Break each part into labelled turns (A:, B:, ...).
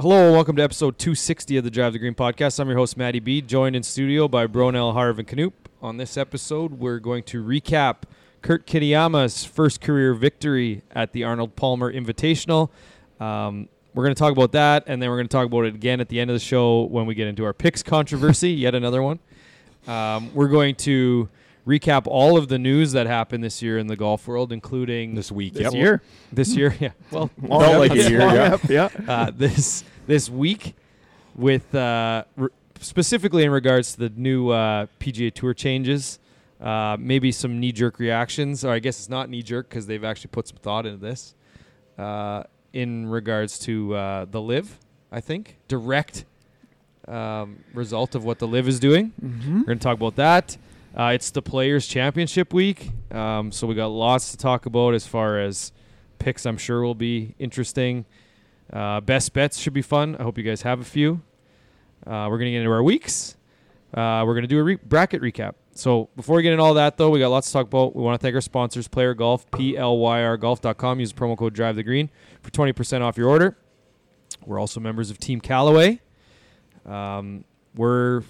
A: Hello and welcome to episode 260 of the Drive the Green podcast. I'm your host Matty B, joined in studio by Bronell Harv and Knoop. On this episode, we're going to recap Kurt Kitayama's first career victory at the Arnold Palmer Invitational. Um, we're going to talk about that, and then we're going to talk about it again at the end of the show when we get into our picks controversy, yet another one. Um, we're going to recap all of the news that happened this year in the golf world, including
B: this week.
C: This
B: yep.
C: year.
A: this year. Yeah, well,
B: Felt like a year,
C: Long
B: yeah.
C: up, yeah.
A: uh, this this week with uh, re- specifically in regards to the new uh, PGA Tour changes. Uh, maybe some knee jerk reactions, or I guess it's not knee jerk because they've actually put some thought into this. Uh, in regards to uh, the live, I think direct um, result of what the live is doing.
B: Mm-hmm.
A: We're going to talk about that. Uh, it's the Players Championship week, um, so we got lots to talk about as far as picks. I'm sure will be interesting. Uh, best bets should be fun. I hope you guys have a few. Uh, we're going to get into our weeks. Uh, we're going to do a re- bracket recap. So before we get into all that, though, we got lots to talk about. We want to thank our sponsors, Player Golf, PLYRGolf.com. Use promo code Drive the Green for 20% off your order. We're also members of Team Callaway. Um, we're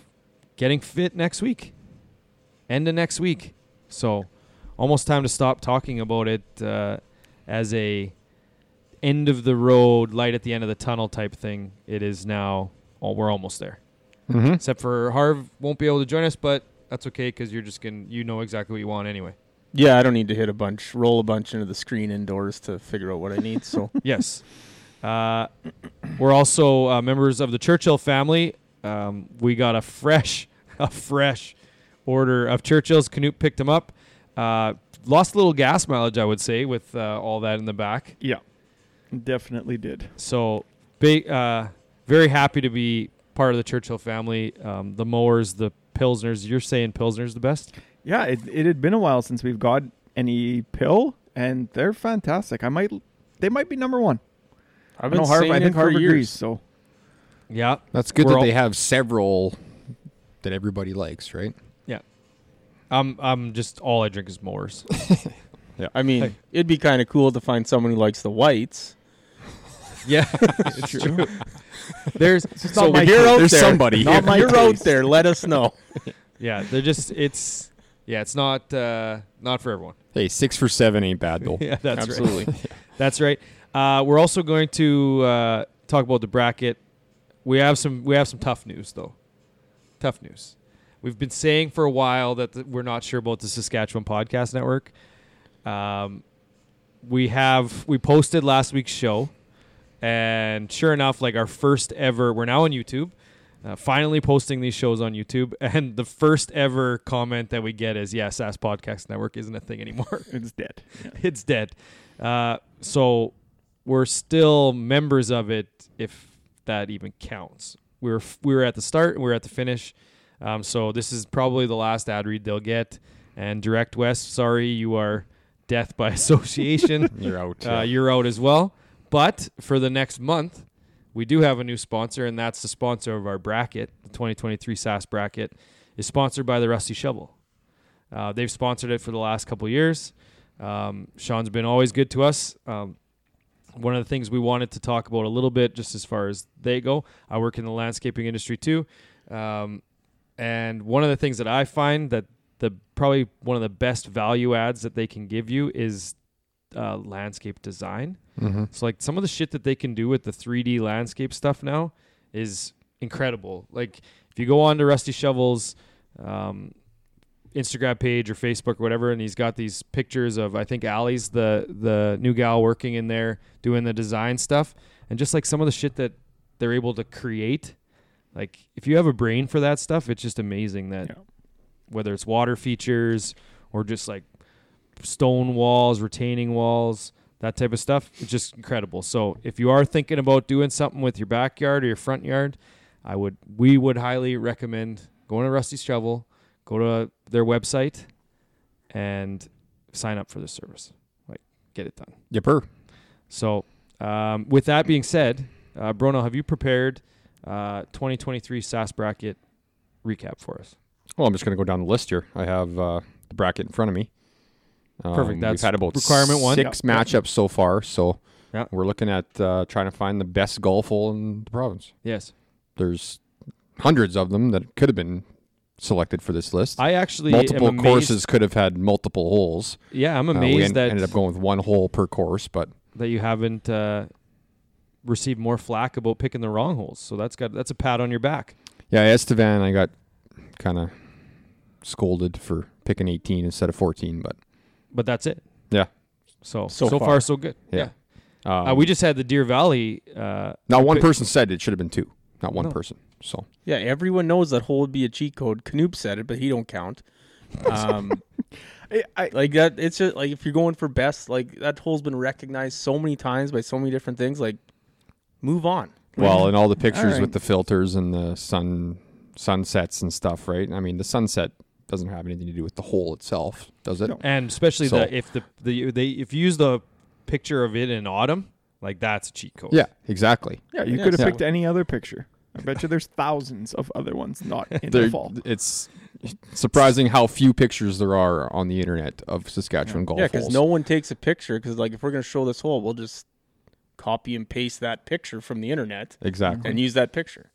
A: getting fit next week, end of next week. So almost time to stop talking about it uh, as a end of the road, light at the end of the tunnel type thing. It is now. Oh, we're almost there. Except for Harv won't be able to join us, but that's okay because you're just gonna you know exactly what you want anyway.
B: Yeah, I don't need to hit a bunch, roll a bunch into the screen indoors to figure out what I need. So
A: yes. Uh, we're also uh, members of the Churchill family. Um, we got a fresh, a fresh order of Churchills. Canute picked them up. Uh, lost a little gas mileage, I would say, with uh, all that in the back.
C: Yeah. Definitely did.
A: So, big, uh, very happy to be part of the Churchill family. Um, the mowers, the pilsners. You're saying pilsners the best?
C: Yeah, it, it had been a while since we've got any pill, and they're fantastic. I might, they might be number one.
B: I've
C: I know Harv,
B: saying
C: I
B: it
C: think
B: for
C: Harv
B: years.
C: agrees. So
A: Yeah.
D: That's good
A: We're
D: that
A: all-
D: they have several that everybody likes, right?
A: I'm. I'm just all I drink is mowers.
B: Yeah, I mean,
A: Hey.
B: it'd be kind of cool to find someone who likes the whites.
A: yeah, it's true. There's so
B: If you're out
D: There's
B: there,
D: somebody.
B: Not
D: Not
B: my you're out there. Let us know.
A: Yeah, they're just it's yeah, it's not uh not for everyone.
D: Hey, six for seven ain't bad though.
A: Yeah, that's
B: Absolutely.
A: right. That's right. Uh we're also going to uh talk about the bracket. We have some we have some tough news though. Tough news. We've been saying for a while that th- we're not sure about the Saskatchewan Podcast Network. Um we have we posted last week's show and sure enough like our first ever we're now on youtube uh, finally posting these shows on youtube and the first ever comment that we get is yeah sas podcast network isn't a thing anymore
C: it's dead.
A: it's dead uh, so we're still members of it if that even counts we were f- we were at the start and we were at the finish um, so this is probably the last ad read they'll get and direct west sorry you are death by association
D: You're out.
A: uh, you're out as well. But for the next month, we do have a new sponsor, and that's the sponsor of our bracket. The 2023 SAS bracket is sponsored by the Rusty Shovel. Uh, they've sponsored it for the last couple years. Um, Sean's been always good to us. Um, one of the things we wanted to talk about a little bit, just as far as they go, I work in the landscaping industry too. Um, and one of the things that I find that the probably one of the best value adds that they can give you is uh, landscape design.
D: hmm
A: So like some of the shit that they can do with the 3D landscape stuff now is incredible. Like if you go on to Rusty Shovel's um, Instagram page or Facebook or whatever, and he's got these pictures of I think Allie's the the new gal working in there doing the design stuff, and just like some of the shit that they're able to create. Like if you have a brain for that stuff, it's just amazing that
C: Yeah.
A: whether it's water features or just like stone walls, retaining walls, that type of stuff. It's just incredible. So if you are thinking about doing something with your backyard or your front yard, I would we would highly recommend going to Rusty's Shovel, go to their website, and sign up for the service. Like get it done.
D: Yipper.
A: So um, with that being said, uh, Bruno, have you prepared uh, 2023 SAS bracket recap for us?
D: Well, I'm just gonna go down the list here. I have uh, the bracket in front of me. Um,
A: Perfect, that's
D: we've had about
A: requirement one.
D: Six matchups so far. So
A: Yeah.
D: We're looking at uh, trying to find the best golf hole in the province.
A: Yes.
D: There's hundreds of them that could have been selected for this list.
A: I actually am
D: multiple
A: amazed-
D: courses could have had multiple holes.
A: Yeah, I'm
D: Uh,
A: amazed
D: we en-
A: that
D: ended up going with one hole per course, but
A: that you haven't uh, received more flack about picking the wrong holes. So that's got that's a pat on your back.
D: yeah, Estevan, I got kind of scolded for picking 18 instead of 14, but
A: But that's it.
D: Yeah.
A: So so,
B: So
A: far.
B: far.
A: so good.
D: Yeah.
A: Uh, we just had the Deer Valley. Uh,
D: um, not one
A: pick-
D: person said it should have been two, not one
A: No.
D: person. So
B: Yeah, everyone knows that hole would be a cheat code. Knoop said it, but he don't count. Um,
C: I, I,
B: like that, it's just like if you're going for best, like that hole's been recognized so many times by so many different things. Like, move on.
D: Well, and all the pictures
C: right.
D: with the filters and the sun sunsets and stuff, right? I mean, the sunset doesn't have anything to do with the hole itself, does it?
C: No.
A: and especially
D: So-
A: the if the, the they if you use the picture of it in autumn, like that's a cheat code.
D: Yeah, exactly.
C: yeah, you
B: Yeah,
C: could have
B: so-
C: picked any other picture. I bet you there's thousands of other ones not in
D: There-
C: the fall.
D: it's surprising how few pictures there are on the internet of Saskatchewan golf
B: yeah, because
D: holes.
B: no one takes a picture. Because like if we're gonna show this hole, we'll just copy and paste that picture from the internet
D: exactly.
B: and use that picture.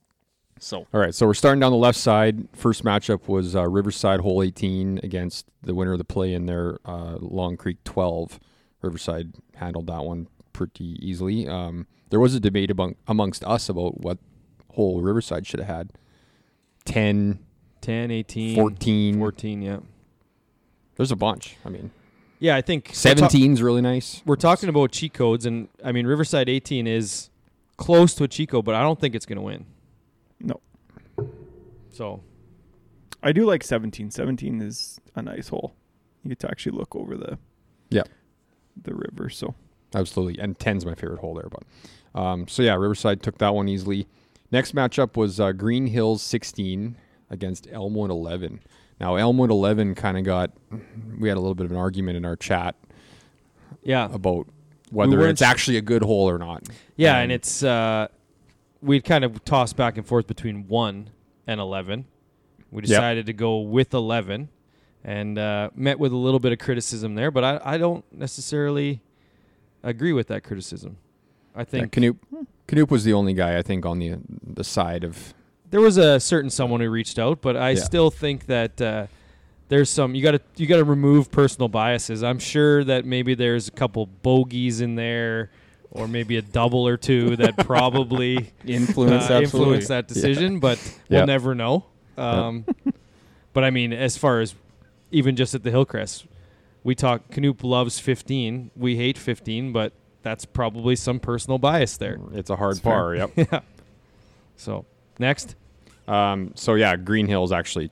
B: So
D: All right, so we're starting down the left side. First matchup was uh, Riverside Hole 18 against the winner of the play in their uh, Long Creek 12. Riverside handled that one pretty easily. Um, there was a debate among, amongst us about what hole Riverside should have had 10,
A: 10, 18,
D: 14.
A: 14, yeah.
D: There's a bunch. I mean,
A: Yeah, I think we're ta-
D: 17's really nice.
A: We're talking about cheat codes, and I mean Riverside 18 is close to a cheat code, but I don't think it's going to win.
C: No.
A: So
C: I do like 17. 17 is a nice hole. You get to actually look over the
D: Yeah.
C: the river. So
D: Absolutely. And 10's my favorite hole there. But um, so yeah, Riverside took that one easily. Next matchup was uh, Green Hills 16 against Elmwood 11. Now Elmwood 11 kind of got we had a little bit of an argument in our chat
A: yeah,
D: about
A: We
D: whether
A: weren't
D: it's
A: s-
D: actually a good hole or not.
A: Yeah,
D: Um,
A: and it's uh, we'd kind of tossed back and forth between one and eleven. We
D: Yep.
A: decided to go with eleven, and uh, met with a little bit of criticism there, but I, I don't necessarily agree with that criticism. I
D: yeah,
A: think
D: Canoop Canoop was the only guy I think on the the side of
A: there was a certain someone who reached out, but I
D: Yeah.
A: still think that uh, there's some you got to you got to remove personal biases. I'm sure that maybe there's a couple bogeys in there, or maybe a double or two that probably.
B: influence,
A: uh,
B: absolutely.
A: influence that decision, but we'll
D: Yeah.
A: never know.
D: Yeah.
A: Um, but I mean, as far as even just at the Hillcrest, we talk. Canoop loves 15. We hate 15, but that's probably some personal bias there.
D: it's a hard
C: It's
D: par,
C: fair.
D: yep.
A: yeah. So next,
D: Um, so yeah, Green Hills actually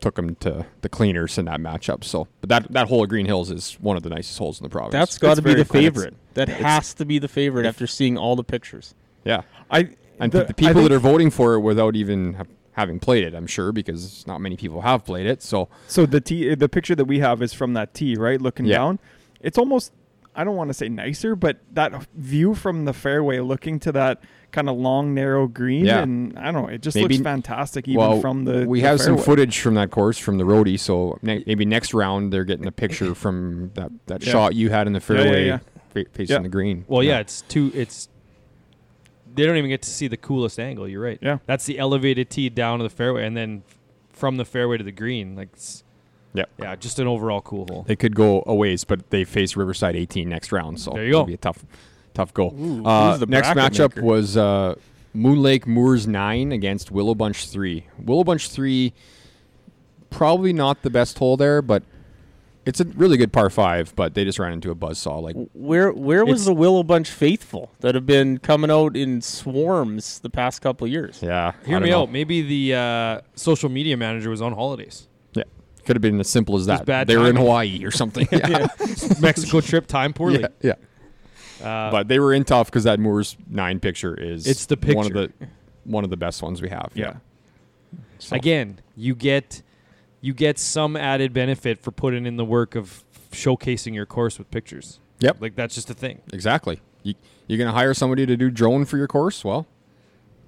D: took him to the cleaners in that matchup. So, but that that hole at Green Hills is one of the nicest holes in the province.
B: That's got to be
C: very
B: the
C: cool. It's-
B: favorite. That has to be the favorite after seeing all the pictures.
D: yeah.
C: I
D: And the, the
C: I
D: people
C: think
D: that are voting for it without even ha- having played it, I'm sure, because not many people have played it. So
C: So the tee, the picture that we have is from that tee, right? Looking
D: Yeah.
C: down, it's almost I don't want to say nicer, but that view from the fairway, looking to that kind of long, narrow green,
D: Yeah.
C: and I don't know, it just
D: Maybe-
C: looks fantastic even
D: well,
C: from the.
D: we
C: the
D: have some
C: fairway.
D: footage from that course from the roadie. So ne- maybe next round they're getting a picture from that, that
C: Yeah.
D: shot you had in the
C: yeah,
D: fairway
C: yeah.
D: fa- facing
C: Yeah.
D: the green.
A: well, yeah, it's two. It's they don't even get to see the coolest angle. You're right.
C: Yeah.
A: That's the elevated tee down to the fairway, and then from the fairway to the green. Like, it's,
D: yeah,
A: yeah, just an overall cool hole.
D: They could go a ways, but they face Riverside 18 next round, so
A: There you go.
D: it'll be a tough, tough goal.
B: Ooh,
D: uh,
B: who's the
D: next
B: bracket
D: matchup
B: maker?
D: was uh, Moonlake Moors 9 against Willowbunch 3. Willowbunch 3, probably not the best hole there, but it's a really good par 5, but they just ran into a buzzsaw. Like,
B: Where where was
D: It's-
B: the Willow Bunch faithful that have been coming out in swarms the past couple of years?
D: yeah. I
A: Hear
D: don't
A: me
D: know.
A: out. Maybe the uh, social media manager was on holidays.
D: Yeah. Could have been as simple as that.
A: bad
D: they were in
A: timing.
D: Hawaii or something. yeah. yeah.
A: Mexico trip time poorly.
D: yeah.
A: Uh,
D: but they were in tough because that Moors 9 picture is
A: It's the
D: One of
A: picture.
D: the, one of the best ones we have.
C: Yeah.
D: So-
A: again, you get you get some added benefit for putting in the work of showcasing your course with pictures.
D: Yep.
A: Like that's just a thing.
D: Exactly. You, you're going to hire somebody to do drone for your course. Well,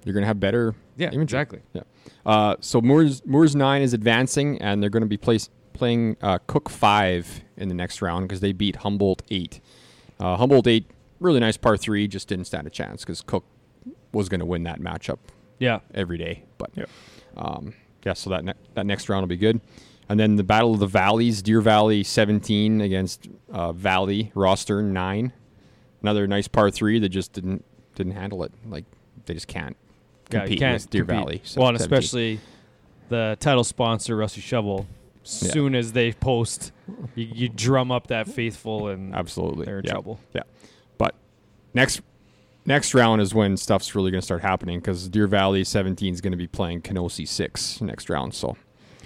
D: you're going to have better.
A: Yeah,
D: imagery.
A: exactly.
D: Yeah. Uh, so Moors Moors nine is advancing, and they're going to be place, playing uh, Cook five in the next round because they beat Humboldt eight. Uh, Humboldt eight really nice par three. Just didn't stand a chance because Cook was going to win that matchup
A: Yeah.
D: every day. But
C: Yep.
D: um, yeah, so that ne- that next round will be good. And then the Battle of the Valleys, Deer Valley 17 against uh, Valley Roster 9. Another nice par three that just didn't didn't handle it. Like they just can't
A: Yeah, you
D: compete
A: can't
D: with Deer
A: compete.
D: Valley. se-
A: well, and
D: 17.
A: especially the title sponsor, Rusty Shovel. Soon as they post, you, you drum up that faithful, and
D: absolutely
A: they're in
D: yeah.
A: trouble.
D: Yeah, but next next round is when stuff's really going to start happening because Deer Valley 17 is going to be playing Kenosi six next round. So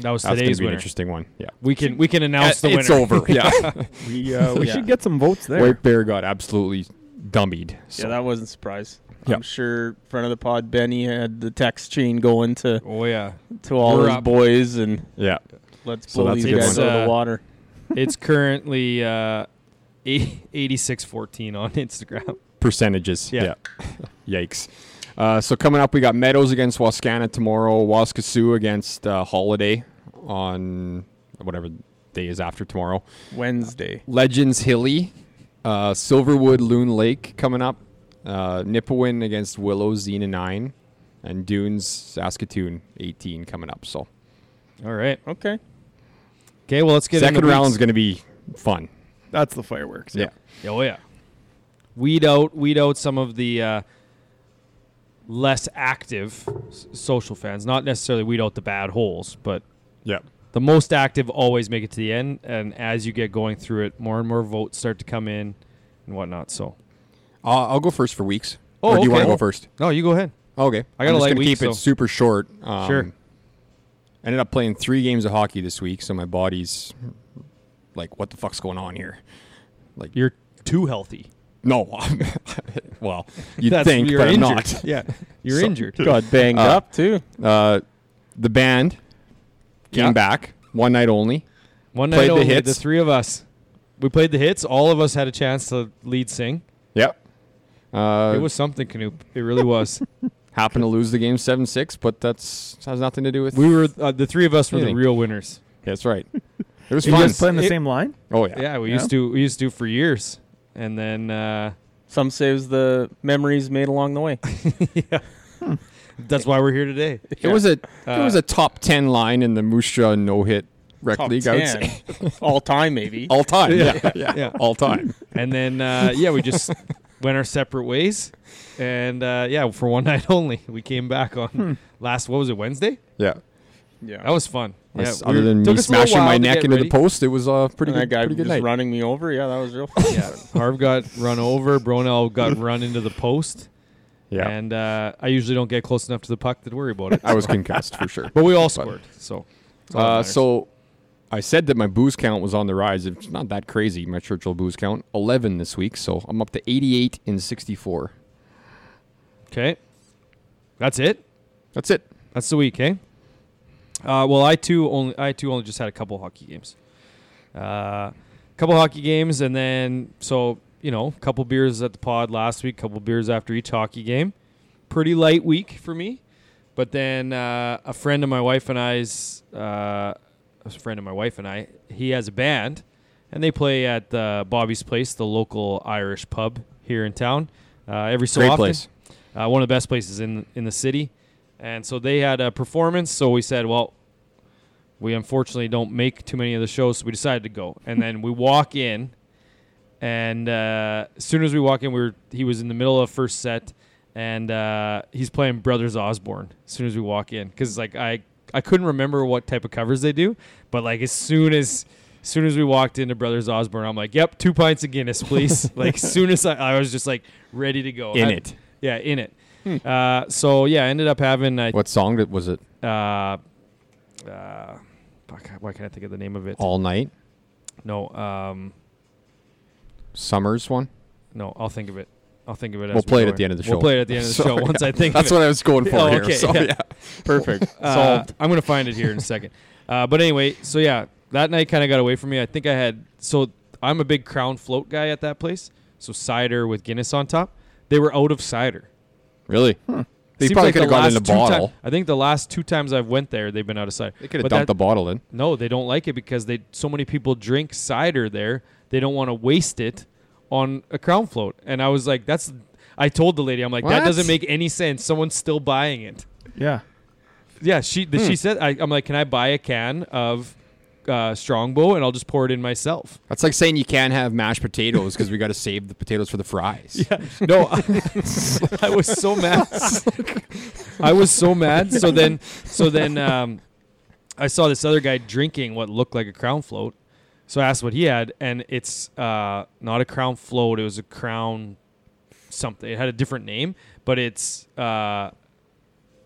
A: That was
D: that's going to
A: today's
D: be an
A: winner.
D: interesting one. Yeah,
A: We can we can announce the
D: Uh,
A: winner.
D: it's over. Yeah,
C: We, uh, we
B: Yeah.
C: should get some votes there.
D: White Bear got absolutely dummied. So
B: Yeah, that wasn't a surprise.
D: Yeah.
B: I'm sure friend of the pod Benny had the text chain going to
A: Oh yeah,
B: to all
A: We're
B: his
A: up.
B: boys and
D: yeah.
B: let's
D: So
B: blow
D: that's
B: these
D: a good
B: guys
A: one.
B: out of
A: Uh,
B: the water.
A: it's currently uh, eighty six fourteen on Instagram.
D: percentages.
A: Yeah.
D: Yeah. Yikes. Uh, so coming up, we got Meadows against Wascana tomorrow. Waskasoo against uh, Holiday on whatever day is after tomorrow.
B: Wednesday.
D: Legends Hilly, uh, Silverwood Loon Lake coming up. Uh, Nipawin against Willow Xena nine, and Dunes Saskatoon eighteen coming up. So
A: All right.
B: Okay.
A: Okay. Well, let's get
D: second
A: into
D: round's going to be fun.
C: That's the fireworks.
A: Oh yeah. Weed out weed out some of the uh, less active s- social fans. Not necessarily weed out the bad holes, but
D: yeah,
A: the most active always make it to the end. And as you get going through it, more and more votes start to come in and whatnot. So.
D: Uh, I'll go first for weeks.
A: Oh,
D: or do you
A: okay.
D: want to go first?
A: No, you go ahead.
D: Okay,
A: I got
D: I'm
A: a
D: just
A: light
D: gonna
A: week,
D: keep
A: so-
D: it super short. Um,
A: Sure.
D: Ended up playing three games of hockey this week, so my body's like, "What the fuck's going on here?" Like,
A: You're too healthy.
D: no, I'm- well, you
A: That's-
D: think,
A: you're
D: but
A: injured.
D: I'm not.
A: Yeah, you're
D: So-
A: injured.
B: Got banged
D: Uh,
B: up too.
D: Uh, the band came
A: Yeah.
D: back one night only.
A: One night
D: Played the
A: only, the,
D: hits.
A: three of us. We played the hits. All of us had a chance to lead sing.
D: Yep. Uh,
A: it was something, Canoop. It really was.
D: happened to lose the game seven six, but that's has nothing to do with.
A: we were uh, the three of us were the
D: Kidding.
A: real winners.
D: That's right. It was
C: You
D: fun.
C: guys playing the
A: It-
C: same line?
D: oh yeah.
A: Yeah, we
C: Yeah.
A: used to we used to for years, and then uh,
B: Some saves the memories made along the way.
A: that's why we're here today.
D: It was a it
A: Uh,
D: was a top ten line in the Musha no hit rec
B: Top
D: league. I would say.
B: 10. all time maybe.
D: All time.
A: Yeah.
D: Yeah.
A: Yeah.
D: Yeah. All time.
A: And then uh, yeah, we just went our separate ways, and uh, yeah, for one night only, we came back on
D: Hmm.
A: last. What was it? Wednesday.
D: Yeah.
B: yeah.
A: That was fun. Yeah,
D: That's-
A: we
D: Other
A: were-
D: than
A: took
D: me
A: us a little
D: smashing
A: while
D: my
A: to
D: neck
A: get
D: into
A: ready.
D: the post, it was a pretty
B: And that
D: good,
B: guy
D: pretty good
B: just
D: night.
B: running me over. Yeah, that was real. Fun.
A: Yeah, Harv got run over. Bronell got run into the post.
D: Yeah.
A: And uh, I usually don't get close enough to the puck to worry about it.
D: I was concussed for sure.
A: But we all scored. So, it's all that
D: Uh,
A: matters.
D: so I said that my booze count was on the rise. It's not that crazy, my Churchill booze count. 11 this week, so I'm up to 88 in 64.
A: okay. That's it.
D: That's it.
A: That's the week, eh? Uh, well, I too only I too only just had a couple hockey games, a uh, couple hockey games, and then so you know, couple beers at the pod last week, couple beers after each hockey game. Pretty light week for me, but then uh, a friend of my wife and I's uh, a friend of my wife and I, he has a band, and they play at uh, Bobby's Place, the local Irish pub here in town. Uh, every so
D: Great
A: often,
D: place.
A: uh, one of the best places in in the city. And so they had a performance. So we said, well, we unfortunately don't make too many of the shows, so we decided to go. And then we walk in, and uh, as soon as we walk in, we were he was in the middle of first set, and uh, he's playing Brothers Osborne. As soon as we walk in, because like I I couldn't remember what type of covers they do, but like as soon as as soon as we walked into Brothers Osborne, I'm like, yep, two pints of Guinness, please. like as soon as I, I was just like ready to go
D: In
A: I-
D: it. Hmm.
A: yeah, in it. Uh, so yeah, I ended up having I
D: What song that was it?
A: uh, uh, fuck, why can't I think of the name of it?
D: All Night?
A: No, um,
D: Summers one?
A: no, I'll think of it. I'll think of it. As
D: We'll
A: we
D: play it
A: go
D: at the
A: here.
D: end of the show.
A: We'll play it at the end of the
D: So,
A: show once
D: yeah.
A: I think.
D: That's
A: of
D: what
A: it.
D: I was going for
A: Oh,
D: here.
A: okay,
D: so,
A: yeah.
D: yeah.
B: Perfect.
A: Uh, I'm gonna find it here in a second. Uh, but anyway, so yeah, that night kind of got away from me. I think I had so I'm a big Crown Float guy at that place. So cider with Guinness on top. They were out of cider.
D: Really? They
A: Hmm. Seems
D: probably
A: like
D: could have
A: the
D: gotten in a
A: last two ti-
D: bottle.
A: I think the last two times I've went there, they've been out of cider.
D: They could have
A: But
D: dumped
A: that-
D: the bottle in.
A: No, they don't like it because they so many people drink cider there. They don't want to waste it on a crown float, and I was like, "That's." I told the lady, I'm like, "That
D: What?
A: doesn't make any sense. Someone's still buying it."
C: Yeah.
A: Yeah, she the, she said, I, "I'm like, can I buy a can of uh, Strongbow and I'll just pour it in myself?"
D: That's like saying you can't have mashed potatoes because we got to save the potatoes for the fries.
A: No, I, I was so mad. I was so mad. So then, so then, um, I saw this other guy drinking what looked like a crown float. So I asked what he had, and it's uh, not a crown float. It was a crown something. It had a different name, but it's uh,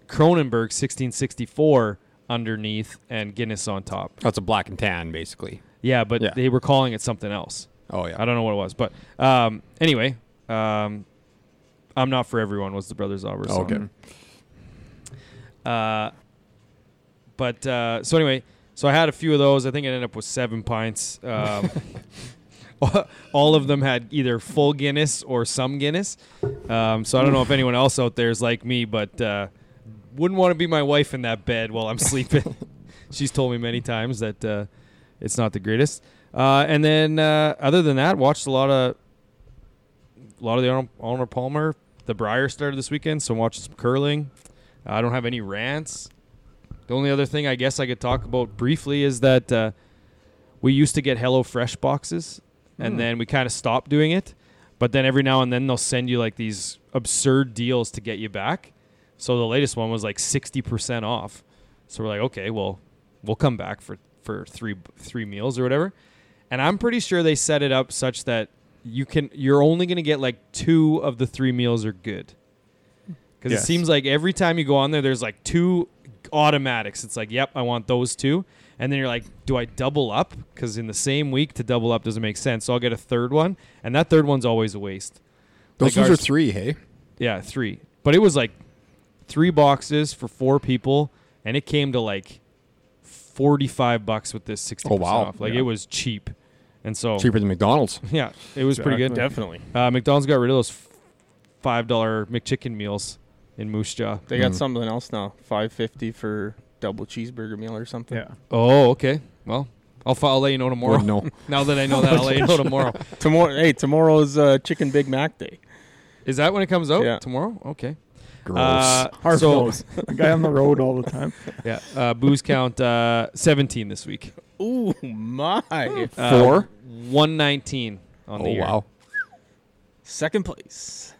A: Cronenberg 1664 underneath and Guinness on top.
D: That's a black and tan, basically.
A: Yeah, but
D: Yeah.
A: they were calling it something else.
D: Oh yeah.
A: I don't know what it was, but um, anyway, um, I'm not for everyone was the Brothers Auber song.
D: Okay.
A: Uh, but uh, so anyway, so I had a few of those. I think I ended up with seven pints. Um, all of them had either full Guinness or some Guinness. Um, so I don't know if anyone else out there is like me, but uh, wouldn't want to be my wife in that bed while I'm sleeping. She's told me many times that uh, it's not the greatest. Uh, and then uh, other than that, watched a lot of a lot of the Arnold, Arnold Palmer. The Briar started this weekend, so watched some curling. I don't have any rants. The only other thing I guess I could talk about briefly is that uh, we used to get Hello Fresh boxes, and then we kind of stopped doing it. But then every now and then they'll send you like these absurd deals to get you back. So the latest one was like sixty percent off. So we're like, okay, well, we'll come back for for three three meals or whatever. And I'm pretty sure they set it up such that you can you're only going to get like two of the three meals are good. Because
C: Yes.
A: it seems like every time you go on there, there's like two automatics. It's like, yep, I want those two. And then you're like, do I double up? Because in the same week, to double up doesn't make sense. So I'll get a third one. And that third one's always a waste.
D: Those
A: Like
D: ones are
A: ours-
D: three. Hey.
A: Yeah, three. But it was like three boxes for four people, and it came to like forty-five bucks with this sixty
D: Oh,
A: percent
D: wow.
A: off. Like
D: Yeah.
A: it was cheap, and so
B: Oh.
D: Cheaper than McDonald's.
A: yeah, it was pretty good.
B: Definitely.
A: Uh, McDonald's got rid of those f- five-dollar McChicken meals in Moose Jaw.
B: They got
D: Mm.
B: something else now. Five fifty for double cheeseburger meal or something.
C: Yeah.
A: Oh, okay. Well, I'll, fi- I'll let you know tomorrow.
D: Wouldn't know.
A: Now that I know that, I'll let you know tomorrow.
B: Tomorrow, hey, tomorrow's uh, chicken Big Mac day.
A: Is that when it comes out?
B: Yeah.
A: Tomorrow? Okay.
D: Gross.
A: Uh,
C: Hard
A: so,
C: nose. Guy on the road all the time.
A: Yeah. Uh, booze count uh, 17 this week.
B: Ooh my!
A: Uh,
D: Four?
A: 119 on the
D: oh
A: year.
D: wow.
B: Second place.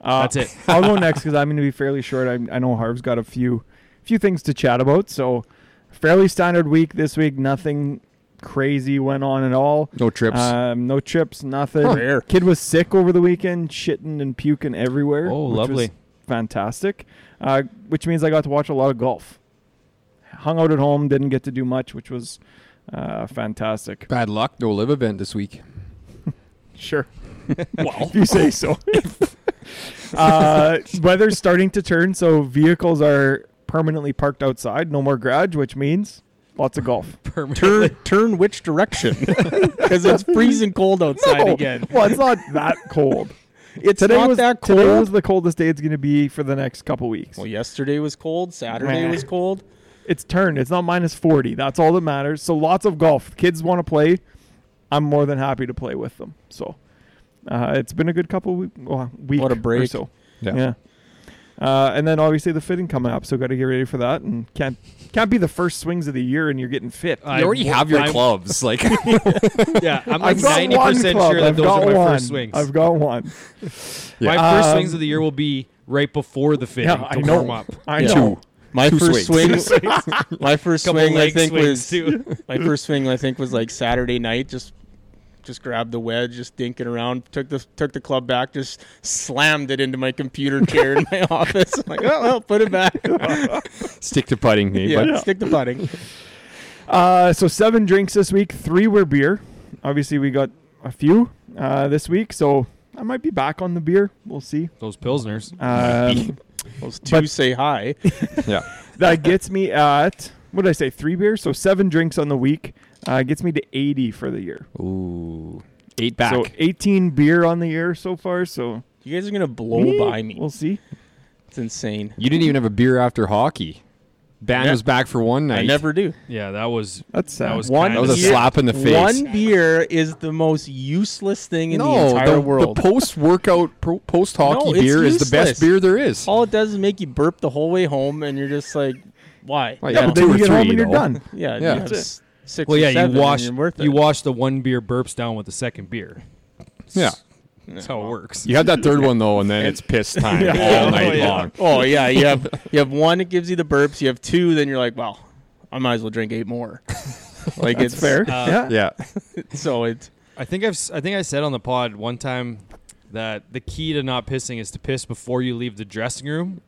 C: Uh,
A: That's it.
C: I'll go next because I'm going to be fairly short. I, I know Harv's got a few, few things to chat about. So, fairly standard week this week. Nothing crazy went on at all.
D: No trips.
B: Uh,
C: Um, no trips, nothing.
B: Huh. Rare.
C: Kid was sick over the weekend, shitting and puking everywhere.
A: Oh,
C: which was
A: lovely.
C: fantastic. Uh, which means I got to watch a lot of golf. Hung out at home, didn't get to do much, which was uh, fantastic.
D: Bad luck. No live event this week.
C: Sure. if you say so. uh, weather's starting to turn, so vehicles are permanently parked outside. No more garage, which means lots of golf.
A: Permanently.
B: Turn turn which direction? Because it's freezing cold outside
C: No.
B: again.
C: Well, it's not that cold.
B: It's
C: Today
B: not
C: was
B: that
C: today
B: cold.
C: was the coldest day it's going to be for the next couple weeks.
B: Well, yesterday was cold. Saturday
C: Meh.
B: was cold.
C: It's turned. It's not minus 40. That's all that matters. So lots of golf. Kids want to play. I'm more than happy to play with them. So uh, it's been a good couple week, well, week
B: What a
C: or
B: break.
C: so.
D: Yeah.
C: Yeah. Uh, and then obviously the fitting coming up, so got to get ready for that. And can't can't be the first swings of the year and you're getting fit.
A: I- I'm-
D: clubs. Like
A: Yeah, I'm like
C: I've got
A: 90%
C: one
A: sure
C: club.
A: that
C: I've
A: those
C: got
A: are my
C: one.
A: first swings.
C: I've got one.
A: my
C: Yeah.
A: first
C: Um,
A: swings of the year will be right before the fitting
C: Yeah,
A: to
C: I know.
A: warm up.
C: I
B: Yeah.
C: know.
B: My
D: Two
B: first
D: swings.
B: swing. my first
A: Couple
B: swing. I
A: leg
B: think
A: swings
B: was
A: too.
B: my first swing. I think was like Saturday night. Just just grabbed the wedge, just dinking around. Took the took the club back. Just slammed it into my computer chair in my office. I'm like, oh well, put it back.
D: stick to putting. Nate,
B: yeah,
D: but-
B: stick to putting.
C: Uh, so seven drinks this week. Three were beer. Obviously we got a few uh, this week, so I might be back on the beer. We'll see.
A: Those Pilsners.
C: Um,
B: Those two
C: But-
B: say hi.
D: yeah.
C: that gets me at what did I say? Three beers. So seven drinks on the week uh, gets me to 80 for the year.
D: Ooh. Eight back.
C: So 18 beer on the year so far. So
B: You guys are gonna blow by me.
C: We'll see.
B: It's insane.
D: you didn't even have a beer after hockey. Ban
B: Yeah.
D: was back for one night.
B: I never do.
A: Yeah, that was
C: That's sad.
A: was
B: One
D: That was a
B: Yeah.
D: slap in the face.
B: One beer is the most useless thing in
D: no,
B: the entire
D: the,
B: world.
D: post workout, post hockey
B: No, it's
D: beer is the
B: useless.
D: best beer there is.
B: All it does is make you burp the whole way home, and you're just like, why?
D: Well,
C: yeah,
D: yeah,
C: but
D: two
C: then
D: or
C: you get home
D: three,
C: and you're
D: though.
C: done.
B: Yeah,
D: Yeah.
B: you have
D: That's
B: s- six
A: well,
B: or
A: yeah.
B: seven,
A: You wash
B: and you're worth it.
A: you wash the one beer burps down with the second beer.
D: Yeah.
A: That's how it works.
D: You had that third one though, and then it's piss time all night
A: yeah.
D: long.
B: Oh yeah, you have you have one that gives you the burps. You have two, then you're like, well, I might as well drink eight more. like it's
C: Fair. yeah.
D: Yeah,
B: So it's
A: I think I've s- I think I said on the pod one time that the key to not pissing is to piss before you leave the dressing room,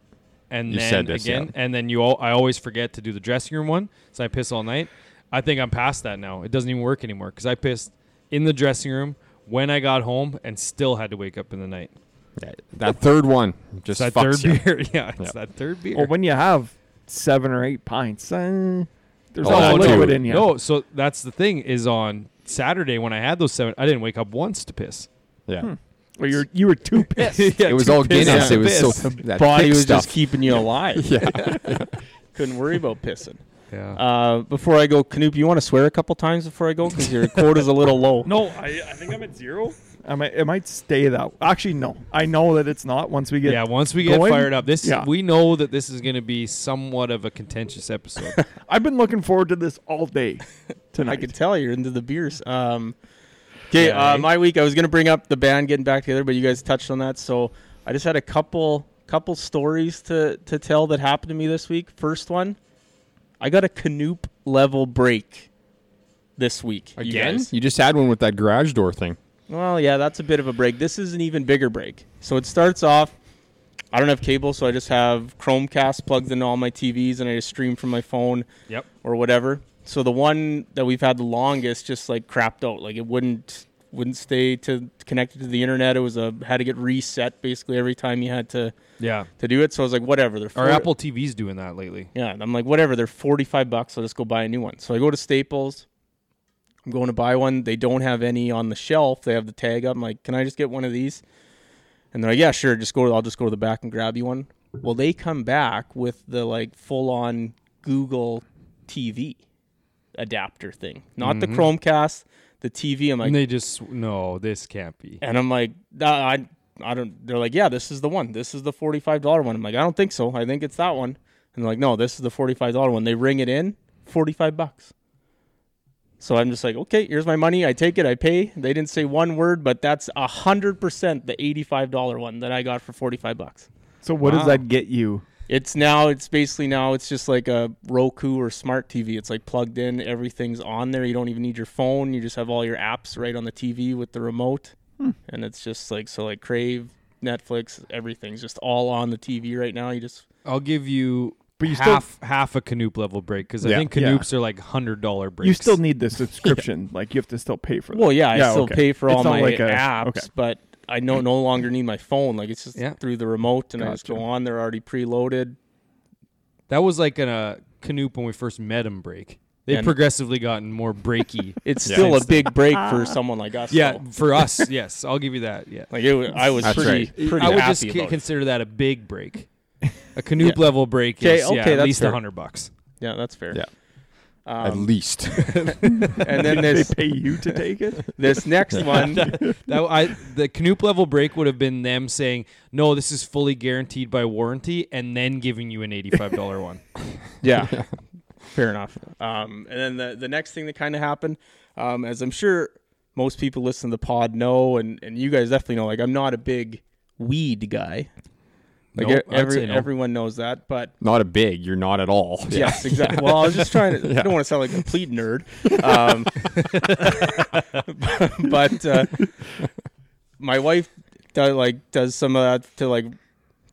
A: and
D: You
A: then
D: said this,
A: again,
D: yeah.
A: and then you all I always forget to do the dressing room one, so I piss all night. I think I'm past that now. It doesn't even work anymore because I pissed in the dressing room when I got home and still had to wake up in the night.
D: that third one just
A: It's that
D: fucks
A: third
D: you.
A: beer, yeah, it's
D: Yeah.
A: that third beer.
C: Well, when you have seven or eight pints, uh, there's
D: Oh,
C: all
D: that
C: liquid
D: too.
C: in you.
A: No, so that's the thing is on Saturday when I had those seven, I didn't wake up once to piss.
D: Yeah,
C: Or you're, you were too pissed.
D: it was all Guinness.
B: Hmm. yeah.
D: It was so
A: Piss.
D: that
B: body
D: thick
B: was
D: stuff.
B: just keeping you alive.
D: yeah.
B: Couldn't worry about pissing.
A: Yeah.
B: Uh, before I go, Canoop, you want to swear a couple times before I go because your quota's a little low.
C: No, I, I think I'm at zero. I might, it might stay that. Actually, no. I know that it's not. Once we get,
A: yeah, once we get
C: going,
A: fired up, this
C: yeah.
A: we know that this is going to be somewhat of a contentious episode.
C: I've been looking forward to this all day tonight.
B: I can tell you're into the beers. Um, okay,
A: Yeah, eh?
B: uh, my week. I was gonna bring up the band getting back together, but you guys touched on that, so I just had a couple couple stories to to tell that happened to me this week. First one, I got a Canoop level break this week. you
D: Again,
B: guys.
D: you just had one with that garage door thing.
B: Well, yeah, that's a bit of a break. This is an even bigger break. So it starts off. I don't have cable, so I just have Chromecast plugged into all my TVs, and I just stream from my phone
A: yep.
B: or whatever. So the one that we've had the longest just like crapped out. Like it wouldn't wouldn't stay to connected to the internet. It was a had to get reset basically every time you had to
A: Yeah.
B: to do it. So I was like, whatever. They're
A: Our
B: four-
A: Apple TV's doing that lately.
B: yeah, and I'm like, whatever. They're 45 bucks. I'll just go buy a new one. So I go to Staples. I'm going to buy one. They don't have any on the shelf. They have the tag up. I'm like, can I just get one of these? And they're like, yeah, sure. Just go. I'll just go to the back and grab you one. Well, they come back with the like full on Google TV adapter thing, not the Chromecast, the TV. I'm like,
A: And they just no, this can't be.
B: and I'm like, nah, I, I don't. They're like, yeah, this is the one. This is the forty-five dollar one. I'm like, I don't think so. I think it's that one. And they're like, no, this is the forty-five dollar one. They ring it in, forty-five bucks. So I'm just like, okay, here's my money. I take it. I pay. They didn't say one word, but that's hundred percent the eighty-five dollar one that I got for forty-five bucks.
C: So what
A: Wow.
C: does that get you?
B: It's now. It's basically now. It's just like a Roku or smart TV. It's like plugged in. Everything's on there. You don't even need your phone. You just have all your apps right on the TV with the remote,
C: Hmm.
B: and it's just like so. Like Crave, Netflix, everything's just all on the TV right now. You just
A: I'll give you,
C: But you still-
A: half half a Canoop level break because I
D: Yeah.
A: think
C: Yeah.
A: Canoops are like hundred dollar breaks.
C: You still need the subscription. Like you have to still pay for. That.
B: well, yeah, I still
C: okay.
B: pay for
C: It's
B: all
C: not
B: my
C: like a-
B: apps,
C: okay.
B: but I no no longer need my phone. Like it's just
A: Yeah.
B: through the remote, and I just
C: Gotcha.
B: go on. They're already preloaded.
A: that was like in a Canoop when we first met him break. They've
B: And-
A: progressively gotten more breaky.
B: It's
D: Yeah.
B: still a big break
C: Ah.
B: for someone like us.
A: yeah,
B: though.
A: for us, yes, I'll give you that. Yeah.
B: like it, wa- I was
D: That's
B: pretty
D: right.
B: pretty
A: I would
B: happy
A: just
B: about
A: c-
B: it.
A: consider that a big break. A Canoop level break
B: Okay,
A: is yeah,
B: okay,
A: at
B: that's
A: least
B: fair.
A: a hundred bucks.
B: Yeah, that's fair.
D: Yeah.
B: Um,
D: At least
B: and then
C: They
B: there's
C: pay you to take it.
B: this next one.
A: That I the Canoop level break would have been them saying, "No, this is fully guaranteed by warranty," and then giving you an eighty-five dollar one.
B: yeah, fair enough. Um, and then the the next thing that kind of happened, um, as I'm sure most people listen to the pod know, and and you guys definitely know. Like I'm not a big weed guy. Like
A: Nope,
B: e-
A: I'd
B: every,
A: say no.
B: everyone knows that, but
D: not a big. You're not at all.
B: Yes, exactly. Well, I was just trying to. I don't want to sound like a complete nerd, um, but uh, my wife does like does some of that to like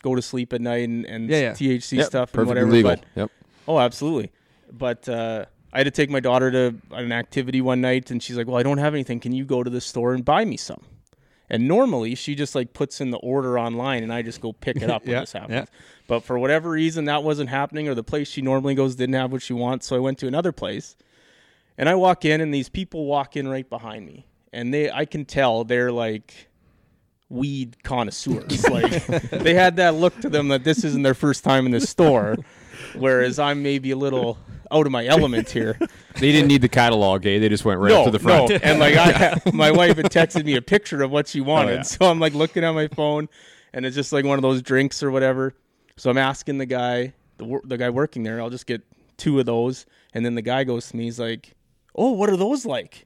B: go to sleep at night and, and
A: Yeah, yeah.
B: THC
D: Yep,
B: stuff and
D: perfectly
B: whatever.
D: legal.
B: But
D: Yep.
B: Oh, absolutely. But uh, I had to take my daughter to an activity one night, and she's like, "Well, I don't have anything. Can you go to the store and buy me some?" And normally she just like puts in the order online, and I just go pick it up when
A: Yeah,
B: this happens.
A: yeah.
B: But for whatever reason, that wasn't happening, or the place she normally goes didn't have what she wants, so I went to another place. And I walk in, and these people walk in right behind me, and they I can tell they're like weed connoisseurs. like they had that look to them that this isn't their first time in the store. Whereas I'm maybe a little out of my element here.
D: They didn't need the catalog, eh? They just went right
B: no,
D: up to the front.
B: no. Oh, And like I, my wife had texted me a picture of what she wanted,
D: yeah.
B: so I'm like looking at my phone, and it's just like one of those drinks or whatever. So I'm asking the guy, the wor- the guy working there, I'll just get two of those, and then the guy goes to me, he's like, "Oh, what are those like?"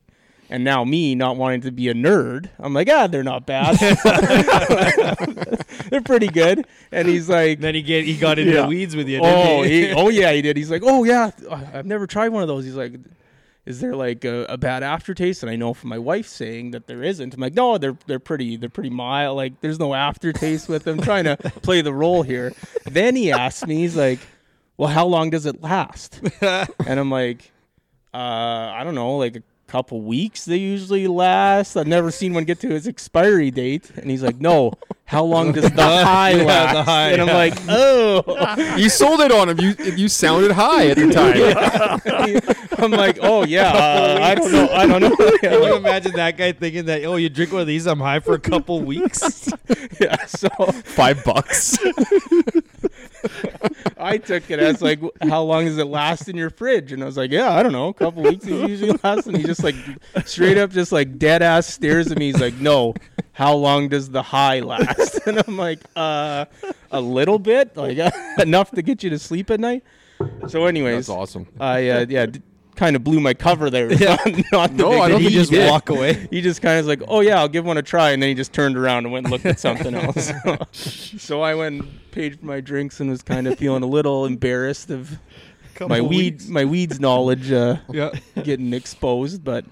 B: And now me not wanting to be a nerd, I'm like, ah, they're not bad. they're pretty good. And he's like,
A: And then he get he got into
B: Yeah.
A: the weeds with you. Didn't
B: Oh,
A: he?
B: he, oh yeah, he did. He's like, oh yeah, I- I've never tried one of those. He's like, is there like a, a bad aftertaste? And I know from my wife saying that there isn't. I'm like, no, they're they're pretty they're pretty mild. Like there's no aftertaste with them. Trying to play the role here. Then he asked me, he's like, well, how long does it last? and I'm like, uh, I don't know, like a couple weeks they usually last. I've never seen one get to its expiry date. And he's like, no, how long does the high
A: Yeah, the
B: last?
A: high,
B: and I'm
A: yeah.
B: like, oh.
D: you sold it on him. You you sounded high at the time.
B: I'm like, oh yeah, uh, I don't know, I don't know. Yeah,
A: Can you
B: like,
A: imagine that guy thinking that? Oh, you drink one of these, I'm high for a couple weeks.
B: yeah, so
D: Five bucks.
B: I took it as like, how long does it last in your fridge? And I was like, yeah, I don't know, a couple weeks it usually lasts. And he just like straight up, just like dead ass stares at me. He's like, no, how long does the high last? And I'm like, uh, a little bit, like enough to get you to sleep at night. So, anyways,
D: That's awesome.
B: I uh, yeah, d- kind of blew my cover there. Yeah. not,
D: No, I don't
A: Did he
D: think you
A: just
D: did.
A: walk away?
B: he just kind of was like, "Oh yeah, I'll give one a try," and then he just turned around and went and looked at something else. so I went and paid for my drinks and was kind of feeling a little embarrassed of my weed, my weeds knowledge uh,
A: Yeah.
B: getting exposed. But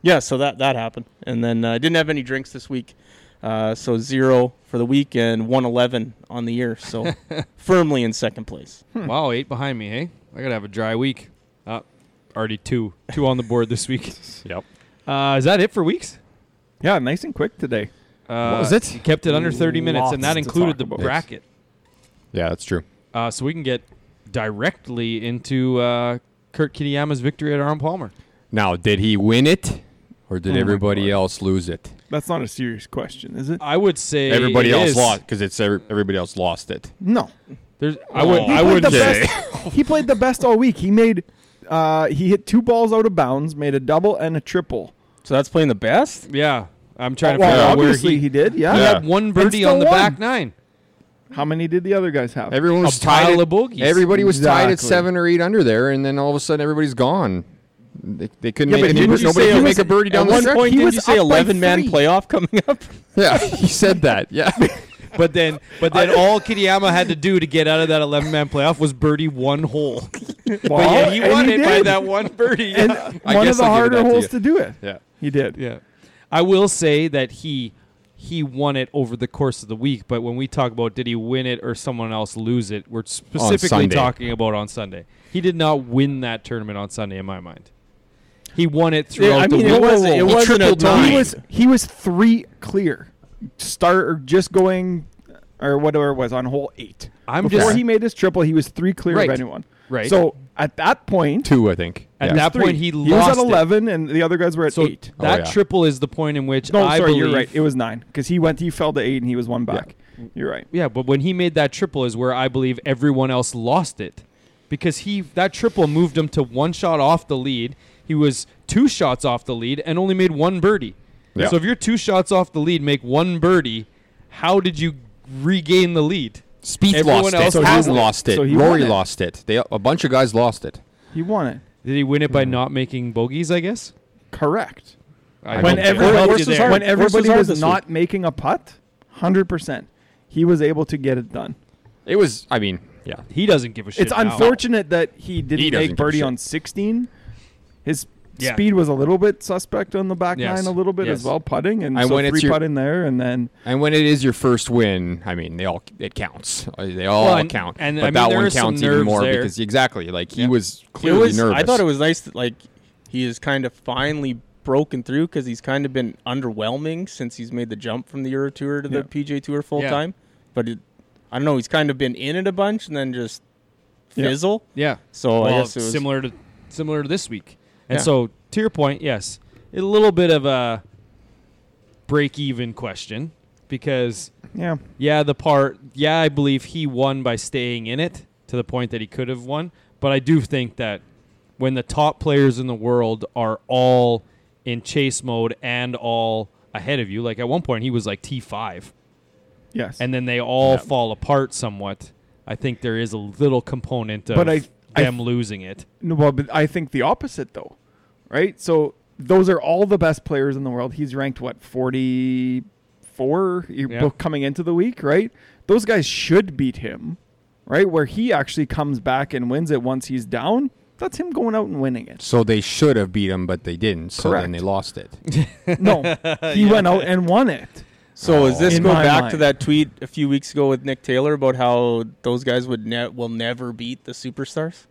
B: yeah, so that that happened, and then uh, I didn't have any drinks this week. Uh, so zero for the week and 111 on the year. So firmly in second place.
A: Wow, eight behind me. Hey, I gotta have a dry week. Uh, already two, two on the board this week.
D: Yep.
A: Uh, is that it for weeks?
C: Yeah, nice and quick today.
A: Uh,
D: was it?
A: You kept it under 30 minutes, and that
C: Lots to
A: included
C: talk
A: the
C: about.
A: bracket.
D: Yeah, that's true.
A: Uh, so we can get directly into uh, Kurt Kitayama's victory at Arm Palmer.
D: Now, did he win it, or
B: Hmm.
D: did
C: Oh my
D: everybody
C: God.
D: else lose it?
C: That's not a serious question, is it?
A: I would say
D: everybody
A: it
D: else
A: is-
D: lost because it's every, everybody else lost it.
C: No.
A: There's, I would.
B: He
A: I
C: played
A: would
C: the
A: say.
C: best. he played the best all week. He made uh, he hit two balls out of bounds, made a double and a triple.
B: So that's playing the best.
A: Yeah, I'm trying to
C: well,
A: figure out where
C: obviously
A: he,
C: he, did. Yeah.
A: he
D: Yeah.
A: had one birdie
C: still
A: on the
C: won.
A: back nine.
C: How many did the other guys have?
D: Everyone was
A: A pile
D: tied.
A: of bogeys.
D: At, everybody was tied at
C: Exactly.
D: seven or eight under there, and then all of a sudden everybody's gone. They, they couldn't
C: Yeah,
D: make
C: but
D: any-
C: didn't you
D: nobody
C: say
D: could
C: it
D: make
C: was-
D: a birdie
C: at
D: down the
C: one
D: stretch.
C: point-
B: Didn't
C: was
B: you say
C: up by
B: 11 man
C: three.
B: playoff coming up?
D: Yeah, he said that. Yeah,
A: But then, but then all Kitayama had to do to get out of that 11 man playoff was birdie one hole.
C: Well,
A: But yeah, he
C: and
A: won it by
C: did.
A: that one birdie.
C: And
A: yeah.
D: I
C: one
D: guess
C: of the
D: I'll give it
C: harder
D: that to
C: holes
D: you.
C: to do it.
D: yeah.
C: He did.
A: yeah. I will say that he he won it over the course of the week, but when we talk about did he win it or someone else lose it, we're specifically
D: Sunday.
A: talking about on Sunday. He did not win that tournament on Sunday in my mind. He won it throughout
B: I mean,
A: the
B: it
A: week.
B: wasn't, it
D: He
B: wasn't a
D: tripled
B: time.
D: nine.
C: He was he was three clear, start or just going, or whatever it was on hole eight.
A: I'm
C: Before
A: just-
C: he made his triple, he was three clear
A: Right.
C: of anyone.
A: Right.
C: So at that point,
D: two, I think.
A: At
D: yeah.
A: that
C: three.
A: point, he
C: was at
A: lost it.
C: eleven, and the other guys were at
A: So
C: eight.
A: that
D: Oh, yeah.
A: triple is the point in which
C: No,
A: I
C: sorry,
A: believe
C: you're right. It was nine because he went, he fell to eight, and he was one back. You're right.
A: Yeah, but when he made that triple is where I believe everyone else lost it. Because he that triple moved him to one shot off the lead. He was two shots off the lead and only made one birdie.
D: Yeah.
A: So if you're two shots off the lead, make one birdie, how did you regain the lead?
D: Speed
A: Everyone
D: lost
A: else
D: it.
A: So he
D: Has
C: won it.
D: lost it.
C: So he won
D: Rory
C: it.
D: lost it. They a bunch of guys lost it.
C: He won it.
A: Did he win it
C: Hmm.
A: by not making bogeys, I guess?
C: Correct.
A: I don't
C: When,
D: When
A: think I
C: every,
A: helped you
C: when,
A: there.
C: when everybody
B: hard
C: was
B: this
C: not making a putt, hundred percent, he was able to get it done.
D: It was. I mean, yeah.
A: he doesn't give a shit.
C: It's
A: now.
C: unfortunate that he didn't
D: He doesn't give
C: make
D: a
C: birdie
D: shit.
C: on 16. His
A: Yeah.
C: speed was a little bit suspect on the back
A: Yes.
C: nine, a little bit
A: Yes.
C: as well, putting and
D: And
C: so
D: when it's
C: three
D: your-
C: putt in there, and then
D: And when it is your first win, I mean, they all it counts. Uh, They all
A: Well, and-
D: count.
A: and,
D: but
A: I mean,
D: that
A: there
D: one
A: is some
D: counts even
A: nerves
D: more
A: there.
D: because exactly, like he
A: Yeah.
D: was
B: It
D: clearly
B: was.
D: nervous.
B: I thought it was nice that like he is kind of finally broken through because he's kind of been underwhelming since he's made the jump from the Euro Tour to
C: Yeah.
B: the PJ Tour full
A: Yeah.
B: time. But it, I don't know. He's kind of been in it a bunch and then just
C: Yeah.
B: fizzle.
A: Yeah.
B: So I
A: well,
B: guess Oh, it was
A: similar to similar to this week. And
B: Yeah.
A: so, to your point, yes, a little bit of a break-even question because
C: yeah,
A: yeah, the part yeah, I believe he won by staying in it to the point that he could have won. But I do think that when the top players in the world are all in chase mode and all ahead of you, like at one point he was like T5,
C: Yes.
A: and then they all
D: Yeah.
A: fall apart somewhat. I think there is a little component of
C: But I- I-
A: them losing it.
C: No, well, but I think the opposite though, right? So those are all the best players in the world. He's ranked what forty four
A: Yeah.
C: coming into the week, right? Those guys should beat him, right? Where he actually comes back and wins it once he's down. That's him going out and winning it.
D: So they should have beat him, but they didn't. So
C: Correct.
D: then they lost it.
C: No, he went out and won it.
B: So is this
C: In
B: go
C: my
B: back
C: mind.
B: to that tweet a few weeks ago with Nick Taylor about how those guys would ne- will never beat the superstars?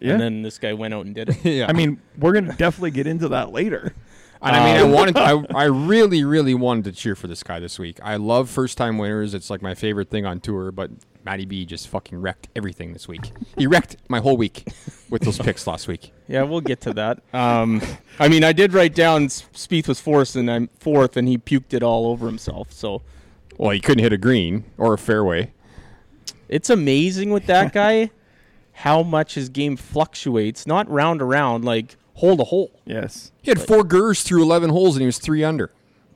C: Yeah.
B: And then this guy went out and did it.
A: yeah.
C: I mean, we're gonna definitely get into that later.
D: And I mean, I wanted, I, I really, really wanted to cheer for this guy this week. I love first time winners. It's like my favorite thing on tour, but Matty B just fucking wrecked everything this week. He wrecked my whole week with those picks last week.
B: Yeah, we'll get to that. Um, I mean, I did write down S- Spieth was fourth, and I'm fourth, and he puked it all over himself. So
D: Well, he couldn't hit a green or a fairway.
B: it's amazing with that guy how much his game fluctuates, not round to round, like hole to hole.
C: Yes.
D: He had four gers through 11 holes and he was three under.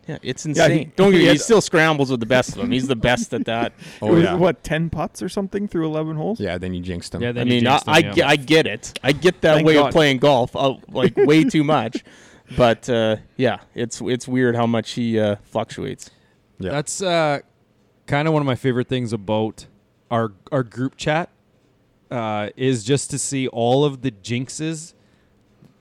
B: Yeah, it's
C: Yeah,
B: insane.
C: he-
B: Don't get
C: he
B: me- he
C: had-
B: still scrambles with the best of them. He's the best at that.
C: it was, what ten putts or something through eleven holes.
D: Yeah, then you jinxed him.
A: Yeah,
B: I
A: then you
B: mean, I,
A: jinxed
B: I,
A: him,
B: ge-
A: yeah.
B: I get it. I get that
C: Thank
B: way
C: God.
B: of playing golf, uh, like way too much. But uh, yeah, it's it's weird how much he uh, fluctuates.
D: Yeah.
A: That's uh, kind of one of my favorite things about our our group chat uh, is just to see all of the jinxes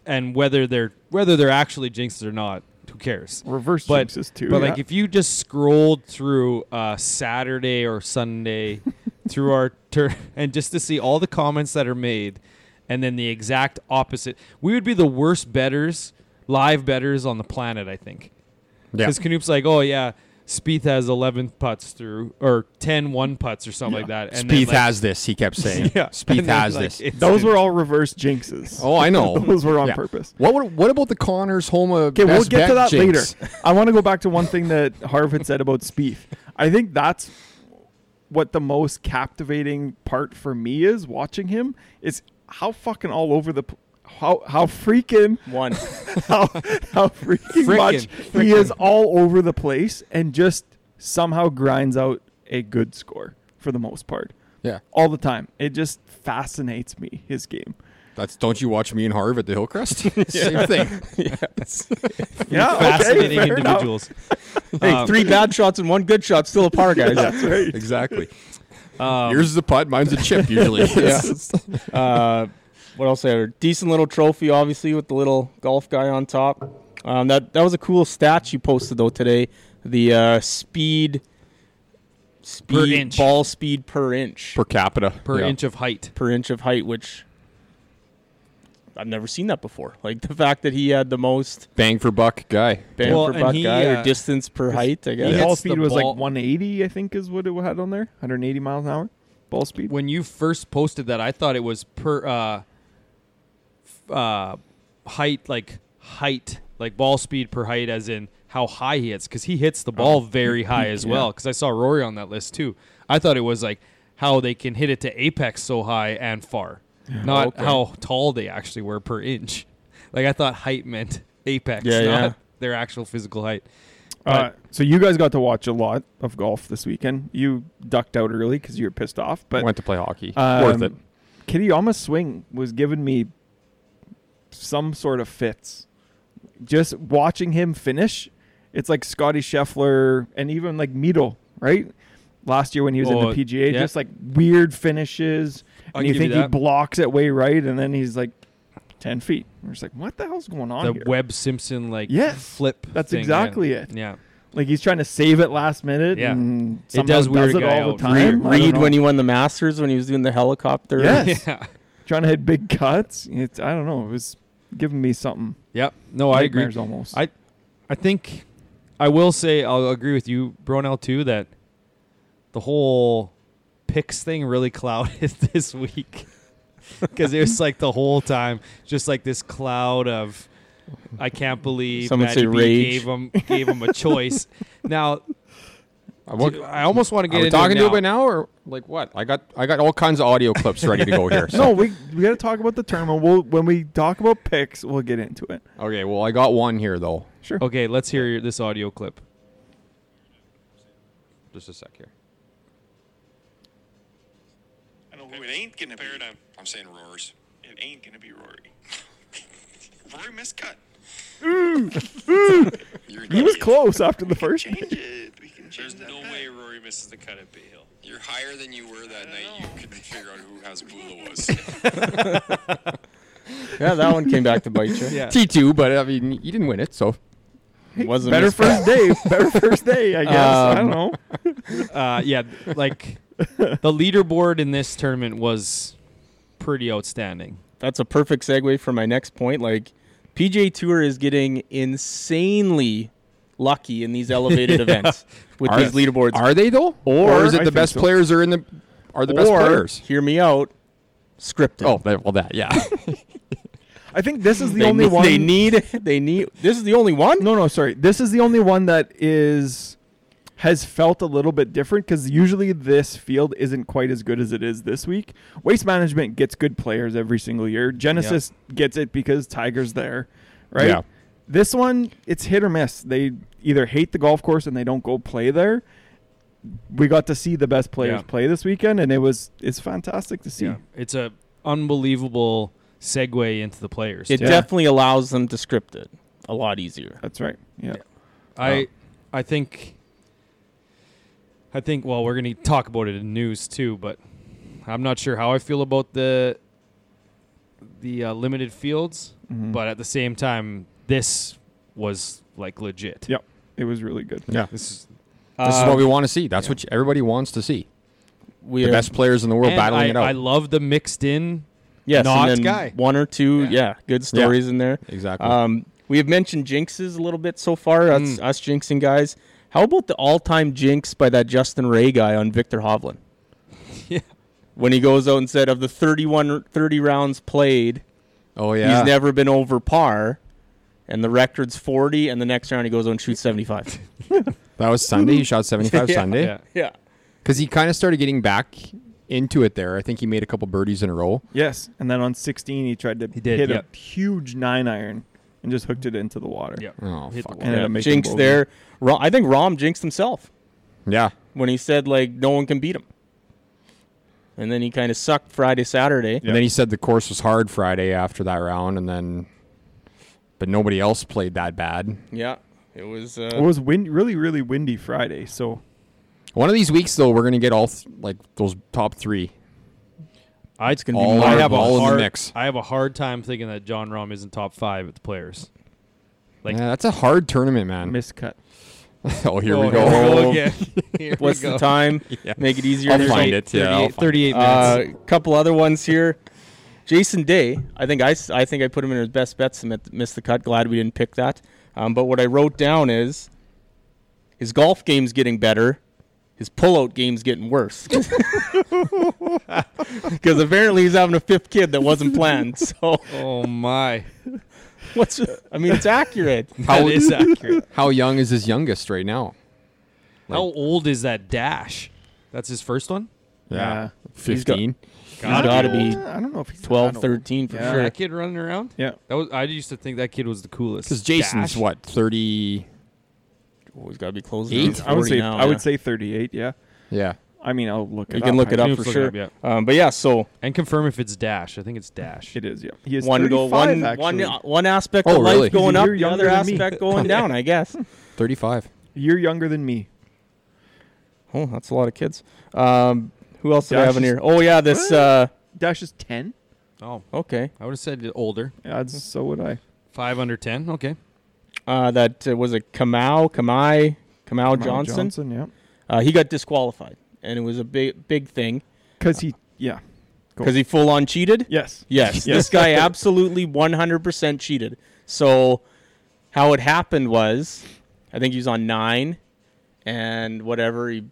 A: and whether they're whether they're actually jinxes or not. Who cares?
C: Reverse
A: But
C: jinxes too.
A: but
C: yeah.
A: like if you just scrolled through uh, Saturday or Sunday through our tur and just to see all the comments that are made, and then the exact opposite, we would be the worst betters, live betters on the planet. I think.
D: yeah.
A: Because Knoop's like, oh yeah, Spieth has 11 putts through or 10 one putts or something like that. And then,
D: Speeth
A: like-
D: has this, he kept saying.
A: Yeah.
D: Speeth
A: and then,
D: has
A: like,
D: this.
A: it's-
C: those were all reverse jinxes.
D: Oh, I know.
C: those were on
D: Yeah.
C: purpose.
D: What would- what about the Connors Homa?
C: Okay, we'll get to that later. I want to go back to one thing that Harvard said about Spieth. I think that's what the most captivating part for me is watching him is how fucking all over the p- how how freaking
B: One.
C: how how freaking
A: Frickin',
C: much he is all over the place and just somehow grinds out a good score for the most part
D: Yeah,
C: all the time. It just fascinates me his game.
D: that's. Don't you watch me and Harv at the Hillcrest? Same thing.
C: Yeah, okay,
A: fascinating
C: fair enough.
A: individuals.
B: Hey,
A: Um,
B: three bad shots and one good shot, still a par, guys.
C: That's right.
D: Exactly.
A: Um,
D: Yours is a putt, mine's a chip usually.
B: Yeah. Uh, what else? There, decent little trophy, obviously, with the little golf guy on top. Um, that that was a cool stat you posted though today. The uh, speed, speed
A: inch.
B: ball speed per inch
D: Per capita.
A: per
D: Yeah.
A: inch of height.
B: per inch of height, which I've never seen that before. Like the fact that he had the most
D: Bang for buck guy.
B: bang
A: Well,
B: per
A: and
B: buck
A: he,
B: guy
A: uh,
B: or distance per height, I
C: The
A: hits
B: guess.
C: ball
A: the
C: speed was
A: ball-
C: like 180, I think, is what it had on there. 180 miles an hour ball speed.
A: When you first posted that, I thought it was per uh, f- uh, height, like height, like ball speed per height, as in how high he hits, because he hits the
C: Oh,
A: ball very high as well. Because I saw Rory on that list too. I thought it was like how they can hit it to apex so high and far,
C: Oh,
A: not
B: Okay.
A: how tall they actually were per inch. Like I thought height meant apex,
B: Yeah,
A: not
B: yeah.
A: their actual physical height.
C: Uh, so you guys got to watch a lot of golf this weekend. You ducked out early because you were pissed off, but
D: Went to play hockey.
C: um,
D: Worth it.
C: Kitty Alma's swing was giving me some sort of fits. Just watching him finish, it's like Scotty Scheffler and even like Mito, right? Last year when he was
A: Oh,
C: in the PGA,
A: yeah.
C: just like weird finishes.
A: I
C: and
A: can
C: you
A: give you
C: think he
A: that.
C: blocks it way right, and then he's like 10 feet. We're just like, what the hell's going on
A: the
C: here?
A: Webb Simpson like
C: Yes,
A: flip.
C: that's
A: thing, yeah.
C: exactly it.
A: Yeah.
C: Like he's trying to save it last minute.
A: Yeah.
C: and
A: It
C: somehow
A: does weird
C: it
A: a guy
C: all
A: out.
C: the time. I don't
B: Reed
C: know.
B: when he won the Masters when he was doing the helicopter.
C: Yes.
A: Yeah.
C: trying to hit big cuts. It's I don't know. It was giving me something.
A: Yep. No, Oh, I agree.
C: Nightmares Almost.
A: I I think I will say I'll agree with you, Bronell, too, that the whole picks thing really clouded this week because it was like the whole time just like this cloud of I can't believe
B: Someone
A: Matty
B: say
A: B
B: rage.
A: gave him gave him a choice. now
D: I want,
A: Dude, I almost want to get
D: are we
A: into
D: talking
A: it
D: to
A: now.
D: it by now or like what? I got I got all kinds of audio clips ready to go here. so-
C: No, we we got to talk about the tournament. We'll when we talk about picks, we'll get into it.
D: Okay, well I got one here though.
C: Sure.
A: Okay, let's hear your- this audio clip.
D: Just a sec here.
E: I know who it ain't gonna paradigm. I'm saying roars. It ain't gonna be Rory. Rory miscut. You're an
C: Mm. He was
E: idiot.
C: close after the first.
E: Change it. We can change
F: There's
E: that
F: no
E: back.
F: way Rory misses the cut at Bay Hill.
E: You're higher than you were that night. You couldn't figure out who Hasbula was.
B: Yeah, that one came back to bite you.
A: Yeah.
D: T two, but I mean you didn't win it, so
B: It wasn't
C: Better
B: his fault.
C: first day. Better first day. I guess. I
A: Um,
C: don't know.
A: Uh, yeah, th- like the leaderboard in this tournament was pretty outstanding.
B: That's a perfect segue for my next point. Like, PJ Tour is getting insanely lucky in these elevated events with
D: Are-
B: these leaderboards.
D: Are they though? Or, is it
C: I
D: the
C: think
D: best
C: so.
D: players are in the are the
B: or,
D: best players?
B: hear me out, scripted.
D: Oh, that, well that yeah.
C: I think this is the
B: they,
C: only
B: ne-
C: one.
B: they need. They need. This is the only one.
C: No, no, sorry. This is the only one that is has felt a little bit different because usually this field isn't quite as good as it is this week. Waste management gets good players every single year. Genesis gets it because Tiger's there, right?
D: Yeah.
C: This one, it's hit or miss. They either hate the golf course and they don't go play there. We got to see the best players
A: Yeah.
C: play this weekend, and it was it's fantastic to see.
A: It's a unbelievable segue into the players.
B: It
A: too.
B: definitely allows them to script it a lot easier.
C: That's right. Yeah.
D: Oh.
A: I I think I think well we're gonna talk about it in news too, but I'm not sure how I feel about the the uh, limited fields,
D: Mm-hmm.
C: Mm-hmm.
A: but at the same time, this was like legit.
C: Yep. It was really good.
D: yeah. This
A: This is,
D: is what we want to see. That's what you- everybody wants to see.
B: Uh, We
D: The
B: have-
D: best players in the world
A: and
D: battling
A: I,
D: it out.
A: I love the mixed in.
B: Yes,
A: Not
B: and then
A: Sky.
B: One or two, yeah, good stories in there.
D: Exactly.
B: Um, we have mentioned jinxes a little bit so far. That's us jinxing guys. How about the all-time jinx by that Justin Ray guy on Victor Hovland?
A: Yeah.
B: When he goes out and said, of the 31, r- 30 rounds played,
D: oh yeah.
B: he's never been over par, and the record's 40, and the next round he goes out and shoots 75.
D: that was Sunday. He shot seventy five
B: Yeah.
D: Sunday.
A: Yeah.
B: yeah.
D: Because he kind of started getting back into it there. I think he made a couple birdies in a row.
C: Yes, and then on 16 he tried to
A: did,
C: hit
A: yep.
C: a huge nine iron and just hooked it into the water.
A: Yep.
D: Oh,
A: Hit the
D: fuck.
A: wall.
C: And
B: yeah.
C: it'll make him
B: Jinx
C: bogey.
B: there. Ro- I think Rom jinxed himself.
D: Yeah.
B: when he said like no one can beat him. And then he kind of sucked Friday, Saturday.
D: And then he said the course was hard Friday after that round, and then, but nobody else played that bad.
B: Yeah, it was. Uh,
C: It was wind, really really windy Friday, so
D: One of these weeks though, we're gonna get all th- like those top three.
A: I, it's
D: be all
A: I
D: in-
A: have
D: all in
A: a
D: the
A: hard,
D: mix.
A: I have a hard time thinking that John Rom isn't top five at the players. Like-
D: yeah, that's a hard tournament, man.
C: miscut.
D: oh, here we
A: Oh,
D: go.
A: again. Here we
B: what's
A: go.
B: the time?
D: Yeah.
B: Make it easier.
D: I'll
B: There's
D: find
B: a-
D: it. Yeah, I'll
A: 38, 38
B: Uh,
A: minutes.
B: couple other ones here. Jason Day. I think I, s- I think I put him in his best bets and met- missed the cut. Glad we didn't pick that. Um, but what I wrote down is his golf game's getting better. His pullout game's getting worse. Because apparently he's having a fifth kid that wasn't planned. So
A: oh my.
B: What's I mean, it's accurate.
D: How-
A: That is accurate.
D: How young is his youngest right now?
A: How old is that dash? That's his first one.
C: Yeah.
B: He's got-
D: fifteen.
B: He's got to be
C: I don't know if he's
B: 12,
C: that old.
B: 13 for
C: Yeah.
B: sure.
A: That kid running around.
C: Yeah.
A: That was. I used to think that kid was the coolest.
D: Because Jason's
A: Dash.
D: what thirty?
B: Oh, he's got to be closing.
D: Eight?
B: on
C: I would
B: 40
C: say
B: now,
C: I
B: yeah.
C: would say 38, yeah.
D: Yeah.
C: I mean, I'll look it
B: you
C: up.
B: can look it
C: I
B: up
A: can
B: for
A: look it
B: sure.
A: up, yeah.
B: um, but yeah, so
A: And confirm if it's dash. I think it's dash.
C: It is, yeah. He is
B: one
C: 35,
B: go one
C: actually.
B: one uh, one aspect
D: Oh,
B: of
D: really?
B: life going
C: He's a
B: up,
C: year
B: the other
C: younger than me.
B: aspect going down. I guess.
D: Thirty-five.
C: You're younger than me.
B: Oh, that's a lot of kids. Um, who else did I
C: Dash
B: have in
C: is-
B: here? Oh yeah, this. Uh,
C: Dash is 10.
A: Oh,
B: okay,
A: I would have said older.
C: Yeah, that's- so would I.
A: Five under ten. Okay.
B: uh, that uh, was a Kamau Kamai Kamau
C: Kamau
B: Johnson.
C: Johnson, yeah.
B: Uh, he got disqualified, and it was a big big thing
C: Cuz he yeah. Cool.
B: because he full on cheated.
C: Yes.
B: Yes,
C: Yes.
B: this guy absolutely 100% cheated. So, how it happened was, I think he was on nine, and whatever he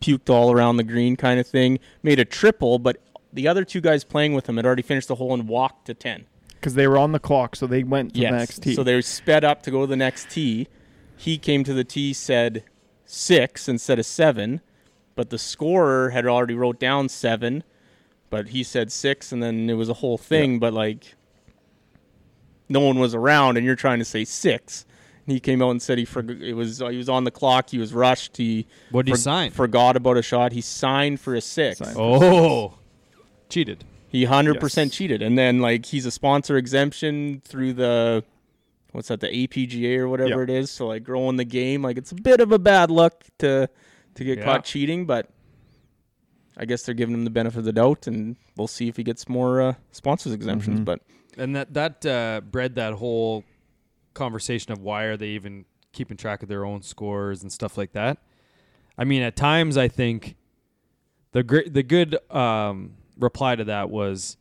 B: puked all around the green, kind of thing. Made a triple, but the other two guys playing with him had already finished the hole and walked to ten.
C: Cuz they were on the clock, so they went to the next tee.
B: So they sped up to go to the next tee. He came to the tee, said, six instead of seven, but the scorer had already wrote down seven, but he said six, and then it was a whole thing. But like, no one was around, and you're trying to say six. And he came out and said he forgot. It was uh, he was on the clock. He was rushed. He
A: What'd he sign?
B: Forgot about a shot. He signed for a six.
C: Signed.
A: Oh, cheated.
B: He hundred percent
C: Yes.
B: cheated, and then like he's a sponsor exemption through the what's that the APGA or whatever
C: Yeah.
B: it is. So like growing the game, like it's a bit of a bad luck to to get
A: Yeah.
B: caught cheating, but I guess they're giving him the benefit of the doubt, and we'll see if he gets more uh, sponsors exemptions.
A: Mm-hmm.
B: But
A: And that that uh, bred that whole conversation of why are they even keeping track of their own scores and stuff like that. I mean, at times I think the gr- the good um, reply to that was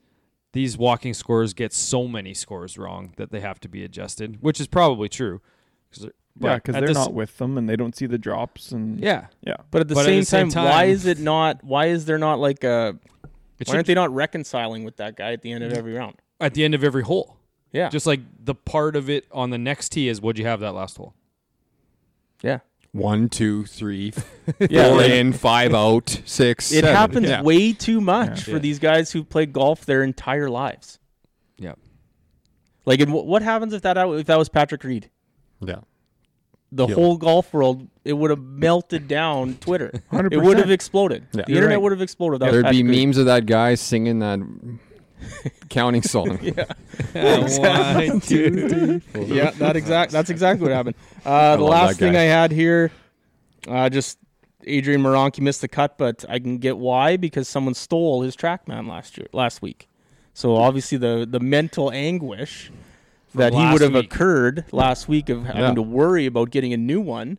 A: these walking scores get so many scores wrong that they have to be adjusted, which is probably true. 'Cause they're- but
C: yeah, because
A: at
C: they're
A: this-
C: not with them and they don't see the drops and
A: Yeah,
C: yeah.
B: but at the,
A: But at
B: same,
A: the same
B: time, why
A: time-
B: is it not? Why is there not like a?
A: It
B: Why aren't
A: should-
B: they not reconciling with that guy at the end of every round?
A: at the end of every hole,
B: Yeah,
A: just like the part of it on the next tee is would you have that last hole?
B: yeah,
D: One, two, three,
B: yeah.
D: four
B: like-
D: in, five out, six.
B: It
D: seven.
B: happens
D: Yeah.
B: way too much for
A: Yeah.
B: these guys who've played golf their entire lives.
A: Yeah.
B: Like, and wh- what happens if that if that was Patrick Reed?
D: Yeah.
B: The
D: Killed.
B: whole golf world, it would have melted down Twitter.
C: 100%.
B: It would have exploded.
D: Yeah.
B: The
D: You're
B: internet
C: right.
B: would have exploded. That was
D: There'd be
B: Patrick Reed.
D: memes of that guy singing that counting song.
A: One, two, three.
B: yeah, that exact. That's exactly what happened. Uh, the
D: love
B: last
D: that guy.
B: thing I had here, uh, just Adrian Moronki missed the cut, but I can get why because someone stole his TrackMan last year, last week. So obviously the the mental anguish that he
A: last
B: would have
A: week.
B: occurred last week of having
D: Yeah.
B: to worry about getting a new one.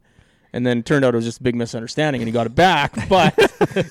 B: And then it turned out it was just a big misunderstanding, and he got it back. But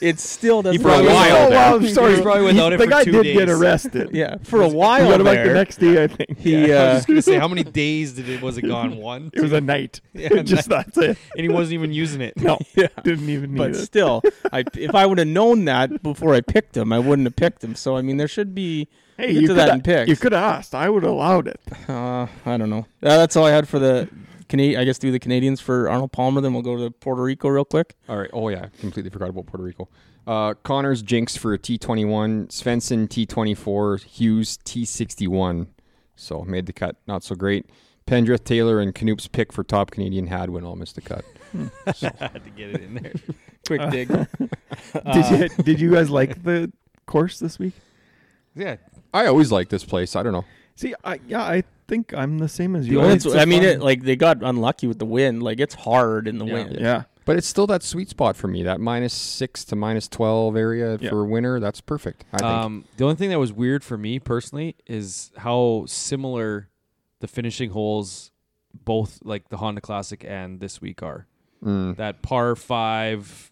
B: it still doesn't.
D: For a
B: really-
D: while
C: Oh,
D: there.
C: wow, I'm sorry.
A: He was probably without it
C: the
A: for
C: guy
A: two
C: did get
A: days.
C: arrested.
B: yeah, for a while
C: What about
B: there,
C: the next day? I think
B: he
A: I was
B: uh,
A: just gonna say how many days did it was it gone? One,
C: it was a night.
A: Yeah,
C: just that's it.
A: and he wasn't even using it.
C: No,
B: Yeah.
C: didn't even need
B: but
C: it.
B: still, I if I would have known that before I picked him, I wouldn't have picked him. So I mean, there should be
C: Hey,
B: get
C: you
B: to
C: could
B: that in
C: have
B: picks.
C: you could have asked. I would have allowed it.
B: Uh, I don't know. Uh, that's all I had for the Canadian. I guess do the Canadians for Arnold Palmer. Then we'll go to Puerto Rico real quick.
D: All right. Oh yeah, completely forgot about Puerto Rico. Uh, Connors jinx for a T twenty one, Svensson T twenty four, Hughes T sixty one. So made the cut. Not so great. Pendrith Taylor and Canoop's pick for top Canadian Hadwin all missed the cut.
A: had to get it in there.
B: Quick dig. Uh,
C: Did you did you guys like the course this week?
A: Yeah,
D: I always like this place. I don't know.
C: See, I yeah, I think I'm the same as you.
B: The
C: I
B: only-
C: think it's
B: I mean,
C: fun-
B: it, like they got unlucky with the wind. Like it's hard in the
A: Yeah.
B: wind.
C: yeah,
D: But it's still that sweet spot for me. That minus six to minus twelve area
C: Yeah.
D: for winter. That's perfect. I think.
A: Um, the only thing that was weird for me personally is how similar the finishing holes, both like the Honda Classic and this week are.
D: Mm.
A: That par five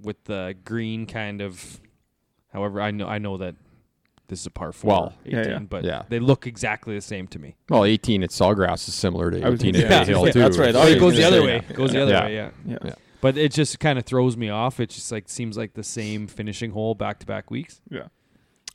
A: with the green kind of. However, I know I know that this is a par four,
D: Well,
A: 18,
C: yeah, yeah.
A: but
D: Yeah.
A: they look exactly the same to me.
D: Well, eighteen at Sawgrass is similar to
C: I was
D: eighteen
C: gonna
D: at
C: say-
D: Bay Hill
B: Yeah,
D: too.
B: that's right.
D: It's
B: I was
A: Oh, it
D: pretty
A: goes the
B: gonna
A: other way.
B: say
D: similar.
A: It goes the other
D: Yeah.
A: way. Yeah.
C: yeah, yeah,
D: Yeah.
A: But it just kind of throws me off. It just like seems like the same finishing hole back to back weeks.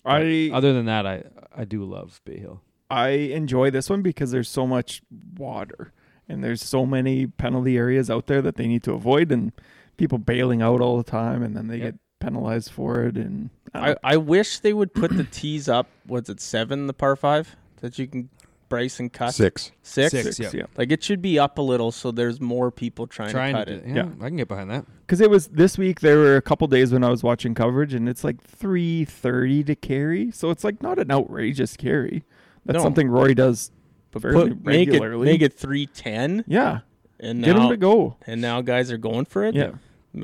C: I
A: Other than that, I I do love Bay Hill.
C: I enjoy this one because there's so much water and there's so many penalty areas out there that they need to avoid and people bailing out all the time and then they
A: Yep.
C: get penalized for it and
B: I, I wish they would put the tees up. What's it seven? The par five that you can brace and cut
D: Six.
B: Six?
A: Six. yeah.
B: Like it should be up a little so there's more people trying,
A: trying
B: to cut
A: to,
B: it.
A: do- yeah, I can get behind that.
C: because it was this week there were a couple days when i was watching coverage and it's like 3.30 to carry so it's like not an outrageous carry that's
B: No.
C: something rory does fairly
B: Put- make it
C: regularly
B: make it three ten
C: yeah
B: and
C: get
B: now
C: him to go
B: and now guys are going for it.
C: yeah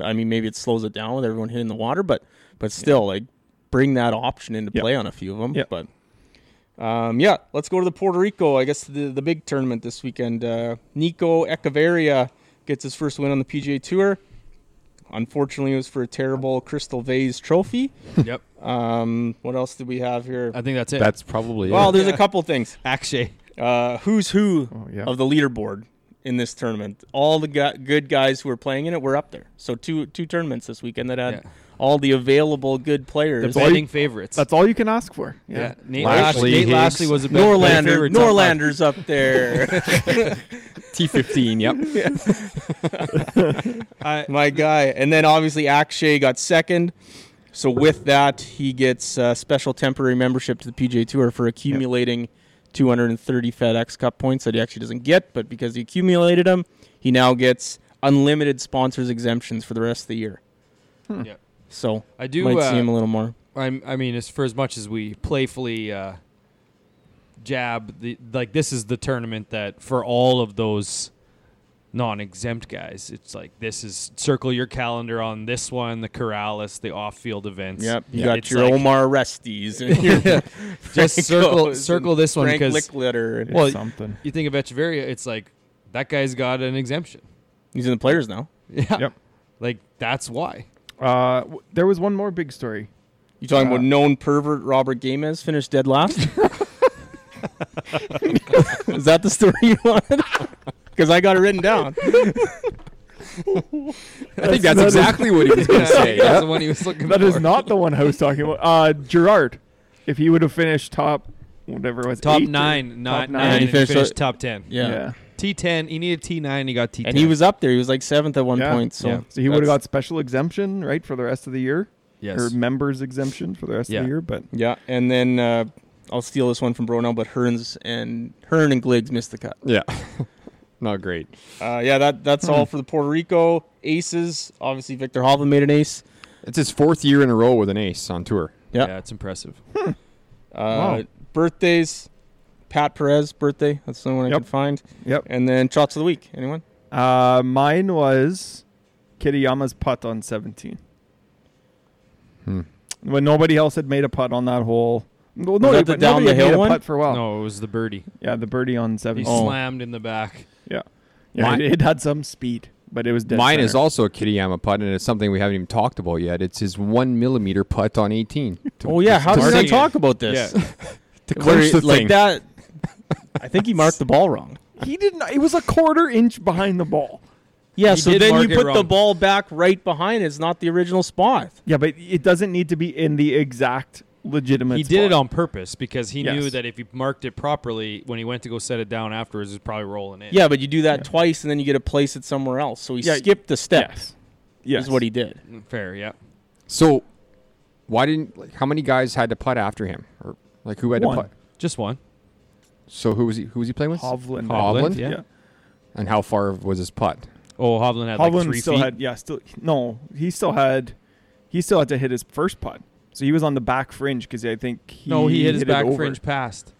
B: I mean maybe it slows it down with everyone hitting the water, but but still like bring that option into
C: Yeah.
B: play on a few of them.
C: Yeah.
B: But um, yeah, let's go to the Puerto Rico. I guess the the big tournament this weekend. Uh, Nico Echeverria gets his first win on the PGA Tour. Unfortunately, it was for a terrible Crystal Vase trophy.
A: yep,
B: Um, what else did we have here?
A: I think that's it.
D: That's probably
B: Well,
D: it.
B: there's a couple things
A: Akshay.
B: uh, who's who
C: Oh, yeah.
B: of the leaderboard in this tournament. All the gu good guys who are playing in it were up there. So two two tournaments this weekend that had
A: Yeah.
B: all the available good
A: The
B: players.
C: all you-
A: betting favorites.
C: That's all you can ask for. Yeah.
A: yeah. Nate
D: Lashley,
A: Lashley, Nate
D: Higgs.
A: Lashley was a bet- betting
B: Norlander,
A: favorite top five.
B: Norlander's up there.
D: T15, yep.
A: I-
B: My guy. And then obviously Akshay got second. So with that, he gets uh, special temporary membership to the PJ Tour for accumulating 230 FedEx Cup points that he actually doesn't get, but because he accumulated them, he now gets unlimited sponsors exemptions for the rest of the year.
A: Yeah.
B: So
A: I do,
B: might
A: uh,
B: see him a little more.
A: I'm, I mean, as for as much as we playfully uh, jab, the, like this is the tournament that for all of those non-exempt guys, it's like this is circle your calendar on this one, the Corrales, the off-field events.
B: Yep, you
A: Yeah.
B: got
A: It's
B: your
A: like-
B: Omar Restes and your
A: just circle
B: Francos
A: circle
B: and
A: this one
B: Frank
A: because
B: Licklider. and-
A: well,
C: something.
A: you think of Echeverria, it's like that guy's got an exemption.
B: he's in the players now.
A: Yeah,
C: Yep.
A: like that's why.
C: Uh, w- there was one more big story.
B: You talking
C: Uh,
B: about known pervert Robert Gomez finished dead last? Is that the story you wanted? Because I got it written down.
D: I think that's exactly what he was going to say.
A: that's the one he was looking
C: That
A: for.
C: is not the one I was talking about. Uh, Gerard, if he would have finished top, whatever it was,
A: top
C: eight or-
A: nine, not
C: top
A: nine.
C: nine.
A: and he
B: finished
A: finished,
B: up-
A: top ten.
C: Yeah.
A: T ten. He needed T nine. He got T ten.
B: And he was up there. He was like seventh at one
C: Yeah.
B: point. So,
A: Yeah.
C: So he would have
B: that's-
C: got special exemption, right, for the rest of the year,
A: yes.
C: or members exemption for the rest of
A: Yeah.
C: the year. But
B: Yeah, and then uh, I'll steal this one from Bro now, but Hearns and Hearn and Gliggs missed the cut.
D: Yeah. Not great.
B: Uh, yeah, that that's
C: Hmm.
B: all for the Puerto Rico aces. Obviously, Victor Hovland made an ace.
D: It's his fourth year in a row with an ace on tour.
B: Yeah.
A: Yeah, it's impressive.
B: Uh, Birthdays, Pat Perez birthday. That's the only one I
C: Yep.
B: could find.
C: yep,
B: And then shots of the week. Anyone?
C: uh, mine was Kitayama's putt on seventeen.
D: Hmm.
C: When nobody else had made a putt on that hole. Well, no,
B: that the down the
C: nobody had
B: hill
C: made
B: one?
C: a putt for a while.
A: No, it was the birdie.
C: Yeah, the birdie on
A: He
C: seventeen.
B: Oh.
A: slammed in the back.
C: Yeah, yeah,
D: Mine-
C: it, it had some speed, but it was dead
D: Mine is
C: center.
D: also a Kitayama putt, and it's something we haven't even talked about yet. It's his one millimeter putt on 18. To,
B: Oh yeah, how did we
A: Target.
B: not talk about this?
A: Yeah.
D: to
B: Where
D: clinch
B: he-
D: the
B: like
D: thing.
B: that. I think he marked the ball wrong.
C: He didn't. It was a quarter inch behind the ball.
B: Yeah,
A: He so did then mark you it put the wrong.
B: ball back right behind. It's not the original spot.
C: Yeah, but it doesn't need to be in the exact legitimate.
A: he did it
C: spot.
A: on purpose because he knew
C: Yes.
A: that if he marked it properly, when he went to go set it down afterwards, it was probably rolling in.
B: Yeah, but you do that twice, and then you get to place it somewhere else. So he
C: Yeah,
B: skipped the step.
C: Yes. Yes.
B: Is what he did.
A: Mm, Fair, yeah.
D: so, why didn't, like, how many guys had to putt after him? Or, like, who had
C: One.
D: to putt?
A: Just one.
D: So, who was he, who was he playing with?
C: Hovland.
D: Hovland?
A: yeah.
D: And how far was his putt?
A: Oh, Hovland had like
C: Hovland
A: three
C: still
A: feet.
C: had yeah, still no, he still had he still had to hit his first putt. So he was on the back fringe because I think he
A: no, he hit his
C: it
A: back
C: over.
A: fringed past,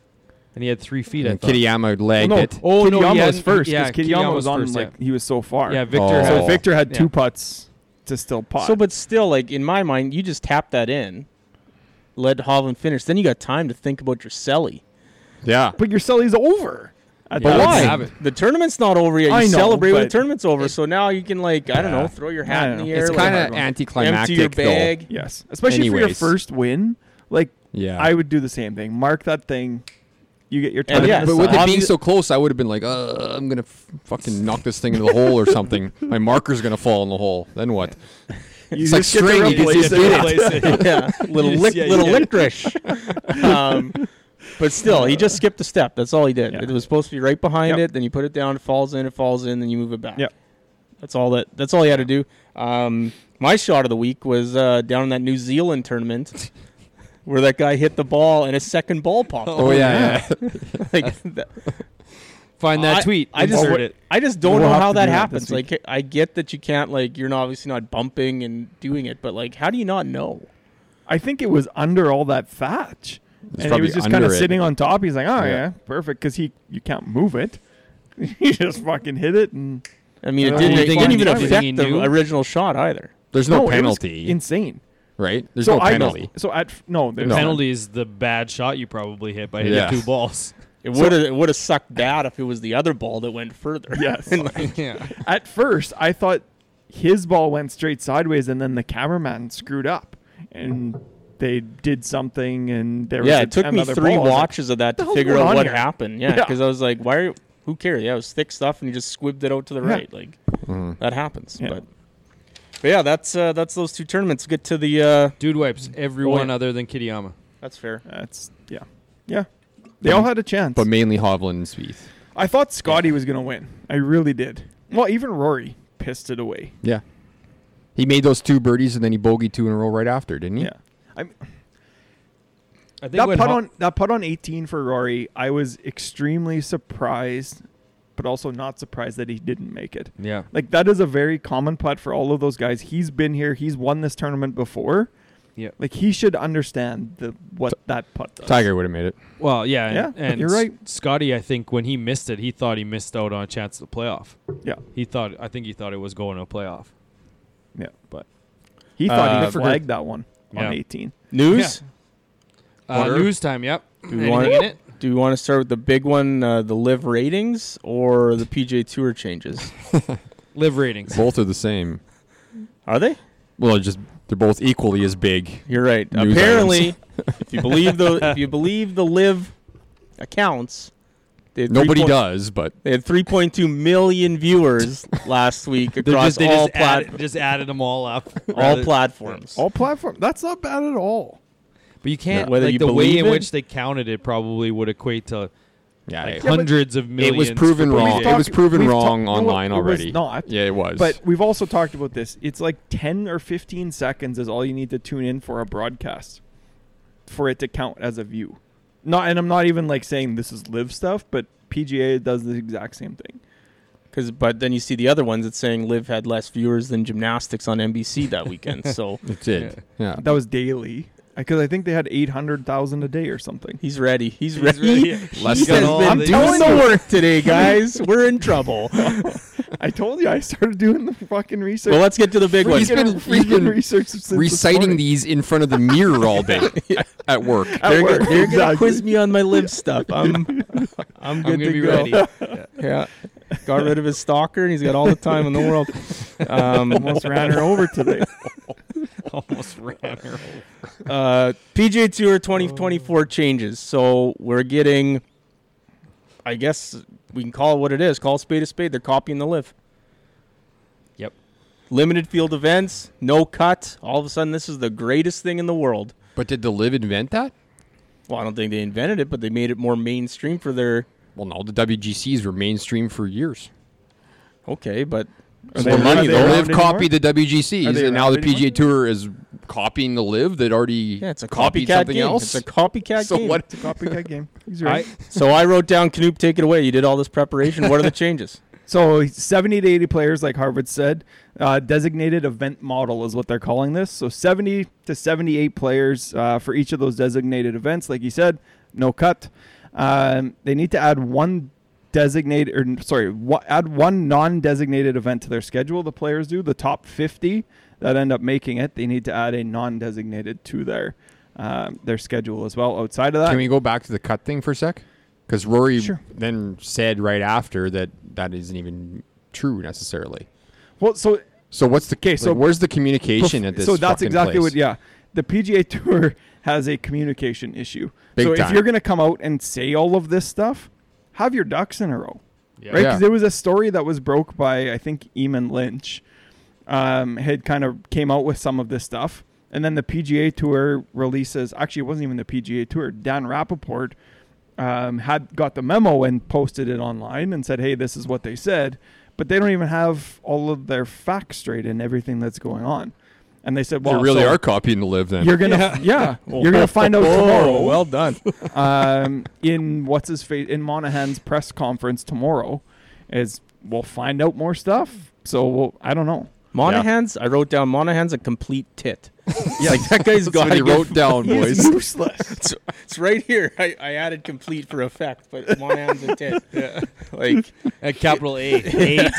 A: and he had three feet. I
D: And
A: thought.
D: Kitayama legged
C: Well, no,
D: it.
A: Oh, no, he
C: Kitayama was
A: hadn't-
C: first
A: yeah,
C: because Kitayama
A: Kitayama
C: was
A: was
C: on
A: first,
C: like
A: yeah.
C: he was so far.
A: yeah, Victor.
D: Oh.
A: had-
C: so Victor had
A: yeah.
C: two putts to still putt.
B: So, but still, like in my mind, you just tap that in, let Hovland finish. Then you got time to think about your celly.
D: Yeah.
C: but your celly's over. At
A: Yeah, But
B: why?
C: that
A: it's
C: point.
A: not- habit.
B: The tournament's not over yet. You
C: I know,
B: celebrate when the
C: but-
B: tournament's over. so now you can like I don't know, throw your
C: I
B: hat in
C: don't
B: the
C: know.
B: air.
D: It's
B: like,
D: kind of
B: empty your
D: anticlimactic, though.
B: bag.
C: Yes, especially for your
D: Anyways.
C: first win. Like
D: Yeah.
C: I would do the same thing. Mark that thing. You get your
B: And
C: time.
B: yeah,
C: in the
D: But with
C: sun.
D: it being so close, I would have been like, uh, I'm gonna f- fucking knock this thing into the hole or something. My marker's gonna fall in the hole. Then what?
C: You
D: It's like
C: just get to
D: string, you just
C: replace
D: did
C: it.
B: yeah, little lick, little licorice. um, but still, he just skipped a step. That's all he did.
C: Yeah.
B: It was supposed to be right behind
C: Yep.
B: it. Then you put it down. It falls in. It falls in. Then you move it back.
C: Yep.
B: That's all that. That's all he had to do. Um, my shot of the week was uh, down in that New Zealand tournament. Where that guy hit the ball and a second ball popped.
D: Oh,
B: up.
D: yeah, yeah.
B: Like, that-
A: Find that tweet.
B: I just
A: Insert it.
B: I just don't
C: We'll
B: know
C: have
B: how
C: to
B: that
C: do that
B: happens.
C: this
B: Like I get that you can't like you're not obviously not bumping and doing it, but like how do you not know?
C: I think it was under all that thatch. and he
D: probably
C: was just kind of
D: under it.
C: sitting on top. He's like, oh, yeah,
D: Yeah.
C: perfect. Because he, you can't move it. you just fucking hit it. And
B: I mean,
C: Uh,
B: it didn't,
C: do you
B: it
C: think
B: didn't
C: he-
B: even
C: do you think
A: he
B: affect the
A: knew?
B: original shot either.
D: There's no,
C: it was
D: penalty,
C: Insane.
D: right? There's
C: so
D: no
C: I-
D: penalty.
C: so at, no,
A: The
C: there's
A: penalty is the bad shot you probably hit by hitting
D: Yeah.
A: two balls.
B: It would have it would have sucked bad if it was the other ball that went further.
C: Yes.
B: And, like,
A: yeah.
C: At first, I thought his ball went straight sideways and then the cameraman screwed up. And they did something and there was
B: yeah,
C: a-
B: it took me
C: another
B: three
C: ball. I was like,
B: watches of that
C: "The
B: to
C: hell's
B: figure
C: going
B: out
C: on
B: what
C: here?"
B: happened. Yeah,
C: Yeah.
B: because I was like, why? Are, who cares? Yeah, it was thick stuff, and you just squibbed it out to the
C: Yeah.
B: right. Like that happens.
C: Yeah.
B: But But yeah, that's uh, that's those two tournaments. Get to the uh,
A: Dude wipes everyone
B: Oh, yeah.
A: other than Kitayama.
B: that's fair.
C: That's yeah, yeah. They all had a chance.
D: but mainly Hovland and Spieth.
C: I thought Scotty was gonna win. I really did. Well, even Rory pissed it away.
D: Yeah. He made those two birdies and then he bogeyed two in a row right after,
A: Hmm?
D: didn't he?
C: Yeah, I'm,
A: I think
C: that
A: when
C: putt
A: Ho-
C: on that putt on 18 for Rory. I was extremely surprised, but also not surprised that he didn't make it.
A: Yeah.
C: Like that is a very common putt for all of those guys. He's been here. He's won this tournament before.
A: Yeah.
C: Like he should understand the what that putt does.
D: Tiger would have made it.
A: Well, yeah. And,
C: Yeah,
A: and
C: you're
A: S-
C: right.
A: Scotty, I think when he missed it, he thought he missed out on a chance to playoff.
C: Yeah.
A: He thought, I think he thought it was going to a playoff.
C: Yeah.
A: But
C: He thought
B: Uh,
C: he flagged that one
A: Yeah.
C: on 18.
B: News.
A: uh,
B: Wonder-
A: news time. Yep.
B: we
A: Anything
B: want-
A: in it?
B: Do we want to start with the big one, uh, the live ratings, or the PJ Tour changes?
A: Live ratings.
D: Both are the same.
B: Are they?
D: Well, just they're both equally as big.
B: You're right.
D: News
B: Apparently, if you believe the if you believe the live accounts, they had
D: Nobody
B: 3 point-
D: does, but
B: They had 3.2 million viewers last week
A: They
B: across
A: just, they
B: all
A: just,
B: plat-
A: added, just added them all up.
B: all platforms.
C: All platform. That's not bad at all.
A: But you can't.
B: No. Whether
A: like
B: you
A: the way
B: believe
A: in
B: it-
A: which they counted it probably would equate to
D: yeah,
A: like
D: it-
C: but
A: hundreds of
D: it
A: millions.
D: was proven
A: for
D: wrong.
A: PGA.
D: It was proven
C: we've
D: wrong
C: talked- no,
D: online
C: it was
D: already.
C: not.
D: Yeah, it was.
C: But we've also talked about this. It's like 10 or 15 seconds is all you need to tune in for a broadcast for it to count as a view. Not and I'm not even like saying this is live stuff, but PGA does the exact same thing.
B: Cause, but then you see the other ones that's saying Live had less viewers than gymnastics on NBC that weekend. so
D: it did. Yeah.
C: That was daily. Because I think they had 800,000 a day or something.
B: he's ready. He's, ready.
D: Less
B: He
A: than
B: has
A: all
B: been
A: the-
B: doing the work today, guys. We're in trouble. well,
C: I told you I started doing the fucking research.
B: let's get to the big one.
D: He's been-
C: Freaking-
D: he's
C: freaking
D: been
C: research since this
D: Reciting
C: morning.
D: these in front of the mirror all day at work.
C: At
B: They're,
C: work,
B: gonna, they're gonna
C: exactly.
B: quiz me on my Live stuff. Um, I'm, I'm good
A: I'm
B: to
A: gonna be
B: go.
A: ready.
B: Yeah, got rid of his stalker, and he's got all the time in the world. Um,
C: Almost ran her over today.
A: Almost ran her over.
B: uh, PGA Tour 2024 changes. So we're getting, I guess we can call it what it is. Call a spade a spade. They're copying the live.
A: Yep.
B: Limited field events, no cut. All of a sudden, this is the greatest thing in the world.
D: But did the live invent that?
B: Well, I don't think they invented it, but they made it more mainstream for their.
D: Well, no, the WGCs were mainstream for years.
B: Okay, but
C: Are
D: So
C: they-
D: the money,
C: are they
D: the
C: around
D: Live
C: anymore?
D: copied the WGCs,
C: Are they
D: and now
C: around
D: the PGA Tour is copying the Live that already
B: yeah, it's a
D: copied
B: copycat
D: something
B: game. It's
D: else.
B: a copycat
D: so
B: game.
D: what?
C: It's a copycat game. He's
A: I,
C: right.
B: so I wrote down Canoop, take it away. You did all this preparation. What are the changes?
C: So 70 to 80 players, like Harvard said, uh, designated event model is what they're calling this. So 70 to 78 players uh, for each of those designated events, like you said, no cut. Um, they need to add one designated, or sorry, wha- add one non-designated event to their schedule. The players do the top 50 that end up making it. They need to add a non-designated to their um, their schedule as well. Outside of that,
D: Can we go back to the cut thing for a sec? Because Rory
C: Sure.
D: then said right after that that isn't even true necessarily.
C: well, so
D: So what's the
C: Okay,
D: like,
C: so-
D: where's the communication
C: Perf-
D: at this?
C: So that's
D: fucking
C: exactly
D: place?
C: what. Yeah, the PGA Tour has a communication issue.
D: Big
C: so if
D: time.
C: you're going to come out and say all of this stuff, have your ducks in a row,
A: Yeah.
C: right?
D: Yeah.
C: Because there was a story that was broke by I think Eamon Lynch um, had kind of came out with some of this stuff, and then the PGA Tour releases. Actually, it wasn't even the PGA Tour. Dan Rappaport um, had got the memo and posted it online and said, "Hey, this is what they said," but they don't even have all of their facts straight and everything that's going on. And they said,
D: They
C: "Well,
D: really
C: so
D: are copying the Live then.
C: You're gonna, yeah, you're gonna find out
B: Oh,
C: tomorrow
B: well done.
C: um, in what's his face in Monahan's press conference tomorrow. Is we'll find out more stuff. So we'll, I don't know.
B: Monahan's. I wrote down Monahan's a complete tit. like that guy's
D: That's what
B: got
D: he wrote down, boys.
C: useless.
B: It's, it's right here. I, I added complete for effect, but Monahan's a tit. Like
A: a capital A. A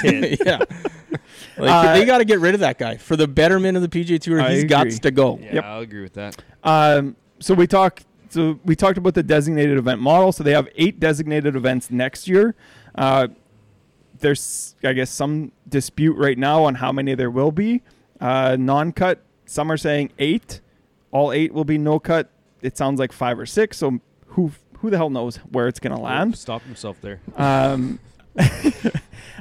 A: tit.
B: yeah. Like
C: Uh,
B: they got to get rid of that guy for the betterment of the PJ Tour.
C: I
B: He's
C: agree.
B: got to go.
A: Yeah,
C: Yep.
A: I'll agree with that.
C: Um, so we talked. So we talked about the designated event model. So they have eight designated events next year. Uh, there's, I guess, some dispute right now on how many there will be. Uh, non-cut. Some are saying eight. All eight will be no cut. It sounds like five or six. So who who the hell knows where it's gonna land?
A: Stop himself there.
C: Um,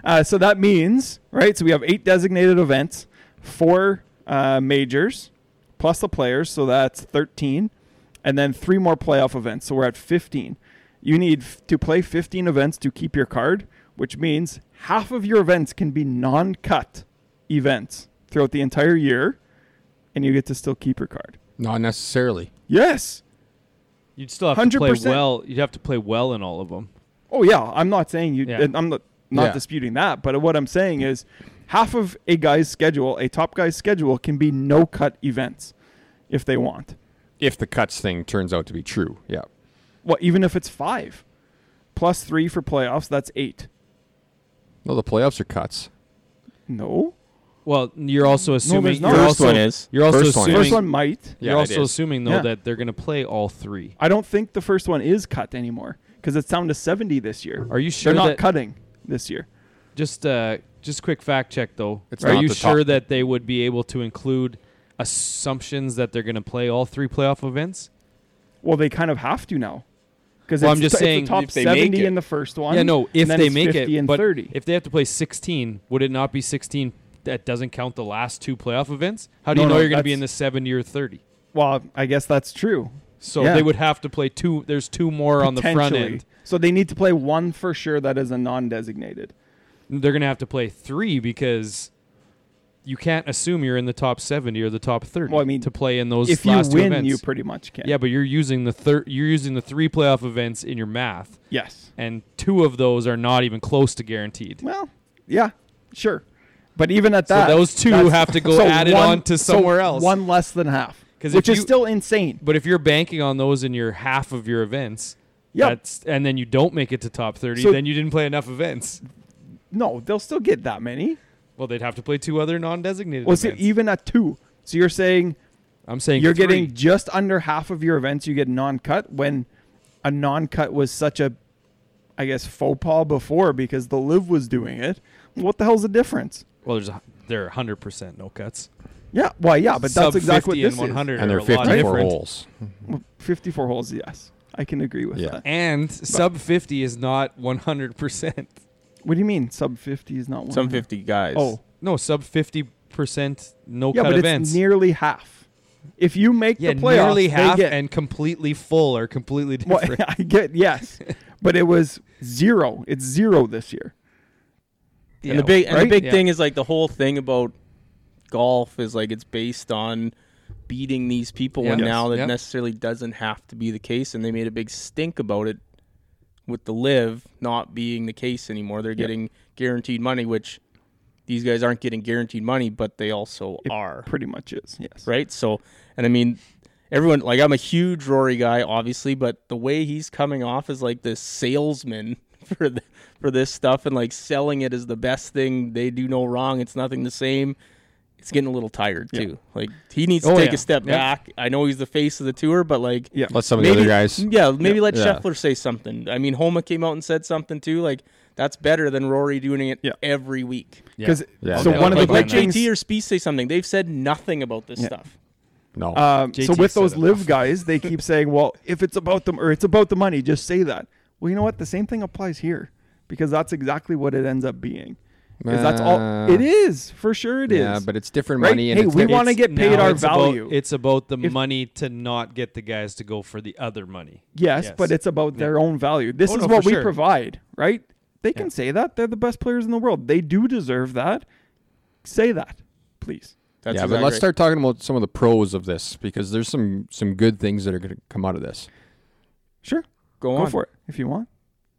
C: uh, so that means, right? So we have eight designated events. four uh, majors plus the players, so that's 13, and then three more playoff events, so we're at 15. You need f- to play 15 events to keep your card, which means half of your events can be non cut events throughout the entire year, and you get to still keep your card.
D: Not necessarily.
C: Yes.
A: You'd still have to play
C: 100%.
A: well. You'd have to play well in all of them.
C: Oh yeah, I'm not saying you.
A: Yeah.
C: I'm not not
D: Yeah.
C: disputing that, but what I'm saying is, half of a guy's schedule, a top guy's schedule, can be no cut events, if they want.
D: If the cuts thing turns out to be true, yeah.
C: Well, even if it's five, plus three for playoffs, that's eight.
D: No, the playoffs are cuts.
C: No,
A: Well, you're also assuming
C: not.
A: you're
B: First
A: also,
B: one is.
A: you're also
D: First one.
A: assuming
C: first one might.
D: Yeah,
A: you're
D: it
A: also
D: is.
A: assuming though
C: Yeah.
A: that they're going to play all three.
C: I don't think the first one is cut anymore because it's down to 70 this year.
A: Are you sure
C: They're not
A: that-
C: cutting this year.
A: Just uh, just quick fact check though.
D: It's
A: Are
D: not
A: you
D: the
A: sure
D: top.
A: that they would be able to include assumptions that they're going to play all three playoff events?
C: Well, they kind of have to now. Because
A: Well,
C: it's
A: I'm just
C: t-
A: saying
C: it's the top
B: if they make
C: 70
B: it.
C: in the first one.
A: yeah, no. If
C: and then
A: they
C: it's
A: make
C: 50
A: it,
C: and
A: but
C: 30.
A: if they have to play 16, would it not be 16 that doesn't count the last two playoff events? How do
C: No,
A: you know
C: no,
A: you're going to be
C: that's-
A: in the 70 or 30?
C: well, I guess that's true.
A: So
C: Yeah.
A: they would have to play two. There's two more on the front
C: Potentially.
A: end.
C: So they need to play one for sure that is a non-designated.
A: They're going to have to play three because you can't assume you're in the top 70 or the top 30
C: Well, I mean,
A: to play in those
C: if you
A: last two
C: win,
A: events.
C: you pretty much can.
A: yeah, but you're using the thir- you're using the three playoff events in your math,
C: Yes.
A: and two of those are not even close to guaranteed.
C: Well, yeah, sure. But even at
A: So
C: that,
A: those two
C: that's-
A: have to go added on to
C: so
A: somewhere else.
C: One less than half,
A: 'Cause
C: which
A: if
C: is
A: you-
C: still insane.
A: But if you're banking on those in your half of your events,
C: Yep.
A: that's and then you don't make it to top 30,
C: So-
A: then you didn't play enough events.
C: No, they'll still get that many.
A: Well, they'd have to play two other non-designated
C: Well, so
A: events.
C: even at two, so you're saying
A: I'm saying
C: you're
A: three.
C: getting just under half of your events you get non-cut when a non-cut was such a, I guess faux pas before because the live was doing it. What the hell's the difference?
A: Well, there's a, there are 100% no cuts.
C: Yeah, well, yeah, but
A: Sub
C: that's
A: 50
C: exactly what this
A: and
C: is.
A: 100
D: And
A: are
D: they're
A: a lot
D: 54
A: different.
D: holes.
C: 54 holes, yes. I can agree with
D: Yeah.
C: that.
A: And sub 50 is not 100%.
C: What do you mean sub 50 is not one?
B: Some 50 guys.
C: Oh,
A: No, sub 50% no
C: yeah,
A: cut
C: but
A: events.
C: it's nearly half. If you make
A: yeah,
C: the playoffs,
A: nearly
C: they
A: half
C: get,
A: and completely full are completely
C: well,
A: different.
C: I get yes, but it was zero. It's zero this year.
A: Yeah,
B: and the big and
C: right?
B: the big
A: Yeah.
B: thing is like the whole thing about golf is like it's based on beating these people
A: Yeah.
B: and
A: Yes.
B: now that
A: Yeah.
B: necessarily doesn't have to be the case and they made a big stink about it with the live not being the case anymore they're getting guaranteed money which these guys aren't getting guaranteed money but they also
C: It
B: are
C: pretty much is yes.
B: right? So, and I mean, everyone like I'm a huge Rory guy, obviously, but the way he's coming off is like this salesman for the, for this stuff and like selling it is the best thing. They do no wrong. It's nothing the same. It's getting a little tired too. Like he needs to
A: Oh,
B: take
A: yeah.
B: a step
A: Yeah.
B: back. I know he's the face of the tour, but like
C: Yeah.
D: Let some of the other guys.
B: yeah, maybe let
D: Yeah.
B: Scheffler say something. I mean, Homa came out and said something too. Like that's better than Rory doing it
C: Yeah.
B: every week.
C: Because
D: Yeah,
C: so
D: yeah.
C: one of the
B: Like
A: Like
B: let
C: big things.
B: JT or Spieth say something. They've said nothing about this stuff.
D: No.
C: Um, so
A: JT
C: with
A: said
C: those
A: it.
C: live guys, they keep saying, "Well, if it's about them or it's about the money, just say that." Well, you know what? The same thing applies here because that's exactly what it ends up being. Because that's all
D: Uh,
C: it is for sure. It is.
D: yeah, but it's different
C: Right?
D: money. And
C: Hey,
D: it's
C: we
D: different-
C: wanna
A: It's-
C: get paid
A: now
C: our
A: it's about-
C: value.
A: it's about the
C: If-
A: money to not get the guys to go for the other money.
C: Yes,
A: Yes.
C: but it's about their own value. This
A: Oh,
C: is
A: no,
C: what
A: for
C: we
A: sure.
C: provide, right? They can say that. They're the best players in the world. They do deserve that. Say that, please.
B: That's
D: yeah,
B: exactly
D: but let's
B: right.
D: start talking about some of the pros of this because there's some some good things that are going to come out of this.
C: Sure.
B: Go
C: Go
B: on.
C: for it if you want.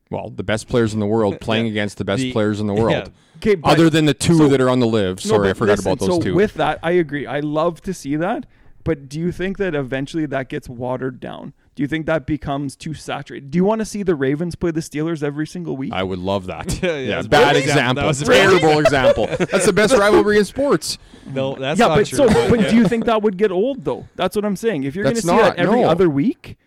D: Well, the best players in the world playing against the best
A: The-
D: players in the
A: yeah.
D: world.
C: Okay, but-
D: Other than the two
C: so-
D: that are on the live.
C: No,
D: Sorry, I
C: but
D: forgot
C: listen,
D: about those
C: so
D: two.
C: With that, I agree. I love to see that. But do you think that eventually that gets watered down? Do you think that becomes too saturated? Do you want to see the Ravens play the Steelers every single week?
D: I would love that.
A: Yeah,
D: yeah,
A: that's a
D: bad
A: bad example.
D: example.
A: That was a bad
D: terrible example. That's the best rivalry in sports.
A: No, that's
C: yeah,
A: not
C: but
A: true.
C: so
A: but
C: but
A: yeah.
C: do you think that would get old though? That's what I'm saying. If you're going to
D: That's
C: see that
D: not,
C: every
D: no.
C: other week,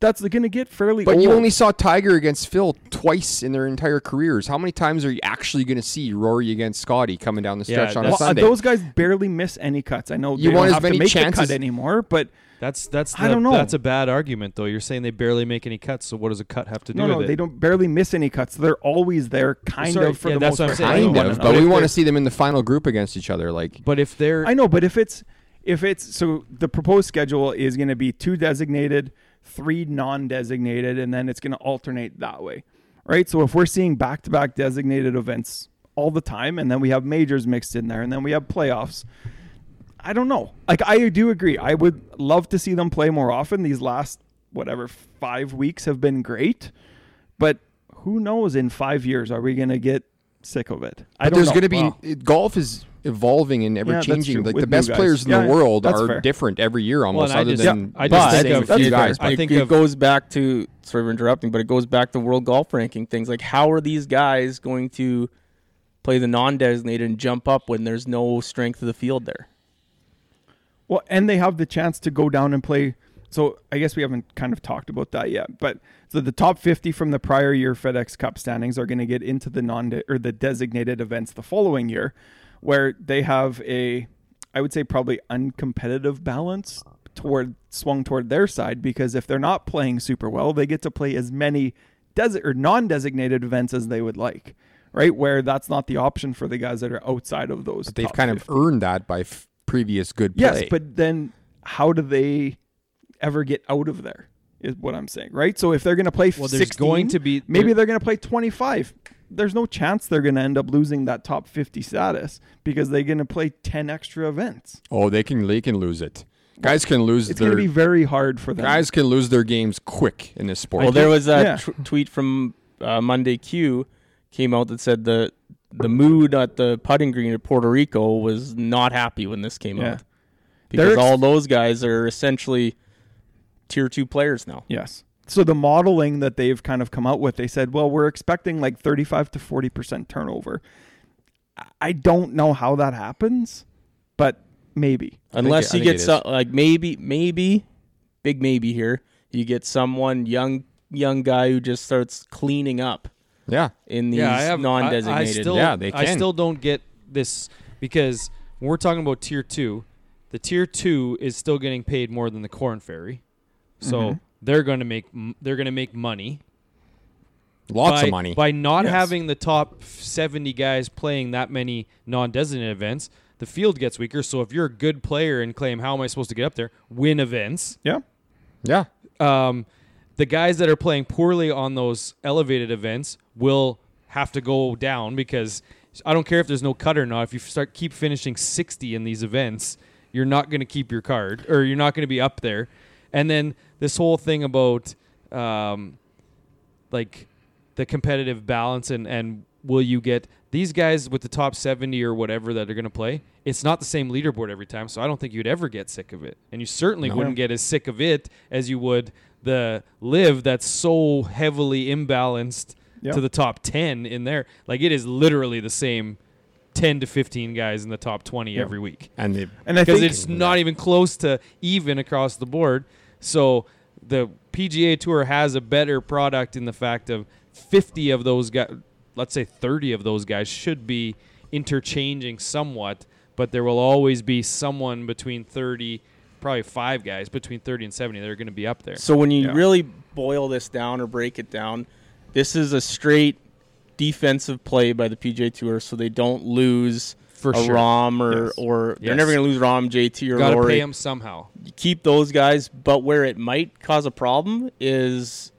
C: that's going to get fairly
D: But
C: old.
D: you only saw Tiger against Phil twice in their entire careers. How many times are you actually going to see Rory against Scotty coming down the
A: Yeah,
D: stretch on a
A: that's-
C: Well, uh,
D: Sunday?
C: those guys barely miss any cuts. I know
D: You
C: they don't
D: want as
C: have to
D: many
C: make the
D: chances-
C: cut anymore, but
A: That's that's
C: I
A: the-
C: don't know.
A: That's a bad argument though. You're saying they barely make any cuts. So what does a cut have to do
C: no,
A: with
C: no,
A: it?
C: they don't barely miss any cuts. They're always there, kind
A: Sorry,
C: of for
A: yeah,
C: the
A: that's what
C: most
A: I'm
C: part.
A: saying.
D: kind
A: They don't
D: of,
A: wanna-
D: but we
A: if
D: want
A: they-
D: to see them in the final group against each other. Like,
A: But if they're
C: I know, but if it's if it's so the proposed schedule is going to be two designated, three non-designated, and then it's going to alternate that way, right? So if we're seeing back-to-back designated events all the time, and then we have majors mixed in there, and then we have playoffs. I don't know. Like I do agree. I would love to see them play more often. These last whatever five weeks have been great, but who knows? In five years, are we going to get sick of it? I don't
D: but there's
C: know.
D: going to be
C: Wow.
D: it- golf is evolving and ever
C: that's true,
D: changing. Like
C: with
D: the
C: new
D: best
C: guys.
D: players in
C: Yeah,
D: the world
C: that's
D: are
C: fair.
D: different every year almost,
A: and I
D: other
A: just-
D: than
A: I
D: the
A: just
D: same
A: think of-
D: with
A: that's
D: you guys.
A: fair. I
B: it,
A: think
B: it
A: of-
B: goes back to sorry for interrupting, but it goes back to world golf ranking things. Like, how are these guys going to play the non-designated and jump up when there's no strength of the field there?
C: Well, and they have the chance to go down and play. So I guess we haven't kind of talked about that yet. But so the top 50 from the prior year FedEx Cup standings are going to get into the non or the designated events the following year, where they have a, I would say probably uncompetitive balance toward swung toward their side because if they're not playing super well, they get to play as many desert or non-designated events as they would like, right? Where that's not the option for the guys that are outside of those.
D: They've
C: top
D: kind
C: 50.
D: of earned that by f- previous good play.
C: Yes, but then how do they ever get out of there? Is what I'm saying, right? So if they're going to play,
A: Well, there's
C: 16,
A: going to be-
C: maybe
A: there-
C: they're going to play 25. There's no chance they're going to end up losing that top 50 status because they're going to play 10 extra events.
D: oh, they can they can lose it. Guys can lose
C: It's
D: their
C: going to be very hard for them.
D: guys can lose their games quick in this sport.
B: Well, there was a
C: yeah.
B: tw- tweet from uh, Monday Q came out that said the the mood at the putting green at Puerto Rico was not happy when this came
C: Yeah.
B: out because
C: They're ex-
B: all those guys are essentially tier two players now.
C: Yes. So the modeling that they've kind of come out with, they said, well, we're expecting like 35 to 40% turnover. I- I don't know how that happens, but maybe.
B: Unless
D: I
B: you
D: think
B: get
D: it
B: some,
D: is.
B: like maybe maybe big maybe here you get someone young young guy who just starts cleaning up
D: yeah,
B: in these
A: yeah, I have,
B: non-designated.
A: I, I still,
D: Yeah, they
A: I
D: can.
A: still don't get this because when we're talking about tier two, the tier two is still getting paid more than the corn fairy, so
D: Mm-hmm.
A: they're going to make m- they're going to make money.
D: lots
A: by,
D: of money.
A: by not
C: Yes.
A: having the top 70 guys playing that many non-designated events. The field gets weaker, so if you're a good player and claim, "How am I supposed to get up there?" Win events.
C: Yeah.
D: yeah,
A: um, the guys that are playing poorly on those elevated events will have to go down because I don't care if there's no cut or not. If you start keep finishing 60 in these events, you're not going to keep your card or you're not going to be up there. And then this whole thing about um, like the competitive balance and and will you get these guys with the top 70 or whatever that are going to play it's not the same leaderboard every time so i don't think you'd ever get sick of it and you certainly wouldn't get as sick of it as you would the live that's so heavily imbalanced
C: Yeah.
A: to the top 10 in there like it is literally the same 10 to 15 guys in the top 20 every week
D: and the,
C: And I
A: because
C: think
A: it's not even close to even across the board. So the PGA Tour has a better product in the fact of 50 of those guys, let's say 30 of those guys should be interchanging somewhat, but there will always be someone between 30, probably five guys between 30 and 70 that are going to be up there.
B: So when you really boil this down or break it down, this is a straight defensive play by the PJ Tour, so they don't lose
A: For
B: a
A: sure.
B: Rom or
C: Yes.
B: or they're
A: Yes.
B: never going to lose Rom, JT or
A: Got to
B: Rory.
A: pay them somehow.
B: Keep those guys, but where it might cause a problem is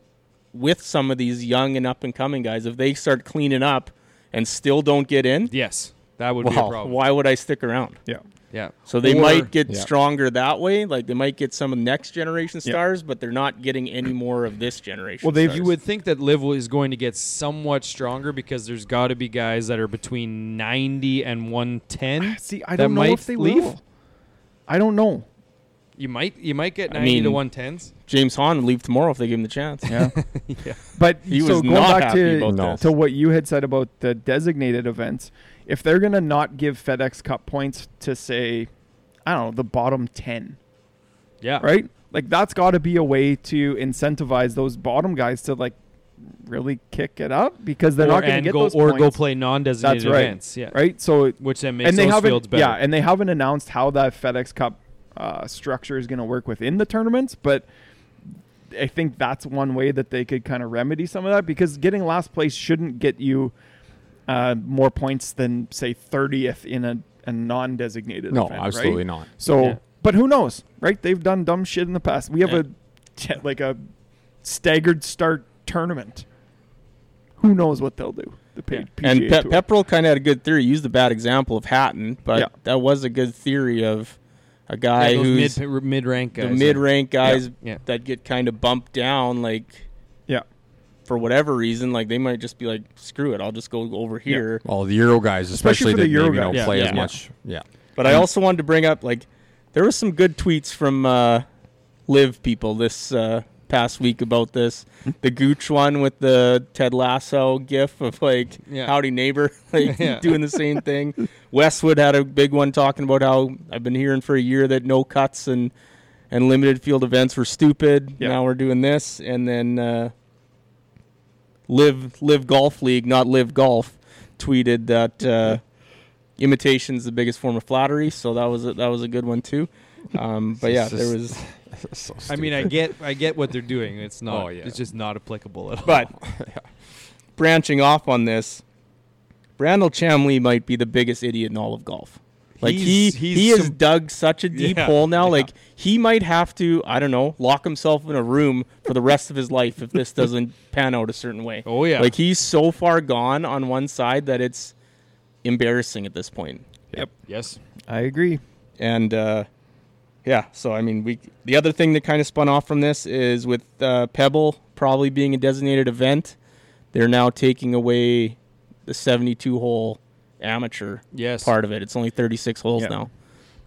B: with some of these young and up and coming guys. If they start cleaning up and still don't get in,
A: Yes, that would be a
B: well,
A: problem.
B: why would I stick around?
C: Yeah.
A: Yeah.
B: So they
A: Or-
B: might get
D: Yeah.
B: stronger that way. Like they might get some of the next generation
C: Yeah.
B: stars, but they're not getting any more of this generation.
C: Well, they-
B: stars.
A: You would think that Liv is going to get somewhat stronger because there's got to be guys that are between 90 and 110.
C: Ah, See, I
A: that
C: don't know
A: might
C: if they
A: leave.
C: will. I don't know.
A: You might you might get
B: I
A: 90 to
B: mean-
A: 110s.
B: James Hahn would leave tomorrow if they give him the chance.
C: Yeah. But
B: He
C: so
B: was
C: going
B: not
C: back
B: happy
C: to,
B: about
D: No. this.
C: to what you had said about the designated events, if they're going to not give FedEx Cup points to say, I don't know, the bottom 10,
A: Yeah.
C: right? Like that's got to be a way to incentivize those bottom guys to like really kick it up because they're
A: or,
C: not going to
A: and
C: get
A: go,
C: those
A: or go
C: points.
A: play non-designated
C: That's right.
A: events. Yeah,
C: Right. So it-
A: Which then makes
C: and they
A: those
C: haven't,
A: fields better.
C: Yeah, and they haven't announced how that FedEx Cup uh, structure is going to work within the tournaments, but I think that's one way that they could kind of remedy some of that because getting last place shouldn't get you uh, more points than say 30th in a, a non-designated.
D: No,
C: event, right?
D: absolutely not.
C: So,
A: Yeah.
C: but who knows, right? They've done dumb shit in the past. We have
B: Yeah.
C: a t- like a staggered start tournament. Who knows what they'll do? The paid PGA
B: and Pe-
C: Tour.
B: Pepperell kind of had a good theory. He used the bad example of Hatton, but
C: Yeah.
B: that was a good theory of a guy
A: Yeah,
B: who's
A: those mid mid rank guys.
B: the mid rank guys
A: Yeah.
B: that get kind of bumped down, like
C: yeah,
B: for whatever reason, like they might just be like, "Screw it, I'll just go over here."
D: All the Euro guys,
C: Especially
D: especially,
C: for the
D: that
C: Euro
D: maybe don't
C: guys.
D: play
B: Yeah.
D: as
B: Yeah.
D: much. Yeah.
B: But I also wanted to bring up like there was some good tweets from uh, live people this uh, past week about this.
A: Hmm?
B: The Gooch one with the Ted Lasso gif of like
A: Yeah.
B: howdy neighbor like
A: Yeah.
B: doing the same thing. Westwood had a big one talking about how I've been hearing for a year that no cuts and and limited field events were stupid.
C: Yeah.
B: Now we're doing this and then uh, live live golf league, not live golf, tweeted that uh, imitation's the biggest form of flattery. So that was a, that was a good one too. Um, but yeah,
D: It's
B: there was.
D: just- So
A: I mean, I
D: stupid.
A: get I get what they're doing. It's not.
D: Oh, yeah.
A: It's just not applicable at all.
B: But branching off on this, Brandel Chamley might be the biggest idiot in all of golf. Like
A: He's-
B: he
A: he's
B: he has
A: some-
B: dug such a deep
A: Yeah,
B: hole now.
A: yeah.
B: Like he might have to I don't know lock himself in a room for the rest of his life if this doesn't pan out a certain way.
A: Oh, yeah.
B: like he's so far gone on one side that it's embarrassing at this point.
A: yes,
C: I agree.
B: and uh, yeah so i mean we the other thing that kind of spun off from this is with uh, pebble probably being a designated event they're now taking away the 72 hole amateur
A: yes.
B: part of it it's only 36 holes
C: Yeah.
B: now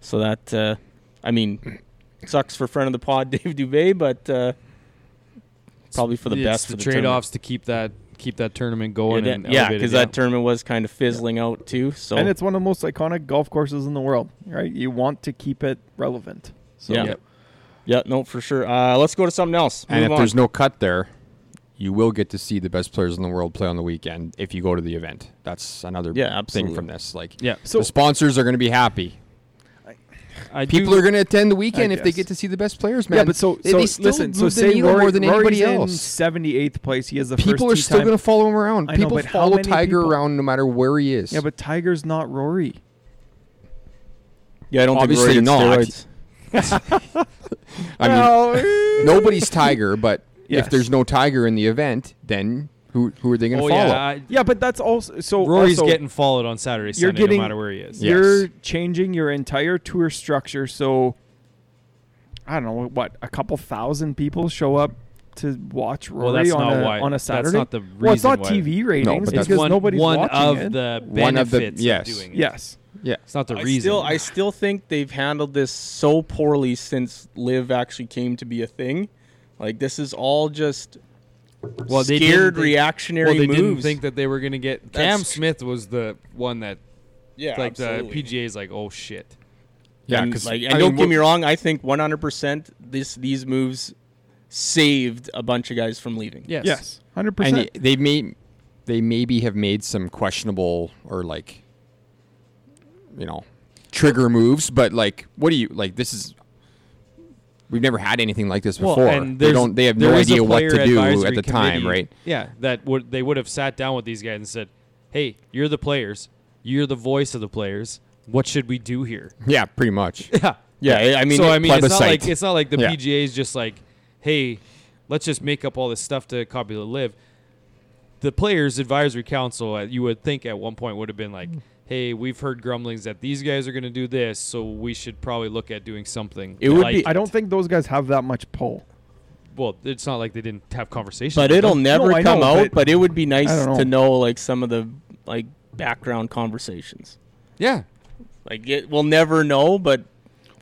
B: so that uh, i mean sucks for friend of the pod dave dubay but uh, probably for the
A: It's
B: best for the
A: trade
B: tournament.
A: offs to keep that keep that tournament going.
B: yeah
A: and
B: that- yeah,
A: elevate it,
B: because that tournament was kind of fizzling out too so
C: And it's one of the most iconic golf courses in the world, right? You want to keep it relevant. So
B: yeah. yeah no for sure uh, let's go to something else
D: And
B: Move
D: if
B: on.
D: there's no cut there, you will get to see the best players in the world play on the weekend if you go to the event. That's another
B: Yeah,
D: thing
B: absolutely.
D: from this. Like,
A: Yeah.
C: So-
D: the sponsors are going to be happy.
A: I
D: People
A: do-
D: are going to attend the weekend
C: I
D: if they
C: guess.
D: get to see the best players, man.
C: yeah, but so,
D: They-
C: so
D: they still
C: listen. So
D: move the
C: say
D: needle
C: Rory,
D: more than
C: Rory's
D: anybody
C: in
D: else.
C: seventy eighth place. He has the
D: People are
C: first tee
D: still
C: time.
D: going to follow him around.
C: I know,
D: people
C: but how
D: follow
C: many
D: Tiger
C: people?
D: around no matter where he is.
C: Yeah, but Tiger's not Rory.
B: yeah i don't
D: Obviously
B: think Rory
D: not.
B: did steroids.
D: I mean, nobody's Tiger, but
C: Yes.
D: if there's no Tiger in the event, then who who are they going to
A: Oh
D: follow?
A: yeah, I,
C: Yeah, but that's also so.
A: Rory's
C: also,
A: getting followed on Saturday,
C: You're
A: Sunday,
C: getting-
A: no matter where he is.
D: Yeah.
C: You're
D: Yes.
C: changing your entire tour structure. So I don't know what a couple thousand people show up to watch Rory
A: Well, that's
C: on,
A: not
C: a,
A: why-
C: on a
A: that's
C: Saturday.
A: not the
C: well, it's
A: reason
C: not
A: why.
C: TV ratings
D: but that's-
C: because
A: one,
C: nobody's
A: one
C: watching
A: of
C: it.
A: the benefits
D: One of the- yes.
A: doing it.
C: yes.
D: yeah,
A: It's not the
B: I
A: reason.
B: Still, I still think they've handled this so poorly since Live actually came to be a thing. Like this is all just
A: well, they didn't
B: scared
A: think-
B: reactionary
A: Well, they
B: moves.
A: didn't think that they were going to get Cam
B: That's-
A: Smith was the one that
B: yeah,
A: like the
B: absolutely.
A: PGA's like, oh shit.
D: yeah.
B: And,
D: 'cause,
B: like,
D: I
B: and
D: mean,
B: don't get
D: what-
B: me wrong, I think 100% this these moves saved a bunch of guys from leaving.
A: Yes.
C: Yes. Hundred
D: and
C: percent.
D: y- they may they maybe have made some questionable or like you know trigger moves but like what do you like this is we've never had anything like this
A: Well,
D: before
A: and
D: they
A: there's-
D: don't they have
A: there
D: no
A: is a
D: idea what
A: player
D: to do
A: advisory
D: at the time
A: committee,
D: right
A: Yeah, that would they would have sat down with these guys and said, "Hey, you're the players. You're the voice of the players. What should we do here?"
D: yeah pretty much
A: Yeah.
B: Yeah, I- I mean,
A: so I mean, it's not
D: plebiscite.
A: like it's not like the
D: Yeah.
A: PGA is just like, "Hey, let's just make up all this stuff to copy the live." The players' advisory council, uh, you would think at one point would have been like, "Hey, we've heard grumblings that these guys are going to do this, so we should probably look at doing something."
B: It would
A: like
B: be-
C: I don't think those guys have that much pull.
A: well, it's not like they didn't have conversations.
B: But
A: with
B: it'll
A: them.
B: never
C: No, I
B: come
C: know,
B: out,
C: but-
B: but, it would be nice
C: I don't know.
B: to know like some of the like background conversations.
A: yeah,
B: Like it, we'll never know, but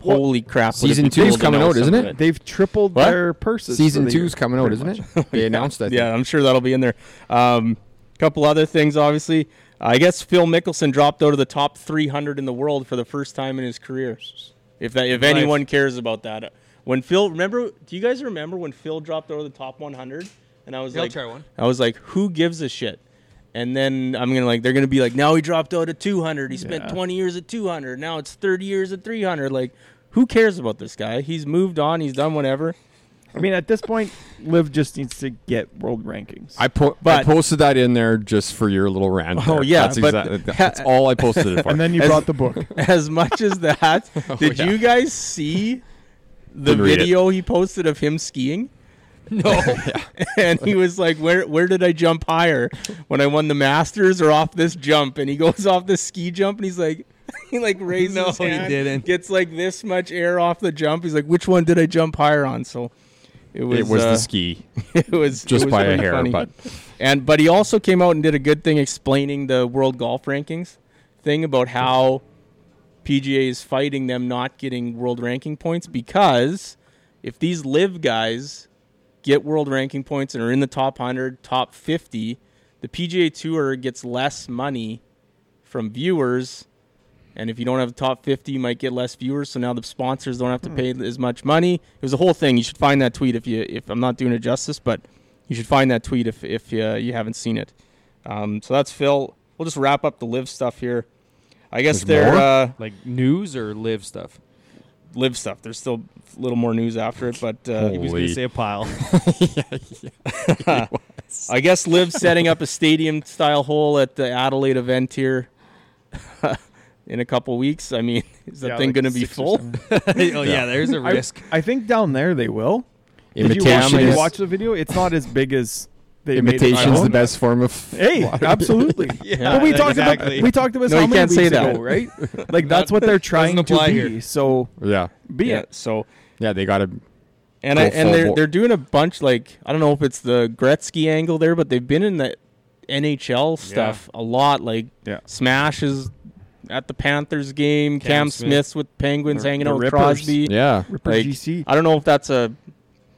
C: Well,
B: holy crap! would it
D: Season
B: be
D: two
B: cool
D: is
B: to
D: coming
B: know
D: out, isn't
B: some of
D: it?
C: They've tripled
B: What?
C: their purses.
D: season
C: for the
D: two's
C: year,
D: coming out
C: pretty
D: isn't
C: much.
D: it they announced that
B: Yeah, I'm sure that'll be in there. Um, couple other things, obviously. I guess Phil Mickelson dropped out of the top 300 in the world for the first time in his career. If that, if anyone cares about that, When Phil, remember? Do you guys remember when Phil dropped out of the top 100? And I was
A: Yeah, I'll
B: like,
A: try one.
B: I was like, who gives a shit? And then I'm gonna like, they're gonna be like, now he dropped out at 200. He spent
C: Yeah.
B: 20 years at 200. Now it's 30 years at 300. Like, who cares about this guy? He's moved on. He's done whatever.
C: I mean, at this point, Liv just needs to get world rankings.
D: I, po- I
B: But-
D: posted that in there just for your little rant.
B: Oh,
D: there.
B: yeah,
D: that's,
B: but-
D: exactly, that's all I posted it for.
C: and then you
B: As-
C: brought the book.
B: As much as that,
A: Oh,
B: did
D: yeah.
B: you guys see the
D: Didn't read it.
B: video he posted of him skiing?
A: No.
B: and he was like, "Where where did I jump higher? When I won the Masters or off this jump?" And he goes off this ski jump, and he's like, he like raises
A: No,
B: his
A: he
B: hand,
A: didn't.
B: Gets like this much air off the jump. He's like, "Which one did I jump higher on?" So it was
D: it was
B: uh,
D: the ski,
B: it was it
D: just
B: was
D: by a
B: pretty
D: hair.
B: funny.
D: But
B: and but he also came out and did a good thing explaining the world golf rankings thing about how PGA is fighting them not getting world ranking points because if these live guys get world ranking points and are in the top 100, top 50, the PGA Tour er gets less money from viewers. And if you don't have the top 50, you might get less viewers. So now the sponsors don't have
C: Hmm.
B: to pay as much money. It was a whole thing. You should find that tweet if you if I'm not doing it justice, but you should find that tweet if if uh, you haven't seen it. Um, so that's Phil. We'll just wrap up the live stuff here. I guess
D: There's
B: they're
D: more?
B: uh,
A: like news or live stuff.
B: live stuff. There's still a little more news after it, but uh,
A: He was going
D: Holy-
A: to say a pile.
B: I guess Liv setting up a stadium style hole at the Adelaide event here in a couple weeks. I mean, is that
C: Yeah,
B: thing
C: like
B: going to be
C: six
B: full?
C: or seven.
A: oh yeah. there's a
C: I,
A: risk.
C: I think down there they will. Did you, watch,
D: imitation
C: did you
D: is,
C: watch the video? It's not as big as they made it
D: imitation's the
C: sound.
D: best form of.
C: Hey, absolutely.
A: Yeah,
C: but we talked
A: exactly.
C: about we talked about this
B: No,
C: how
B: you
C: many
B: can't say
C: weeks
B: that.
C: ago, right? Like that's what they're trying to
A: doesn't apply
C: be.
A: here.
C: So
D: Yeah,
C: be
B: Yeah.
C: it.
B: So
D: yeah, they got to.
B: and
D: Go
B: I, and
D: full
B: they're
D: bore.
B: they're doing a bunch like I don't know if it's the Gretzky angle there, but they've been in the NHL stuff a lot. Like
C: Yeah.
B: Smash is at the Panthers game. Cam,
A: Smith.
B: Smith's with Penguins
C: The-
B: hanging
C: the
B: out with
C: Rippers.
B: Crosby.
D: Yeah,
C: Ripper
B: Like,
C: GC.
B: I don't know if that's a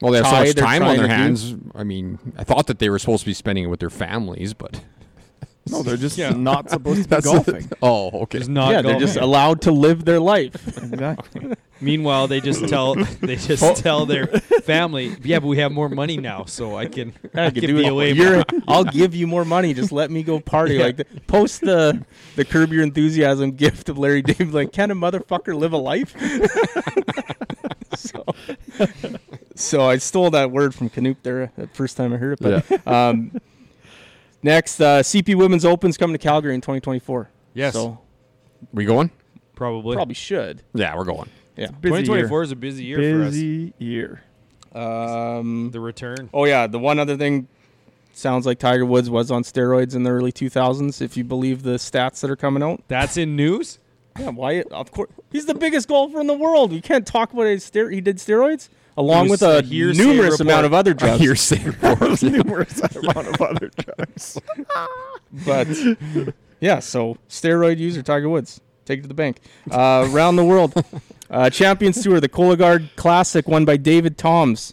D: well, they have so
B: tie
D: much
B: they're
D: time
B: trying
D: on
B: to
D: their
B: do.
D: hands. I mean, I thought that they were supposed to be spending it with their families, but
C: no, they're just
A: Yeah.
C: not supposed to be golfing.
D: oh, okay.
A: There's not
B: yeah. They're
A: golf.
B: just allowed to live their life.
C: exactly.
A: Meanwhile, they just tell they just tell their family, yeah, but we have more money now, so I can I,
B: I
A: can
B: could do
A: be
B: it.
A: away.
B: You're- I'll give you more money. Just let me go party. Like the, post the the curb your enthusiasm gift of Larry David. Like can a motherfucker live a life? so, so I stole that word from Canute there. The first time I heard it. But um, next, uh, CP Women's Open's coming to Calgary in 2024.
A: Yes.
B: So
D: we going?
A: probably.
B: probably should.
D: Yeah, we're going.
B: Yeah.
C: Busy
A: 2024 is a busy year
C: year.
A: for us.
C: Busy year.
B: Um,
A: The return.
B: Oh yeah, the one other thing sounds like Tiger Woods was on steroids in the early 2000s if you believe the stats that are coming out.
A: That's in news.
B: Yeah, why of course. He's the biggest golfer in the world. We can't talk about his ster- he did steroids along
A: It
B: with
A: was
B: a
A: a hearsay
B: numerous
A: report.
B: amount of other
D: I
B: drugs.
D: hear saying
C: There's numerous amount of other drugs.
B: but yeah, so steroid user Tiger Woods, take it to the bank. Uh, around the world, uh, Champions Tour, the Cologuard Classic, won by David Toms.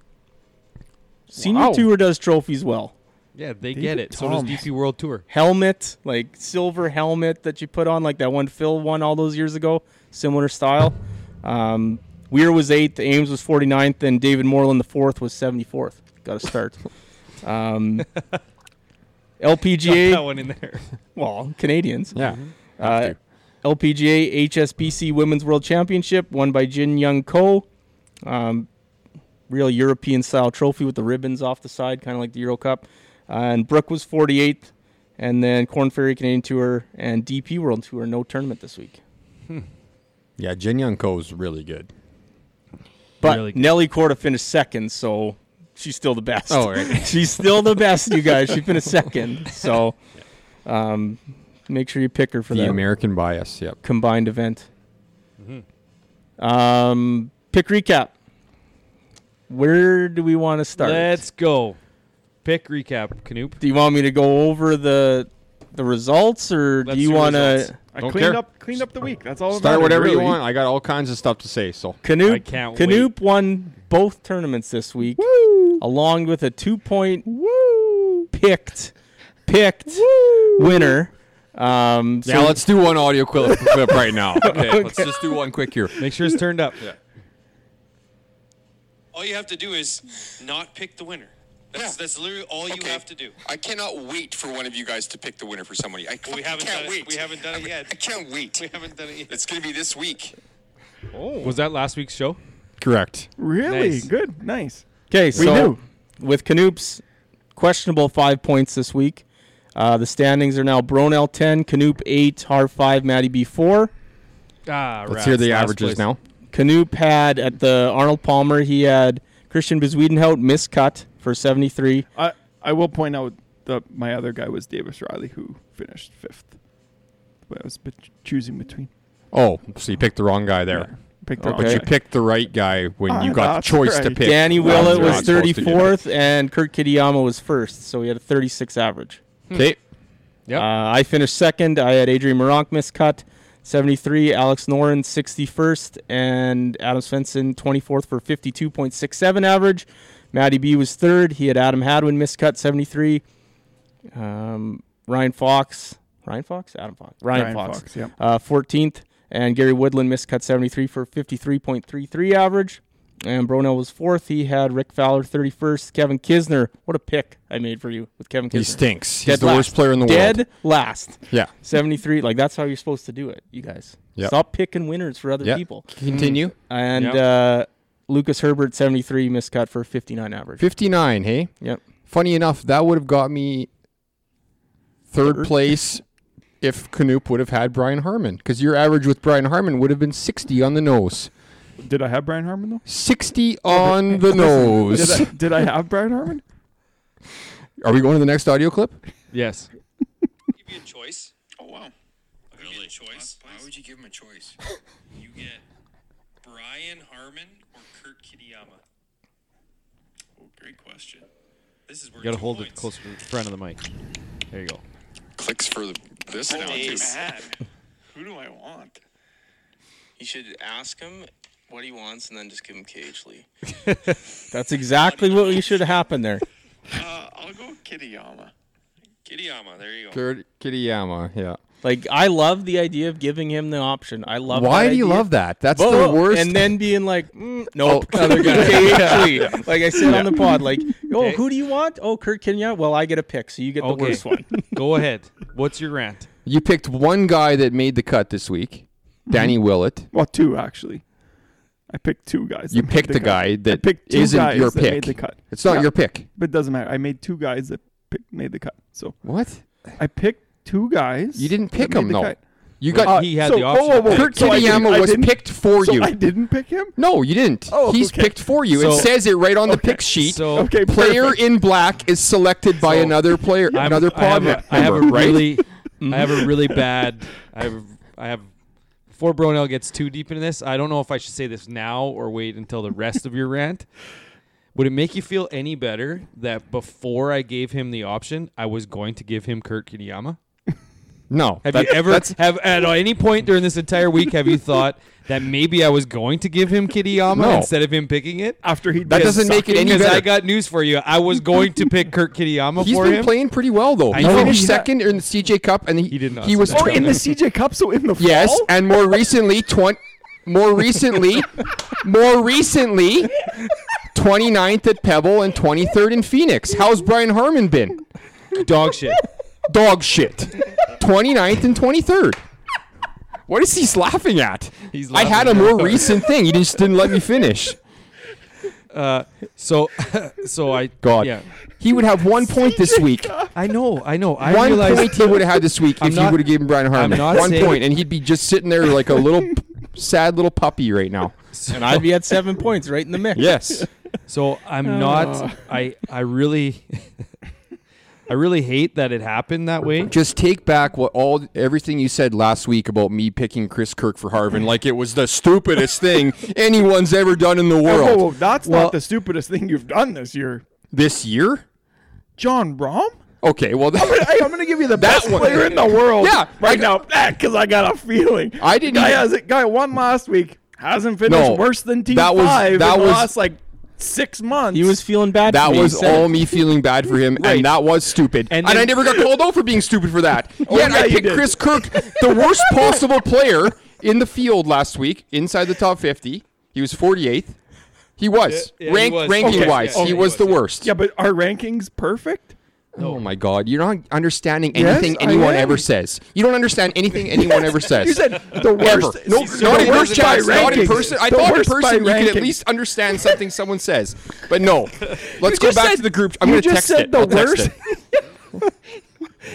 B: Senior
C: Wow.
B: Tour does trophies well.
A: Yeah, they
C: David
A: get it. So does
C: Toms.
A: DP World Tour.
B: helmet, like silver helmet that you put on, like that one Phil won all those years ago, similar style. Um, Weir was eighth, Ames was 49th, and David Moreland the fourth was 74th. Got to start. um,
A: Got that
B: LPGA,
A: one in there.
B: well, Canadians.
D: Yeah,
B: Uh, LPGA HSBC Women's World Championship won by Jin Young Ko. Um, real European style trophy with the ribbons off the side, kind of like the Euro Cup. Uh, and Brooke was 48th. And then Corn Ferry Canadian Tour and DP World Tour, no tournament this week.
D: yeah. Jin Young Ko is really good.
B: But
A: Really good.
B: Nelly Korda finished second, so she's still the best.
D: Oh, right.
B: she's still the best, you guys. She finished second. So um, make sure you pick her for
D: The
B: that.
D: American bias. Yep.
B: combined event.
A: Mm-hmm.
B: Um, pick recap. Where do we want to start?
A: Let's go. Pick recap, Canoop.
B: do you want me to go over the the results, or
A: Let's
B: do you
A: do
B: want to
A: results.
C: I
D: Don't
C: cleaned
D: care.
C: up cleaned up the week. That's all. that
D: Start
C: mattered,
D: whatever you
C: really.
D: want. I got all kinds of stuff to say. So
A: I
B: Canoop?
A: can't wait.
B: Canoop won both tournaments this week,
C: Woo!
B: along with a two point
C: Woo!
B: picked picked winner. Um,
D: yeah,
B: so
D: let's do one audio clip, clip right now. Okay, let's just do one quick here.
A: Make sure it's turned up.
F: All you have to do is not pick the winner. That's,
E: Yeah.
F: that's literally all you
E: Okay.
F: have to do.
E: I cannot wait for one of you guys to pick the winner for somebody. I
F: Well, we haven't done
E: can't
F: it-
E: wait.
F: we haven't done it
E: I mean,
F: yet.
E: I can't wait.
F: We haven't done it yet.
E: It's gonna be this week.
A: Was that last week's show?
D: Correct.
C: Really
A: Nice.
C: good. Nice.
B: Okay,
C: We
B: so
C: do.
B: with Canoop's questionable five points this week, uh, the standings are now Bronell 10, Canoop 8, Har 5, Matty B 4.
A: Ah,
D: Let's hear the averages now.
B: Canoop had at the Arnold Palmer, he had Christian Bezwiedenhout miscut for 73.
C: I I will point out that my other guy was Davis Riley, who finished fifth. But I was bet- choosing between.
D: Oh, so you picked the wrong guy there.
C: Picked
D: Oh,
C: the
D: But
B: Okay.
D: you picked the right guy when
C: Ah,
D: you got the
C: that's
D: choice to
C: right.
D: pick.
B: Danny
D: Well,
B: Willett
D: you're
B: was
D: not supposed to do that.
B: 34th, and Kurt Kitayama was first, so he had a 36 average.
D: Okay.
A: Yep.
B: Uh, I finished second. I had Adrian Moronk miscut, 73. Alex Noren, 61st. And Adam Svensson, 24th for 52.67 average. Matty B was third. He had Adam Hadwin miscut, 73. Um, Ryan Fox. Ryan Fox? Adam Fox. Ryan, Fox.
C: Yep.
B: Uh, 14th. And Gary Woodland miscut, 73 for 53.33 average. And Bronell was fourth. He had Rick Fowler 31st. Kevin Kisner. What a pick I made for you with Kevin Kisner.
D: He stinks.
B: Dead
D: He's the
B: last.
D: worst player in the
B: Dead
D: world.
B: last.
D: Yeah.
B: 73. Like, that's how you're supposed to do it, you guys.
D: Yep.
B: Stop picking winners for other
D: Yeah.
B: people.
D: Continue.
B: And
A: Yep.
B: uh, Lucas Herbert, 73, miscut for 59 average.
D: 59, hey?
B: Yep.
D: Funny enough, that would have got me third,
B: Third?
D: place if Canoop would have had Brian Harmon because your average with Brian Harmon would have been 60 on the nose.
C: Did I have Brian Harmon though?
D: 60 on the
C: Did
D: nose.
C: I, did I have Brian Harmon?
D: Are we going to the next audio clip?
A: Yes.
F: Give you a choice.
E: Oh wow.
F: Give you a choice.
E: Why would you give him a choice?
F: You get Brian Harmon or Kurt Kitayama.
E: Oh, great question.
F: This is where
A: You gotta
F: two
A: hold it
F: points.
A: close to the front of the mic. There you go.
E: Clicks for the, this now too.
F: Jeez.
E: Who do I want?
G: You should ask him what he wants and then just give him Cage Lee.
B: That's exactly what you should have happened there.
E: Uh, I'll go Kittyama.
F: Kitayama, there you go.
D: Kiriyama, yeah.
B: Like, I love the idea of giving him the option. I love
D: Why
B: that
D: do you
B: idea.
D: love that? That's
B: Well,
D: the worst.
B: And then being like, mm, nope,
D: Oh.
B: other guy. Cage Lee. Like I said on the pod, like, oh, who do you want? Oh, Kurt Kenya. Well, I get a pick, so you get the
A: Okay.
B: worst one.
A: go ahead. What's your rant?
D: you picked one guy that made the cut this week, Danny Willett.
C: Well, two actually. I picked two guys.
D: You
C: that made
D: picked
C: the
D: a
C: cut.
D: guy
C: I
D: that
C: picked two
D: isn't
C: guys
D: your
C: that
D: pick.
C: made the cut.
D: It's not
C: Yeah.
D: your pick.
C: But it doesn't matter. I made two guys that pick, made the cut. So
D: What?
C: I picked two guys.
D: You didn't
C: that
D: pick
C: made
D: him
C: the
D: though.
C: cut.
D: You got
A: Uh, He had the option
C: Whoa, whoa, whoa.
A: to
D: Kurt
C: So I didn't-
D: Kitayama
C: I
D: was
C: didn't-
D: picked for
C: so
D: you.
C: I didn't pick him.
D: no, you didn't.
C: Oh,
D: He's
C: okay.
D: picked for you.
A: So-
D: it says it right on the
C: Okay.
D: pick sheet.
A: So
C: Okay,
D: player
C: perfect.
D: in black is selected by
A: So-
D: another player,
A: I'm-
D: another
A: I have
D: pod
A: a, I have a mm-hmm.
D: member, right?
A: really, I have a really bad. I have, I have. Before Bronell gets too deep into this, I don't know if I should say this now or wait until the rest of your rant. Would it make you feel any better that before I gave him the option, I was going to give him Kurt Kitayama?
D: no.
A: Have
D: that-
A: you ever
D: That's,
A: have at any point during this entire week have you thought that maybe I was going to give him Kitayama
D: No.
A: instead of him picking it?
C: After he
D: That
C: did
D: doesn't make it any
A: Because I
D: better.
A: got news for you. I was going to pick Kurt Kitayama
D: He's
A: for
D: been
A: him.
D: playing pretty well though.
A: I
D: He
A: know.
D: finished
C: He's not-
D: second in the CJ Cup, and he,
A: He did not
D: He
A: say
D: was
A: that.
C: Oh, in the CJ Cup, so in the
D: Yes,
C: fall?
D: and more recently, twenty. More recently, more recently, 29th at Pebble and 23rd in Phoenix. How's Brian Harmon been?
A: Dog shit.
D: Dog shit. 29th and 23rd. What is he laughing at?
A: He's
D: I had a
A: laughing
D: more recent thing. He just didn't let me finish.
A: So, so I
D: God.
A: Yeah,
D: He would have one point this week.
A: I know, I know. I
D: One
A: realize
D: point he would have had this week
A: I'm
D: if
A: not-
D: you would have given Brian Harmon
A: not
D: one
A: saying-
D: point, and he'd be just sitting there like a little sad little puppy right now.
B: and I'd be at seven points right in the mix.
D: Yes.
A: So I'm not. I I really, I really hate that it happened that way.
D: Just take back what all everything you said last week about me picking Chris Kirk for Harvin, like it was the stupidest thing anyone's ever done in the
C: Whoa,
D: world.
C: whoa, whoa, that's
D: Well-
C: not the stupidest thing you've done this year.
D: This year?
C: John Rom?
D: Okay, well that,
C: Hey, I'm gonna give you the
D: That
C: best
D: one.
C: player in the world.
D: Yeah,
C: right
D: I-
C: now, because I got a feeling.
D: I didn't
C: Guy
D: even-
C: has it. Guy won last week. Hasn't finished
D: No,
C: worse than T
D: that was-
C: five
D: that
C: in
D: was-
C: the last like six months.
B: He was feeling bad.
D: that
B: for me. He
D: was
B: said it.
D: all me feeling bad for him, and that was stupid.
A: And
D: And,
A: then-
D: I never got called out for being stupid for that. Yet
C: Oh, yeah,
D: I
C: you
D: picked
C: did.
D: Chris Kirk, the worst possible player in the field last week, inside the top fifty. He was forty eighth. He was
A: Yeah, yeah, he
D: ranked
A: was.
D: ranking
C: Okay.
D: wise.
A: Yeah,
D: he
A: he
D: was
A: was,
D: the
A: yeah.
D: worst.
C: Yeah, but are rankings perfect?
D: Oh my God! You're not understanding
C: Yes,
D: anything
C: I
D: anyone
C: am.
D: ever says. You don't understand anything anyone ever says.
C: You said the
D: Ever.
C: worst.
D: No,
A: so
D: not
A: the
D: in
A: worst
D: person.
A: by
D: Not in
C: rankings.
D: person. I
C: The
D: thought in
C: worst by
D: person you could at
C: rankings.
D: least understand something someone says. But no. Let's go
C: just
D: back
C: said-
D: to the group. I'm
C: you
D: going to
C: just
D: text
C: said
D: it.
C: the
D: I'll text
C: worst.
D: it.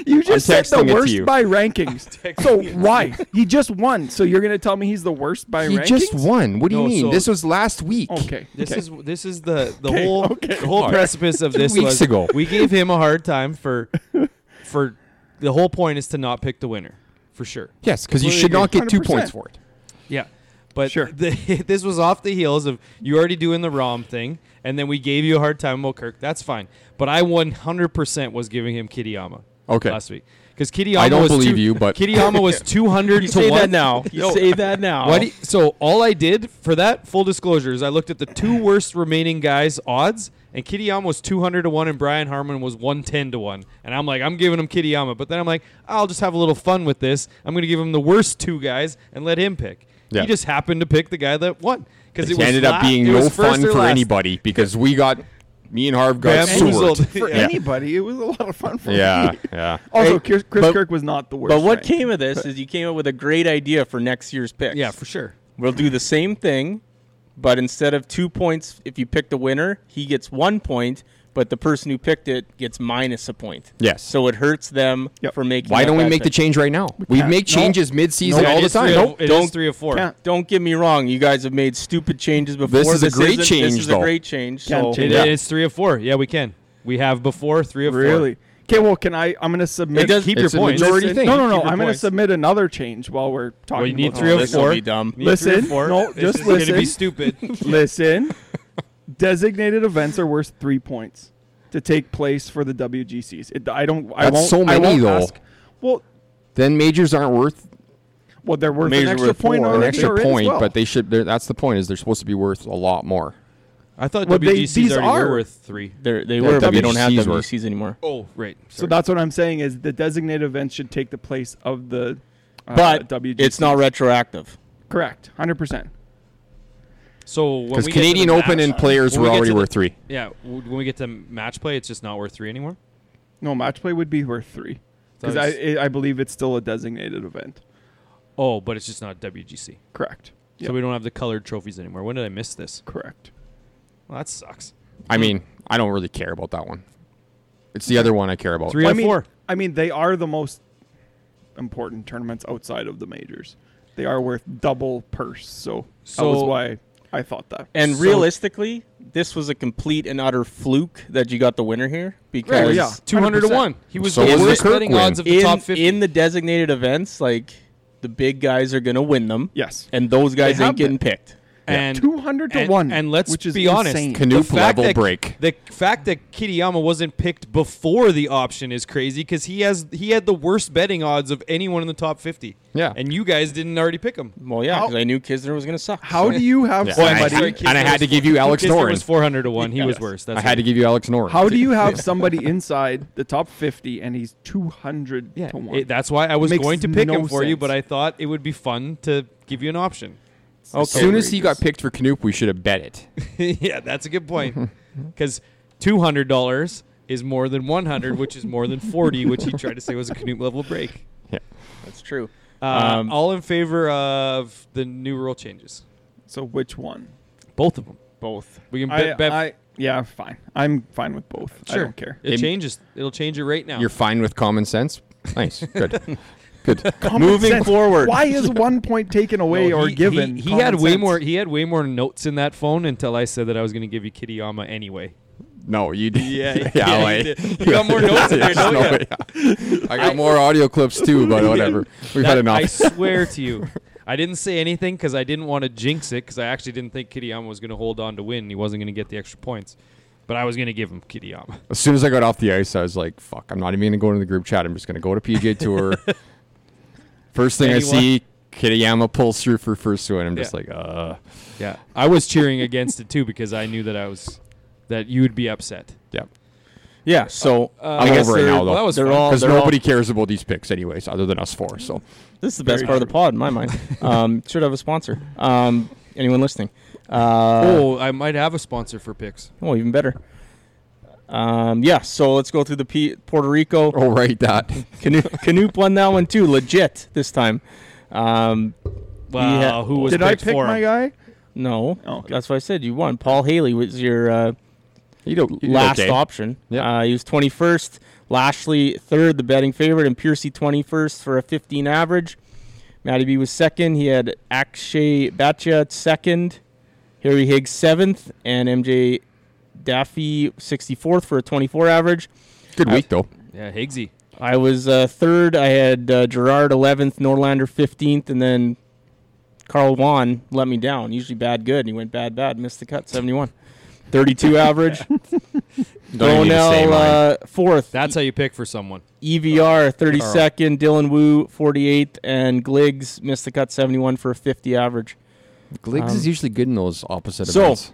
C: You just said
D: I'm texting it
C: the
D: to
C: worst
D: you.
C: by rankings. so why? He just won. So you're gonna tell me he's the worst by
D: He
C: rankings?
D: just won. What do you
A: No,
D: mean?
A: so-
D: this was last week.
C: Okay.
A: This
C: okay.
A: is this is the the
C: Okay,
A: whole
C: okay.
A: the whole
D: Alright.
A: precipice of this
D: Weeks
A: was
D: ago.
A: we gave him a hard time for for the whole point is to not pick the winner for sure.
D: Yes, because you
C: Completely
D: should not
C: agree.
D: get two points
C: 100%.
D: for it.
A: Yeah. But
C: Sure.
A: the, this was off the heels of you already doing the ROM thing, and then we gave you a hard time about Kirk. That's fine. But I 100% was giving him Kittyama
D: Okay.
A: last week. Because Kittyama
D: I don't
A: was
D: believe
A: two-
D: you, but-
A: Kittyama was 200
B: You
A: to
B: say
A: 1.
B: that now. You say that now.
D: Oh.
A: Why do you- so all I did for that full disclosure is I looked at the two worst remaining guys odds, and Kittyama was two hundred to one, and Brian Harmon was one ten to one. And I'm like, I'm giving him Kittyama, but then I'm like, I'll just have a little fun with this. I'm going to give him the worst two guys and let him pick.
D: Yeah.
A: He just happened to pick the guy that won because it,
D: It,
A: was
D: ended up
A: la-
D: being
A: it
D: no
A: was first
D: fun
A: or
D: for
A: last.
D: anybody because we got me and Harv got
A: Bamboozled.
D: Seward.
C: for
A: Yeah.
C: anybody, it was a lot of fun for
D: Yeah,
C: me.
D: yeah.
C: Also,
B: Hey,
C: Chris, Chris
B: but-
C: Kirk was not the worst.
B: But what
C: ranked.
B: came of this is you came up with a great idea for next year's picks.
A: Yeah, for sure.
B: We'll do the same thing, but instead of two points, if you pick the winner, he gets one point, but the person who picked it gets minus a point.
D: Yes.
B: So it hurts them
C: Yep.
B: for making.
D: Why
B: that
D: don't we
B: bad
D: make the
B: pick.
D: change right now? We,
C: can't.
D: make
C: No.
D: changes mid-season
A: Yeah,
D: all
A: it
D: the
A: is three
D: time.
A: of-
D: Nope.
A: it is
B: don't-
A: three or four.
C: can't.
B: Don't get me wrong. You guys have made stupid changes before.
D: is a great
B: isn't-
D: change,
B: This is
D: though.
B: a great change.
C: Can't
B: So
C: change
A: It-
D: Yeah.
A: It's three of four. Yeah, we can. We have before three of four.
C: really? Okay, well, can I? I'm gonna submit.
A: It does keep
D: It's a
A: your points.
D: majority
C: Listen-
D: thing.
C: No, no, no.
A: Keep your
C: I'm gonna
A: points.
C: submit another change while we're talking.
A: Well, you need
C: about
A: three
C: this.
A: of
B: this will
A: four.
B: be dumb.
A: Need three or
C: Listen,
A: four.
C: no,
A: This
C: just
A: is gonna be
C: listen.
A: stupid.
C: Listen, designated events are worth three points to take place for the WGCs. It, I don't. I
D: That's
C: won't.
D: so
C: I
D: many,
C: won't
D: though.
C: Ask. Well,
D: Then majors aren't worth
C: well, they're worth
B: Majors
C: an extra
B: worth
C: point
B: four. An
C: already.
D: an extra
C: already as
D: point,
C: well.
D: but they should. they're- That's the point. Is they're supposed to be worth a lot more.
A: I thought
C: Well, they-
A: WGCs
C: these
A: already
C: are-
A: were worth three.
B: they're- they were, but they don't have
D: WGCs were.
B: WCs anymore.
A: Oh, right.
C: So that's what I'm saying is the designated events should take the place of the. Uh,
B: But
C: WGCs.
B: it's not retroactive.
C: correct. Hundred percent.
A: So
D: Because Canadian Open and players were already worth three.
A: Yeah, w- when we get to match play, it's just not worth three anymore.
C: No match play would be worth three because I
A: That's-
C: I I believe it's still a designated event.
A: Oh, but it's just not WGC.
C: Correct.
A: So we don't have the colored trophies anymore. When did I miss this?
C: Correct.
A: Well, that sucks.
D: I mean, I don't really care about that one. It's the other one I care about.
A: Three
C: I
A: out of
C: mean,
A: four.
C: I mean, they are the most important tournaments outside of the majors. They are worth double purse, so, that was
A: So-
C: why I thought that.
B: And
A: So-
B: realistically, this was a complete and utter fluke that you got the winner here because
C: yeah.
A: Two hundred to one. He was
D: So
A: the
D: was the
A: worst
D: Kirk
A: betting
D: win.
A: odds of the
B: in,
A: top fifty.
B: in the designated events, like the big guys are going to win them.
C: yes,
B: And those guys
C: They have
B: ain't getting picked.
A: and
C: 200 to
A: and-
C: one,
A: And let's
C: which is
A: be honest,
C: insane.
D: Canoe
A: the fact
D: level
A: that-
D: break.
A: The fact that Kittyama wasn't picked before the option is crazy because he has he had the worst betting odds of anyone in the top fifty.
D: Yeah.
A: and you guys didn't already pick him.
B: Well, yeah,
C: How-
B: because I knew Kisner was going to suck.
C: how
B: so.
C: do you have
D: Yeah.
A: Well, I'm
D: And I-
A: sorry,
C: somebody?
A: Kisner
D: and I had to
A: was
D: give you Alex
A: Kisner
D: Norin.
A: was four hundred to one. He
B: Yeah,
A: was
B: yes.
A: worse. That's
D: I had to give you Alex Noren.
C: How do you have somebody inside the top 50 and he's 200
A: Yeah,
C: to one?
A: it- that's why I was
C: Makes
A: going to pick
C: no
A: him for you, but I
C: sense.
A: thought it would be fun to give you an option.
D: As soon as he got picked for Canoop, we should have bet it.
A: yeah, that's a good point. Because two hundred dollars is more than one hundred, which is more than forty, which he tried to say was a Canute level break.
D: Yeah.
B: That's true.
A: Uh,
B: Um,
A: all in favor of the new rule changes,
C: so which one?
A: both of them.
B: Both.
A: We can
C: I,
A: bet. bet
C: I, yeah, fine. I'm fine with both. I don't care.
A: It
D: Im-
A: changes. It'll change your rate now.
D: You're fine with common sense. Nice. Good. Good.
B: Moving
C: Sense.
B: forward.
C: Why is one point taken away
A: No,
C: or
A: he-
C: given?
A: He, he
C: Common
A: had way
C: sense.
A: more. He had way more notes in that phone until I said that I was going to give you Kittyama anyway.
D: No, you did.
A: Yeah,
D: yeah.
A: yeah,
D: I-
A: you did. You got more notes in there,
D: Yeah,
A: don't
D: no, yeah. I got more audio clips too, but whatever. We've had
A: That-
D: enough.
A: I swear to you. I didn't say anything because I didn't want to jinx it because I actually didn't think Kittyama was going to hold on to win. He wasn't going to get the extra points. But I was going to give him Kittyama.
D: as soon as I got off the ice, I was like, "Fuck! I'm not even going to go into the group chat. I'm just going to go to PGA Tour." first thing
A: Anyone-
D: I see, Kitayama pulls through for first win. I'm just
A: Yeah.
D: like, "Uh,
A: Yeah. I was cheering against it too because I knew that I was that you would be upset.
D: yeah."
B: Yeah, so I
D: I'm
B: guess
D: over it
B: they're-
D: now though.
A: that was
B: they're
A: fun.
B: all
D: because
B: they're all-
D: nobody cares about these picks anyways, other than us four. So
B: This is the best part of the pod in my mind. Um, should have a sponsor. Um, anyone listening? Uh,
A: oh, I might have a sponsor for picks.
B: oh, even better. Um, yeah, so let's go through the P- Puerto Rico.
D: Oh, right, that.
B: Canoe, Canoop won that one too, legit this time. Um,
A: Wow,
B: Yeah.
A: who was
C: Did I
A: picked
C: pick
A: for
C: my
A: him?
C: guy?
B: no,
C: Oh, okay.
B: that's what I said. You won. Paul Haley was your uh,
D: You don't you
B: last
D: okay.
B: option.
D: Yeah.
B: Uh, he was 21st. Lashley, third, the betting favorite, and Piercy, 21st for a 15 average. Matty B was second. He had Akshay Batcha second, Harry Higgs, seventh, and MJ Daffy, 64th for a 24 average.
D: Good week though.
A: Yeah, Higgsy.
B: I was uh, third. I had uh, Gerard 11th, Norlander 15th, and then Carl Juan let me down. Usually bad, good. And he went bad, bad, missed the cut, 71. 32 average.
D: even need to say
B: Gonel,
D: mine.
B: uh, fourth. E-,
A: That's how you pick for someone.
B: EVR 32nd, Dylan Wu 48th, and Gliggs missed the cut 71 for a 50 average.
D: Gliggs
B: um,
D: is usually good in those opposite
B: so-
D: events.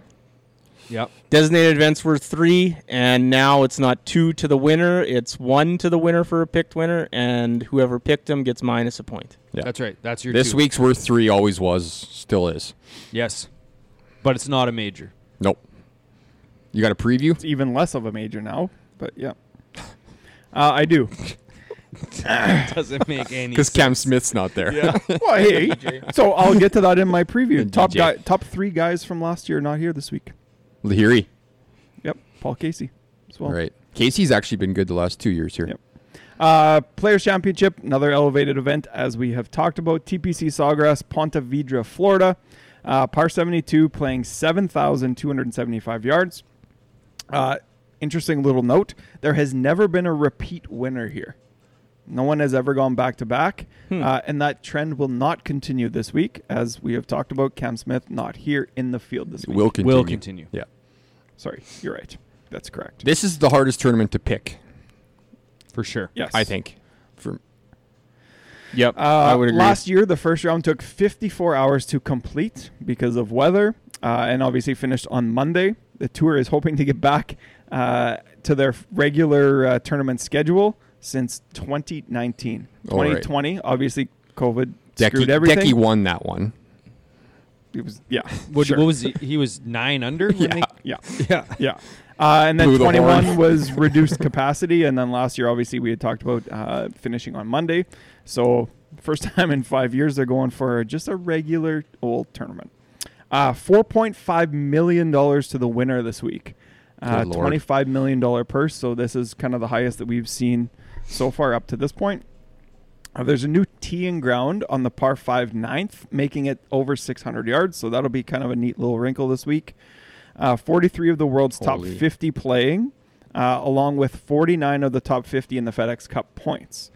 A: Yep.
B: Designated events were three, and now it's not two to the winner, it's one to the winner for a picked winner, and whoever picked him gets minus a point.
D: Yeah.
A: That's right. That's your
D: This
A: two.
D: week's worth three always was, still is.
A: Yes, but it's not a major.
D: Nope. You got a preview?
C: It's even less of a major now, but yeah. Uh, I do.
A: Doesn't make any.
D: Because Cam Smith's not there.
C: well, hey, so I'll get to that in my preview.
D: And
C: top
D: DJ.
C: guy, top three guys from last year not here this week.
D: Lahiri.
C: Yep, Paul Casey as well.
D: Right. Casey's actually been good the last two years here.
C: Oh. Yep. Uh, Players Championship, another elevated event as we have talked about. TPC Sawgrass, Ponte Vedra, Florida. Uh, par 72 playing 7,275 yards. Uh, interesting little note there has never been a repeat winner here. No one has ever gone back to back. Uh, And that trend will not continue this week, as we have talked about. Cam Smith not here in the field this week.
D: Will continue.
A: Will continue.
D: Yeah.
C: Sorry, you're right. That's correct.
D: This is the hardest tournament to pick,
A: for sure.
C: yes.
D: I think. For
B: Yep,
C: Uh,
B: I would agree.
C: Last year, the first round took 54 hours to complete because of weather, uh, and obviously finished on Monday. The tour is hoping to get back uh, to their regular uh, tournament schedule since 2019.
D: All right.
C: 2020, obviously, COVID
D: Decky,
C: screwed everything.
D: Decky won that one.
C: It was yeah.
A: What,
C: sure.
A: what was he, he was nine under? when they-
C: yeah.
A: yeah.
C: Yeah. Uh, and then
D: Blew the
C: 21
D: horn.
C: was reduced capacity. And then last year, obviously, we had talked about uh, finishing on Monday. So, first time in five years, they're going for just a regular old tournament. Uh, $4.5 million to the winner this week. Uh,
D: Good lord.
C: $25 million purse. So, this is kind of the highest that we've seen so far up to this point. Uh, there's a new teeing ground on the par 5 ninth, making it over 600 yards. So that'll be kind of a neat little wrinkle this week. Uh, 43 of the world's
D: Holy.
C: top 50 playing, uh, along with 49 of the top 50 in the FedEx Cup points.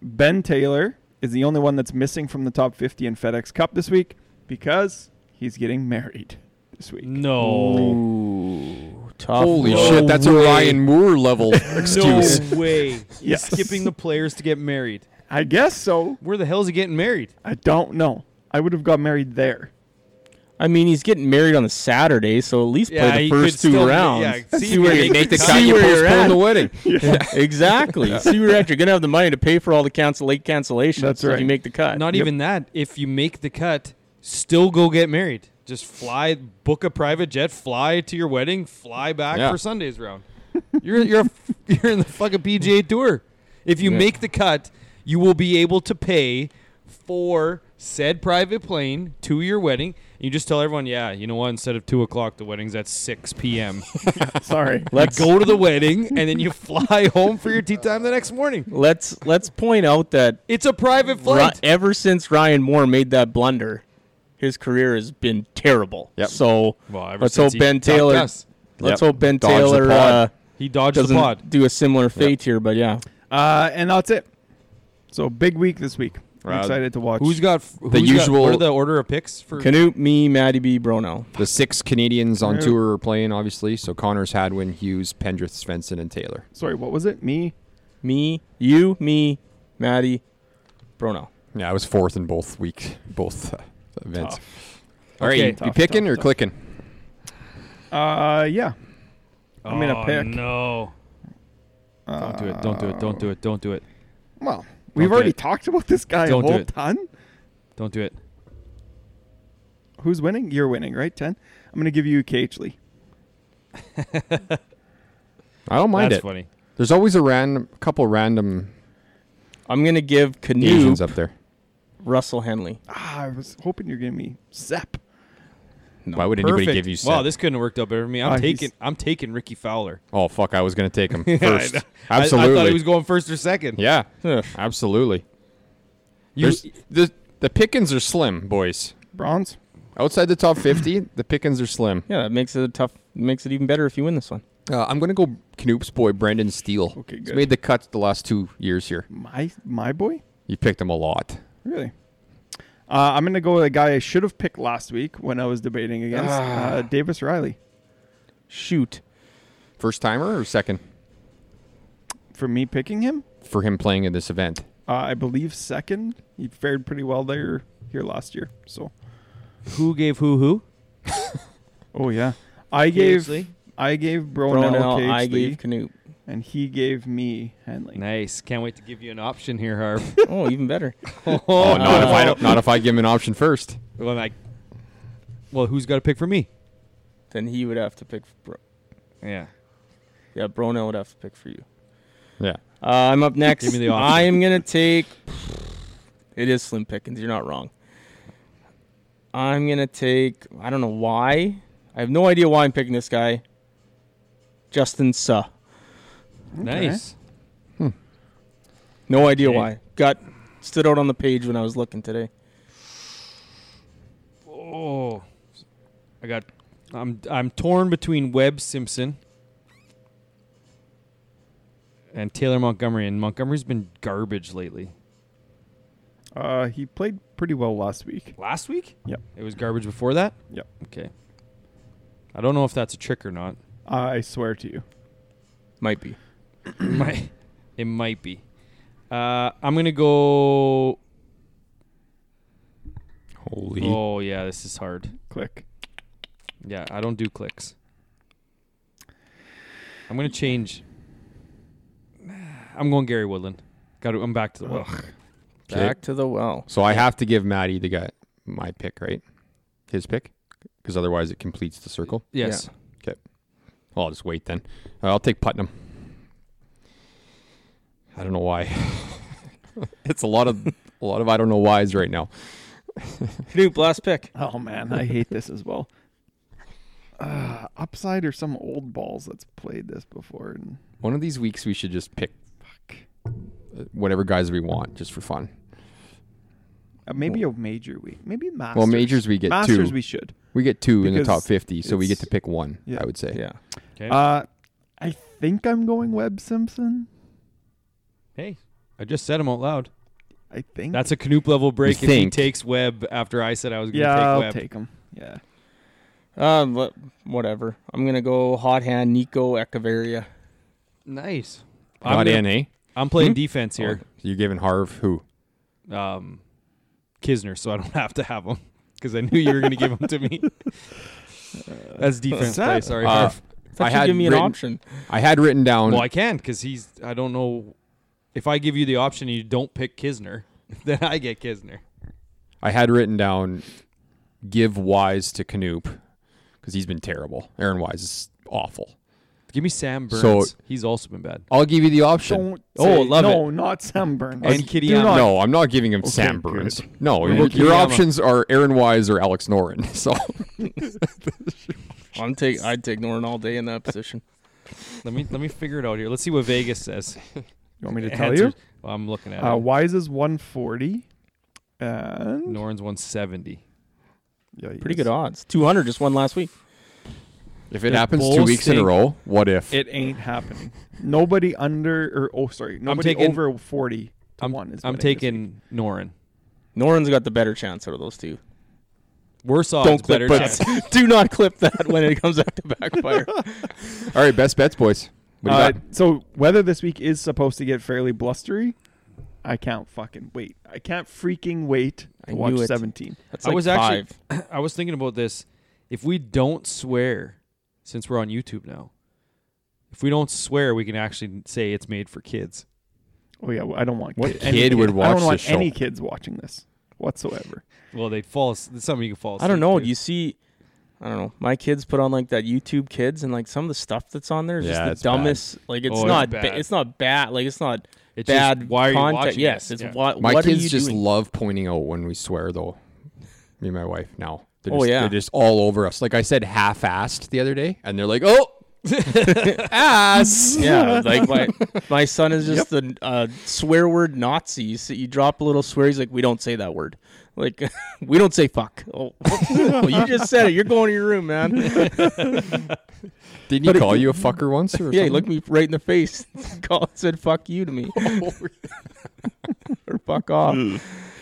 C: Ben Taylor is the only one that's missing from the top 50 in FedEx Cup this week because he's getting married this week.
A: No.
B: Ooh, tough.
D: Holy
B: blow.
D: shit, that's a
B: Oh, way.
D: Ryan Moore level excuse.
A: No way.
C: Yes.
A: Skipping the players to get married.
C: I guess so.
A: Where the hell is he getting married?
C: I don't know. I would have got married there.
B: I mean, he's getting married on a Saturday, so at least
A: Yeah,
B: play
A: he
B: the
A: could
B: first two
A: still-
B: rounds.
A: yeah, see
B: see
A: if
B: where
A: he
B: you
A: can make
B: make
A: the
B: the
A: cut.
B: cut.
D: See
B: You
D: where
B: where
D: you're
B: you're
D: at.
B: at.
D: the wedding.
B: Exactly. see where you're at. You're gonna have the money to pay for all the cancel late cancellations.
C: That's
B: if
C: right.
B: you make the
D: Uh,
B: cut.
A: Not even that. If you make the cut, still go get married. Just fly, book a private jet, fly to your wedding, fly back
D: Yeah.
A: for Sunday's round. You're you're you're in the fucking PGA Tour. If you
D: Yeah.
A: make the cut, you will be able to pay for said private plane to your wedding. You just tell everyone, yeah, you know what? Instead of two o'clock, the wedding's at six p.m.
C: Sorry.
B: Let's
A: go to the wedding, and then you fly home for your tea time the next morning.
B: Let's let's point out that
A: It's a private
B: Ri-
A: flight.
B: ever since Ryan Moore made that blunder, his career has been terrible.
D: Yep.
B: So
A: Well, ever
B: let's
A: since
B: hope
A: he
B: Ben
A: ducked
B: Taylor.
A: us.
B: Let's
D: Yep.
B: hope Ben
D: Dodged the
B: Taylor
D: pod.
B: uh,
A: He dodged the
B: doesn't
A: pod.
B: do a similar fate here. But yeah,
C: Uh, and that's it. So big week this week. I'm
D: Wow.
C: excited to watch.
A: Who's got who's got-
D: usual-
A: what are the order of picks for?
B: Canute, me, Maddie B, Brono.
D: The six Canadians on
C: Yeah.
D: tour are playing, obviously. So Connors, Hadwin, Hughes, Pendrith, Svensson, and Taylor.
C: Sorry, what was it? Me.
B: Me, you, me, Maddie, Brono.
D: Yeah, I was fourth in both week, both uh, events. All right,
A: Okay.
D: you, you
C: Tough,
D: picking
C: tough,
D: or
C: tough.
D: clicking?
C: Uh, yeah. I'm gonna pick.
A: Oh, No. Don't do it. Don't do it. Don't do it. Don't do it.
C: Well, we've
A: do
C: already
A: it.
C: talked about this guy
A: Don't
C: a
A: do
C: whole
A: it.
C: ton.
A: Don't do it.
C: who's winning? You're winning, right? Ten. I'm gonna give you Cageley.
D: I don't mind
A: That's
D: it.
A: funny.
D: There's always a random couple random
B: I'm gonna give
D: Asians
B: Canoe
D: up there.
B: Russell Henley.
C: Ah, I was hoping you're giving me Zep.
D: Why would anybody
A: Perfect.
D: give you?
A: wow,
D: Seth?
A: this couldn't have worked out better for me. I'm
C: Oh, he's-
A: taking I'm taking Ricky Fowler.
D: Oh fuck! I was gonna take him
A: I
D: first.
A: know. I-
D: Absolutely.
A: I, thought he was going first or second.
D: yeah. Absolutely.
A: You-
D: There's- the the pickings are slim, boys.
C: Bronze.
D: Outside the top 50, the pickings are slim.
B: Yeah, that makes it a tough. Makes it even better if you win this one.
D: Uh, I'm going to go Knoop's boy, Brendan Steele.
C: Okay,
D: He's
C: good.
D: made the cuts the last two years here.
C: My my boy.
D: You picked him a lot.
C: Really. Uh, I'm gonna go with a guy I should have picked last week when I was debating against uh, Davis Riley.
B: Shoot.
D: First timer or second
C: For me picking him,
D: for him playing in this event?
C: uh, I believe second. He fared pretty well there here last year. So.
A: Who gave who who?
C: Oh yeah. I gave
A: Cageley?
C: I gave Bronell,
B: Bronell, I
C: Cageley,
B: gave Canoe.
C: and he gave me Henley.
A: Nice. Can't wait to give you an option here, Harv.
B: Oh, even better.
D: Oh, not if I don't, not if I give him an option first.
A: well, I, well, who's got a pick for me?
B: then he would have to pick. Bro-
A: Yeah.
B: yeah, Bronell would have to pick for you.
D: Yeah.
B: Uh, I'm up next.
A: Give me the option.
B: I am gonna take. It is slim pickings. You're not wrong. I'm gonna take. I don't know why. I have no idea why I'm picking this guy. Justin Suh.
A: Nice.
B: No idea
A: Okay.
B: why. Got stood out on the page when I was looking today.
A: Oh, I got. I'm I'm torn between Webb Simpson and Taylor Montgomery, and Montgomery's been garbage lately.
C: Uh, he played pretty well last week.
A: Last week?
C: Yep.
A: It was garbage before that.
C: Yep.
A: Okay. I don't know if that's a trick or not.
C: I swear to you.
B: Might be.
A: might, it might be. Uh, I'm gonna go.
D: Holy.
A: Oh yeah, this is hard.
C: Click.
A: Yeah, I don't do clicks. I'm gonna change. I'm going Gary Woodland. Got to. I'm back to the well.
B: Back to the well.
D: So I have to give Maddie the guy my pick, right? His pick, because otherwise it completes the circle.
A: Yes.
D: Okay. Well, I'll just wait then. Uh, I'll take Putnam. I don't know why. it's a lot of a lot of I don't know whys right now.
B: Canoop, last pick.
C: Oh man, I hate this as well. Uh, upside or some old balls that's played this before. And
D: One of these weeks we should just pick uh, whatever guys we want just for fun.
C: uh, maybe a major week. Maybe masters.
D: Well, majors we get
C: masters
D: two.
C: we should.
D: We get two in the
C: Because
D: top 50, so we get
C: it's-
D: to pick one,
C: yeah.
D: I would say.
B: Yeah.
A: Okay.
C: Uh, I think I'm going Webb Simpson.
A: hey, I just said them out loud.
C: I think
A: That's a Canoop level break. If he
D: think.
A: takes Webb after I said I was gonna
C: yeah.
A: take
C: I'll
A: Webb.
C: take him. Yeah.
B: Um, wha- whatever. I'm gonna go hot hand Nico Echeverria.
A: Nice. I'm,
D: Not
A: gonna-
D: in, eh?
A: I'm playing defense here.
D: Oh, You're giving Harv who?
A: Um, Kisner, so I don't have to have him because I knew you were gonna give him to me. That's defense play. Sorry,
D: Uh,
A: Harv.
B: I
D: I
B: you
D: had
B: give me
D: written-
B: an option.
D: I had written down.
A: Well, I can because he's. I don't know if I give you the option and you don't pick Kisner, then I get Kisner.
D: I had written down give Wise to Canoop because he's been terrible. Aaron Wise is awful.
A: Give me Sam Burns.
D: So-
A: he's also been bad.
D: I'll give you the option.
C: Don't.
A: Oh,
C: say-
A: love
C: no, not Sam Burns.
A: And
C: Do
A: Kitty Am-
C: not-
D: No, I'm not giving him Sam
C: good.
D: Burns. No,
A: We're
D: your,
A: looking
D: your
A: at him.
D: options are Aaron Wise or Alex Norin. So
B: I'm take. I'd take Norton all day in that position.
A: Let me let me figure it out here. Let's see what Vegas says.
C: You want me to tell
A: Answers-
C: you?
A: Well, I'm looking at
C: Uh,
A: it.
C: Wise is 140. And
A: Norrin's 170.
C: Yeah, he
B: Pretty
C: is.
B: good odds. 200 just won last week.
D: if it
A: They're
D: happens two
A: both
D: weeks in
A: stink.
D: a row, what if?
C: It ain't happening. Nobody under or oh sorry, nobody
A: taking-
C: over 40 to
A: I'm,
C: one is
A: I'm
C: winning this week.
A: taking Norrin.
B: Norton's got the better chance out of those two.
A: Worse odds,
B: Don't clip
A: better chance.
B: that. Do not clip that when it comes out to backfire.
D: All right, best bets, boys. What do you
C: Uh,
D: got?
C: so weather this week is supposed to get fairly blustery. I can't fucking wait. I can't freaking wait
B: I
C: to watch
B: knew it.
C: 17.
B: That's
A: I
B: like
A: was
B: five.
A: actually I was thinking about this. If we don't swear, since we're on YouTube now, if we don't swear, we can actually say it's made for kids.
C: Oh yeah, well, I don't want
D: What
C: kids.
D: kid would
C: I
D: watch
C: don't want
D: this show?
C: any kids watching this. whatsoever.
A: Well, they fall. as- It's something you can fall.
B: I don't know.
A: asleep
B: You see, I don't know. My kids put on like that YouTube Kids, and like some of the stuff that's on there is
D: Yeah, it's
B: just the
D: bad.
B: dumbest. Like it's
A: Oh, it's
B: not. ba-
A: bad.
B: it's not bad. Like it's not
A: It's just,
B: bad.
A: why are you
B: content.
A: watching
B: Yes,
A: this?
B: it's
A: Yeah.
B: what.
D: My
B: what are
D: kids
B: you
D: just
B: doing?
D: love pointing out when we swear, though. Me and my wife now. They're
B: Oh,
D: just,
B: yeah.
D: They're just all over us. Like I said, half-assed the other day, and they're like, "Oh, ass."
B: Yeah, like my my son is just the uh, swear word Nazi. You, see, you drop a little swear, he's like, we don't say that word. Like we don't say fuck. Oh, well, you just said it. You're going to your room, man.
D: Didn't
B: But
D: he
B: it-
D: call you a fucker once? Or
B: yeah, he
D: something?
B: looked me right in the face. Called said fuck you to me. or fuck off.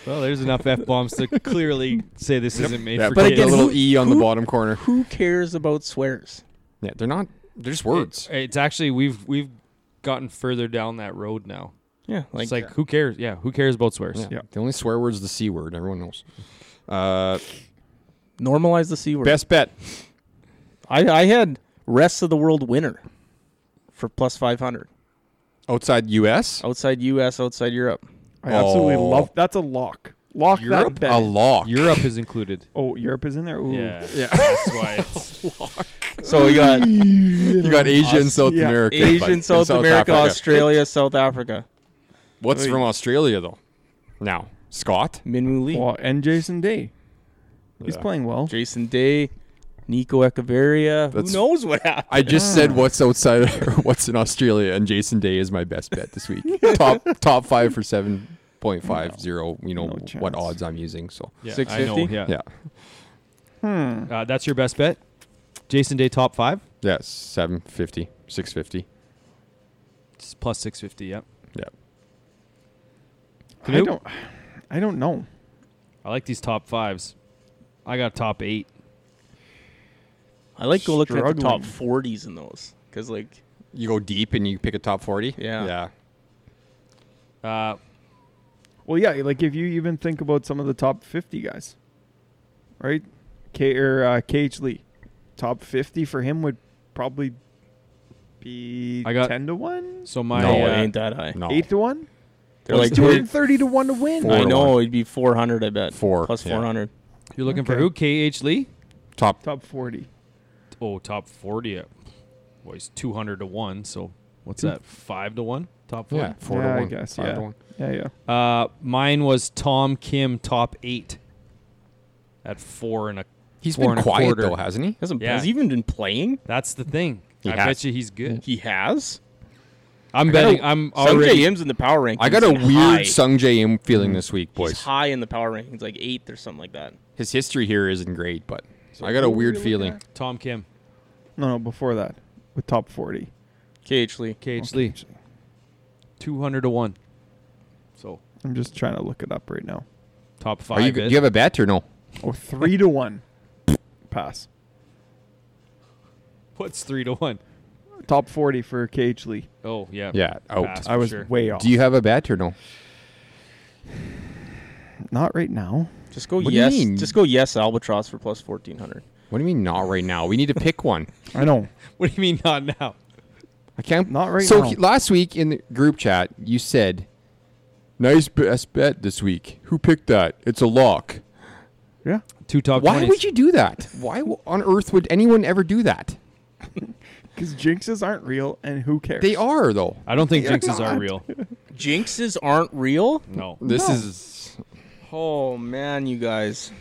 A: Well, there's enough f bombs to clearly say this isn't made
D: Yeah,
A: for
D: but
A: kids.
D: again,
B: again,
D: a little
B: who-
D: e on the bottom corner.
B: Who cares about swears?
D: Yeah, they're not. They're just words.
A: It's actually we've we've gotten further down that road now.
B: Yeah, like,
A: it's like who cares? Yeah, who cares about swears?
D: Yeah. The only swear word's the c word. Everyone knows. Uh,
B: normalize the c word.
D: best bet.
B: I I had rest of the world winner for plus five hundred
D: Outside U.S.
B: outside U.S. outside Europe.
C: I absolutely
D: Oh.
C: love. That's a lock. Lock
D: Europe.
C: that bet.
D: A lock.
A: Europe is included.
C: oh, Europe is in there. Ooh.
A: Yeah, yeah. That's why it's
B: So we got
D: You got Asia and South
C: Yeah.
D: America. but-
B: Asian,
D: and
B: South, America,
D: Africa.
B: Australia, South Africa.
D: What's from Australia though? Now Scott.
B: Minwoo Lee,
C: Well, and Jason Day. He's
D: Yeah.
C: playing well.
B: Jason Day, Nico Echeverria. Who
D: That's-
B: knows what happened?
D: I just said what's outside, what's in Australia, and Jason Day is my best bet this week. top top five for seven point five zero. You know
C: No
D: what
C: chance.
D: odds I'm using. So
A: yeah, I know.
B: 650?
A: Yeah,
D: yeah,
A: Uh, that's your best bet. Jason Day top five
D: yeah, seven fifty, six fifty.
A: It's plus six fifty. Yeah,
D: Yeah,
C: I
A: Canoe?
C: don't. I don't know.
A: I like these top fives. I got top eight.
B: I like go looking at the top
C: Struggling.
B: forties in those because like
D: you go deep and you pick a top forty.
B: Yeah.
D: yeah.
A: Uh,
C: Well, yeah. Like if you even think about some of the top fifty guys, right? K or uh, KH Lee, top fifty for him would probably be
A: I got-
C: ten to one,
A: so my
D: No,
B: it
A: uh,
B: ain't that high.
D: Oh, No,
C: eight to one.
B: They're like
C: two hundred thirty to one to win.
D: Oh. Four.
B: I
D: to
B: know
D: one.
B: it'd be four hundred. I bet
D: Four,
B: plus
D: yeah.
B: four hundred.
A: you're looking for
C: Okay.
A: who? K H Lee.
D: top.
C: Top forty.
A: Oh, top forty. uh, Well, he's two hundred to one. So what's that? Five to one. Top four.
D: Yeah, four
C: Yeah,
D: to
C: I
D: one.
C: guess,
D: five
C: yeah.
D: to one.
C: Yeah, yeah.
A: Uh, mine was Tom Kim top eight at four and a.
D: He's
A: four
D: been
A: and a
D: quiet
A: quarter.
D: though, hasn't he?
B: Hasn't
A: Yeah.
B: has he even been playing?
A: That's the thing.
D: He
A: I
D: has.
A: bet you he's good.
B: He has.
A: I'm
B: gotta-
A: betting. I'm
B: Sung J
A: already.
B: M's in the power rankings.
D: I got a
B: like, high.
D: weird Sung J M feeling this week,
B: He's
D: boys.
B: high in the power rankings, like eighth or something like that.
D: His history here isn't great, but I got a
C: who were
D: weird
C: we looking
D: feeling.
C: at?
A: Tom Kim,
C: No, no. Before that, with top forty.
B: KH Lee.
A: KH Lee, two hundred to one. So
C: I'm just trying to look it up right now.
A: top five.
D: Are you?
A: is-
D: Do you have a bet or no?
C: Oh, three to one. Pass.
A: What's three to one?
C: Top forty for KH Lee.
A: Oh yeah.
D: Yeah, out.
A: Pass.
C: I was
A: Sure.
C: way off.
D: Do you have a bet or no?
C: Not right now.
B: Just go
D: What do you
B: yes.
D: mean?
B: Just go yes albatross for plus fourteen hundred.
D: What do you mean not right now? We need to pick one.
C: I know.
A: What do you mean not now?
D: I can't.
C: Not right
D: so
C: now.
D: he- last week in the group chat, you said, "Nice best bet this week. Who picked that? It's a lock."
C: Yeah.
A: Two top.
D: Why
A: 20s.
D: would you do that? Why w- on earth would anyone ever do that?
C: Because jinxes aren't real, and who cares?
D: They are though.
A: I don't think
D: They are
A: jinxes are
D: not.
A: real.
B: Jinxes aren't real.
A: No.
D: This is
B: Oh man, you guys.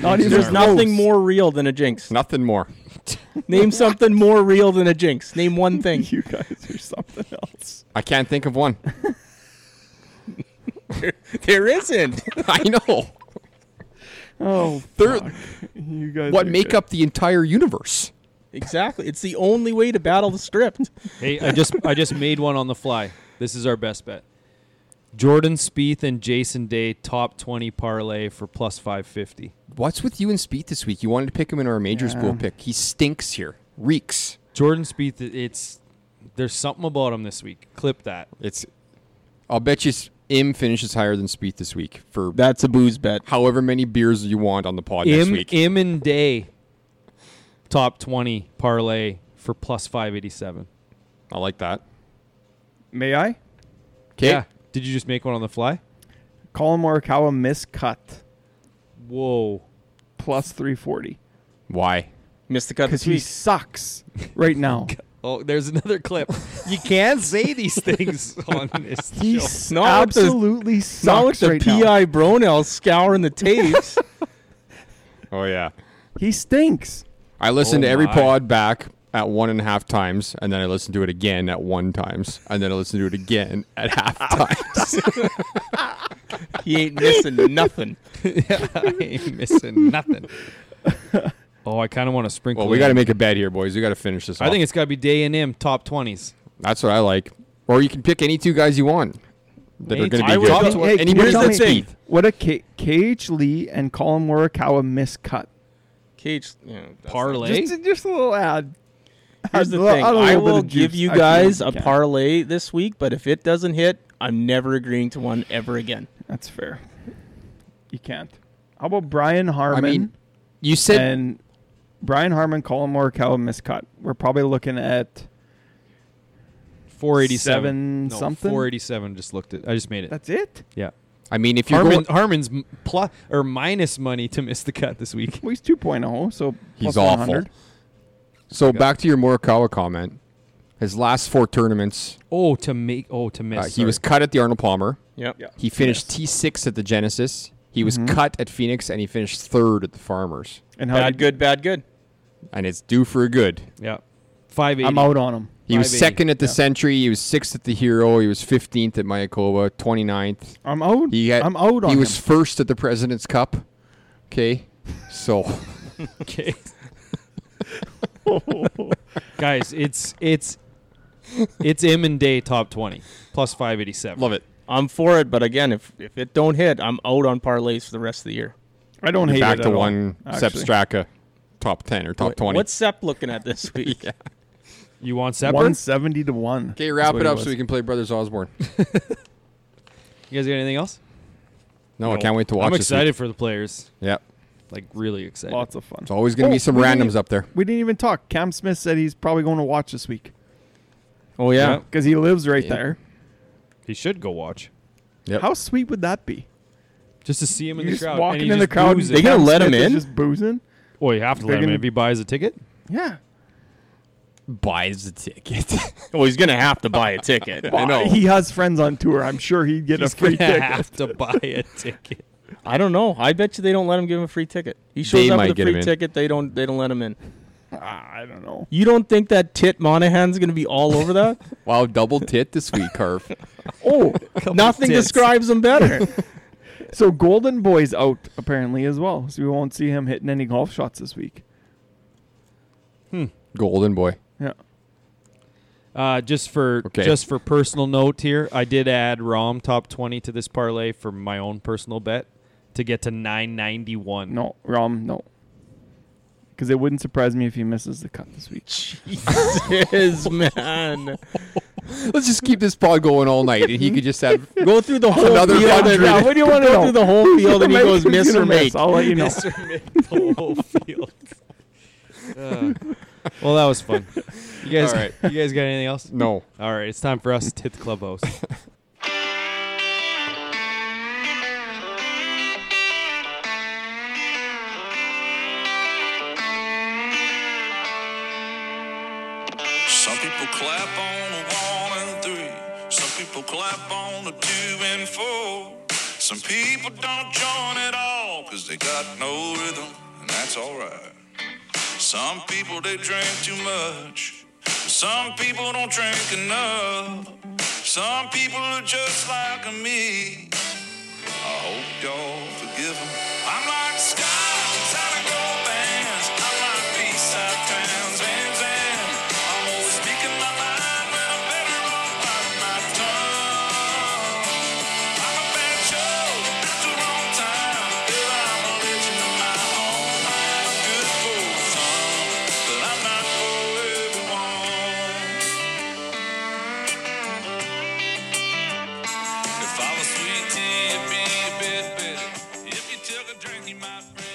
C: Not even
B: There's
C: close.
B: nothing more real than a jinx.
D: nothing more.
B: Name something more real than a jinx. Name one thing.
C: You guys are something else.
D: I can't think of one.
B: there isn't.
D: I know.
C: Oh,
D: They're-
C: you guys.
D: what
C: are
D: make
C: good.
D: up the entire universe?
B: exactly. It's the only way to battle the script.
A: Hey, I just I just made one on the fly. This is our best bet. Jordan Spieth and Jason Day top twenty parlay for plus five fifty.
D: What's with you and Speed this week? You wanted to pick him in our majors
C: Yeah.
D: pool pick. He stinks here. Reeks.
A: Jordan Spieth, i- it's there's something about him this week. Clip that.
D: It's. I'll bet you S- M finishes higher than Speed this week for
B: That's a booze bet.
D: however many beers you want on the pod next
A: Im
D: week.
A: Im and Day top twenty parlay for plus five eighty seven.
D: I like that.
C: May I?
D: Okay.
A: Yeah. Did you just make one on the fly?
C: Colin Morikawa miscut
A: Whoa.
C: plus 340
D: Why?
B: Missed the cut
C: because
B: this
C: he
B: week.
C: sucks right now.
A: Oh, there's another clip. you can't say these things on this
C: He
A: show.
C: s-
B: Not with the-
C: absolutely
B: Not with
C: sucks
B: the
C: right now.
B: PI Bronell scouring the tapes.
D: Oh yeah.
C: He stinks.
D: I listened
A: Oh
D: to every
A: my.
D: pod back at one and a half times, and then I listened to it again at one times, and then I listened to it again at half times.
B: he ain't missing nothing.
A: I ain't missing nothing. Oh, I kind of want to sprinkle.
D: well, we got to
A: in.
D: make a bet here, boys. We got to finish this.
A: I think it's got to be Day and M top twenties.
D: that's what I like. Or you can pick any two guys you want that
A: Any
D: are going
A: two-
D: to be
A: I would
D: good.
A: go-
C: Hey, can you
D: Anybody
C: tell
D: that's
C: me-
D: eighth.
C: What a K- KH Lee and Colin Morikawa miscut.
B: Cage. You know, that's
A: Parlay.
C: Just, just a little ad.
B: Here's the
C: Add a
B: thing.
C: little
B: I
C: bit
B: will
C: of juice.
B: give you
C: I feel
B: guys
C: you
B: a
C: can.
B: parlay this week, but if it doesn't hit, I'm never agreeing to one ever again.
C: That's fair. You can't. How about Brian
D: I
C: Harmon
D: mean, you said
C: and Brian Harmon, Colin Morikawa miscut? We're probably looking at
A: Four eighty seven
C: Seven something?
A: Four eighty seven. Just looked at. I just made it.
C: that's it.
A: yeah.
D: I mean, if you're
A: Harmon,
D: going,
A: Harmon's m- plus or minus money to miss the cut this week.
C: Well, he's 2.0, so
D: he's
C: plus
D: awful.
C: 100.
D: So back to your Morikawa comment. His last four tournaments,
A: Oh, to make. Oh, to miss.
D: uh, he
A: sorry.
D: was cut at the Arnold Palmer.
B: Yep.
C: Yeah.
D: He finished T6 at the Genesis. He was
A: Mm-hmm.
D: cut at Phoenix, and he finished third at the Farmers.
C: And how
B: Bad
C: did,
B: good, bad good.
D: And it's due for a good.
A: Yeah. Five eighty.
C: I'm out on him.
D: He was
A: 580,
D: second at the Century. He was sixth at the Hero. He was 15th at Mayakoba, 29th.
C: I'm out.
D: He had,
C: I'm out on
D: He was
C: him.
D: first at the President's Cup. Okay. So,
A: Okay. Guys, it's it's it's M and Day top twenty plus five eighty seven.
D: love it.
B: I'm for it, but again, if if it don't hit, I'm out on parlays for the rest of the year.
C: I don't hate
D: Back
C: it
D: to
C: at all,
D: one Sep
C: actually.
D: Straka top 10 or top 20.
B: What's Sep looking at this week?
A: You want Sepper?
C: 170 to 1.
D: okay,
C: That's
D: wrap it
C: what
D: up
C: was.
D: so we can play Brothers Osborne.
A: You guys got anything else?
D: No, Oh, I can't wait to watch
A: I'm
D: this week.
A: excited for the players.
D: Yep.
A: Like really excited.
C: Lots of fun.
D: It's always going to
C: Oh,
D: be some
C: we didn't
D: randoms
C: even-
D: up there.
C: We didn't even talk. Cam Smith said he's probably going to watch this week
B: oh yeah.
C: because he lives right there.
A: He should go watch
D: Yep.
C: How sweet would that be?
A: just to see him in
C: You're
A: the
C: just
A: crowd.
C: walking
A: and he
C: in
A: just
C: the crowd.
A: boozes.
B: They gonna
C: Cam
B: let him
C: Smith is
B: in?
C: Just boozing.
A: Oh, you have to let him in
C: gonna-
A: if he buys a ticket.
C: Yeah.
D: buys the ticket.
B: Well, he's gonna have to buy a ticket.
D: I know.
C: He has friends on tour. I'm sure he'd get a free
A: He's gonna
C: ticket.
A: have to buy a ticket.
B: I don't know. I bet you they don't let him give him a free ticket. He shows
D: They
B: up
D: might
B: with a
D: get him
B: free
D: in.
B: ticket. They don't. They don't let him in.
C: Ah, I don't know.
B: You don't think that Tit Monahan's gonna be all over that?
D: wow, double tit this week, Carve.
C: Oh,
B: Nothing
A: tits.
B: describes him better.
C: so Golden Boy's out apparently as well. So we won't see him hitting any golf shots this week.
D: Golden boy.
C: Yeah.
A: Uh, just for
D: Okay.
A: just for personal note here, I did add Rom top twenty to this parlay for my own personal bet to get to nine ninety one.
C: No, Rom, no. Because it wouldn't surprise me if he misses the cut this week.
B: Jesus, man.
D: Let's just keep this pod going all night, and he could just have
B: Go through the whole
D: Another
B: field.
D: hundred.
B: Yeah, what do you want to
C: Go
B: go through the whole field and he
C: Make-
B: goes
C: he's
B: miss
C: gonna
B: or make?
C: I'll let you know.
A: the whole field. Uh, well, that was fun. You guys,
D: All right.
A: you guys got anything else?
D: no.
A: All right, it's time for us to hit the clubhouse.
E: Some people clap on the one and three. Some people clap on the two and four. Some people don't join at all because they got no rhythm, and that's alright. Some people they drink too much. Some people don't drink enough. Oh, Some people are just like me. I hope y'all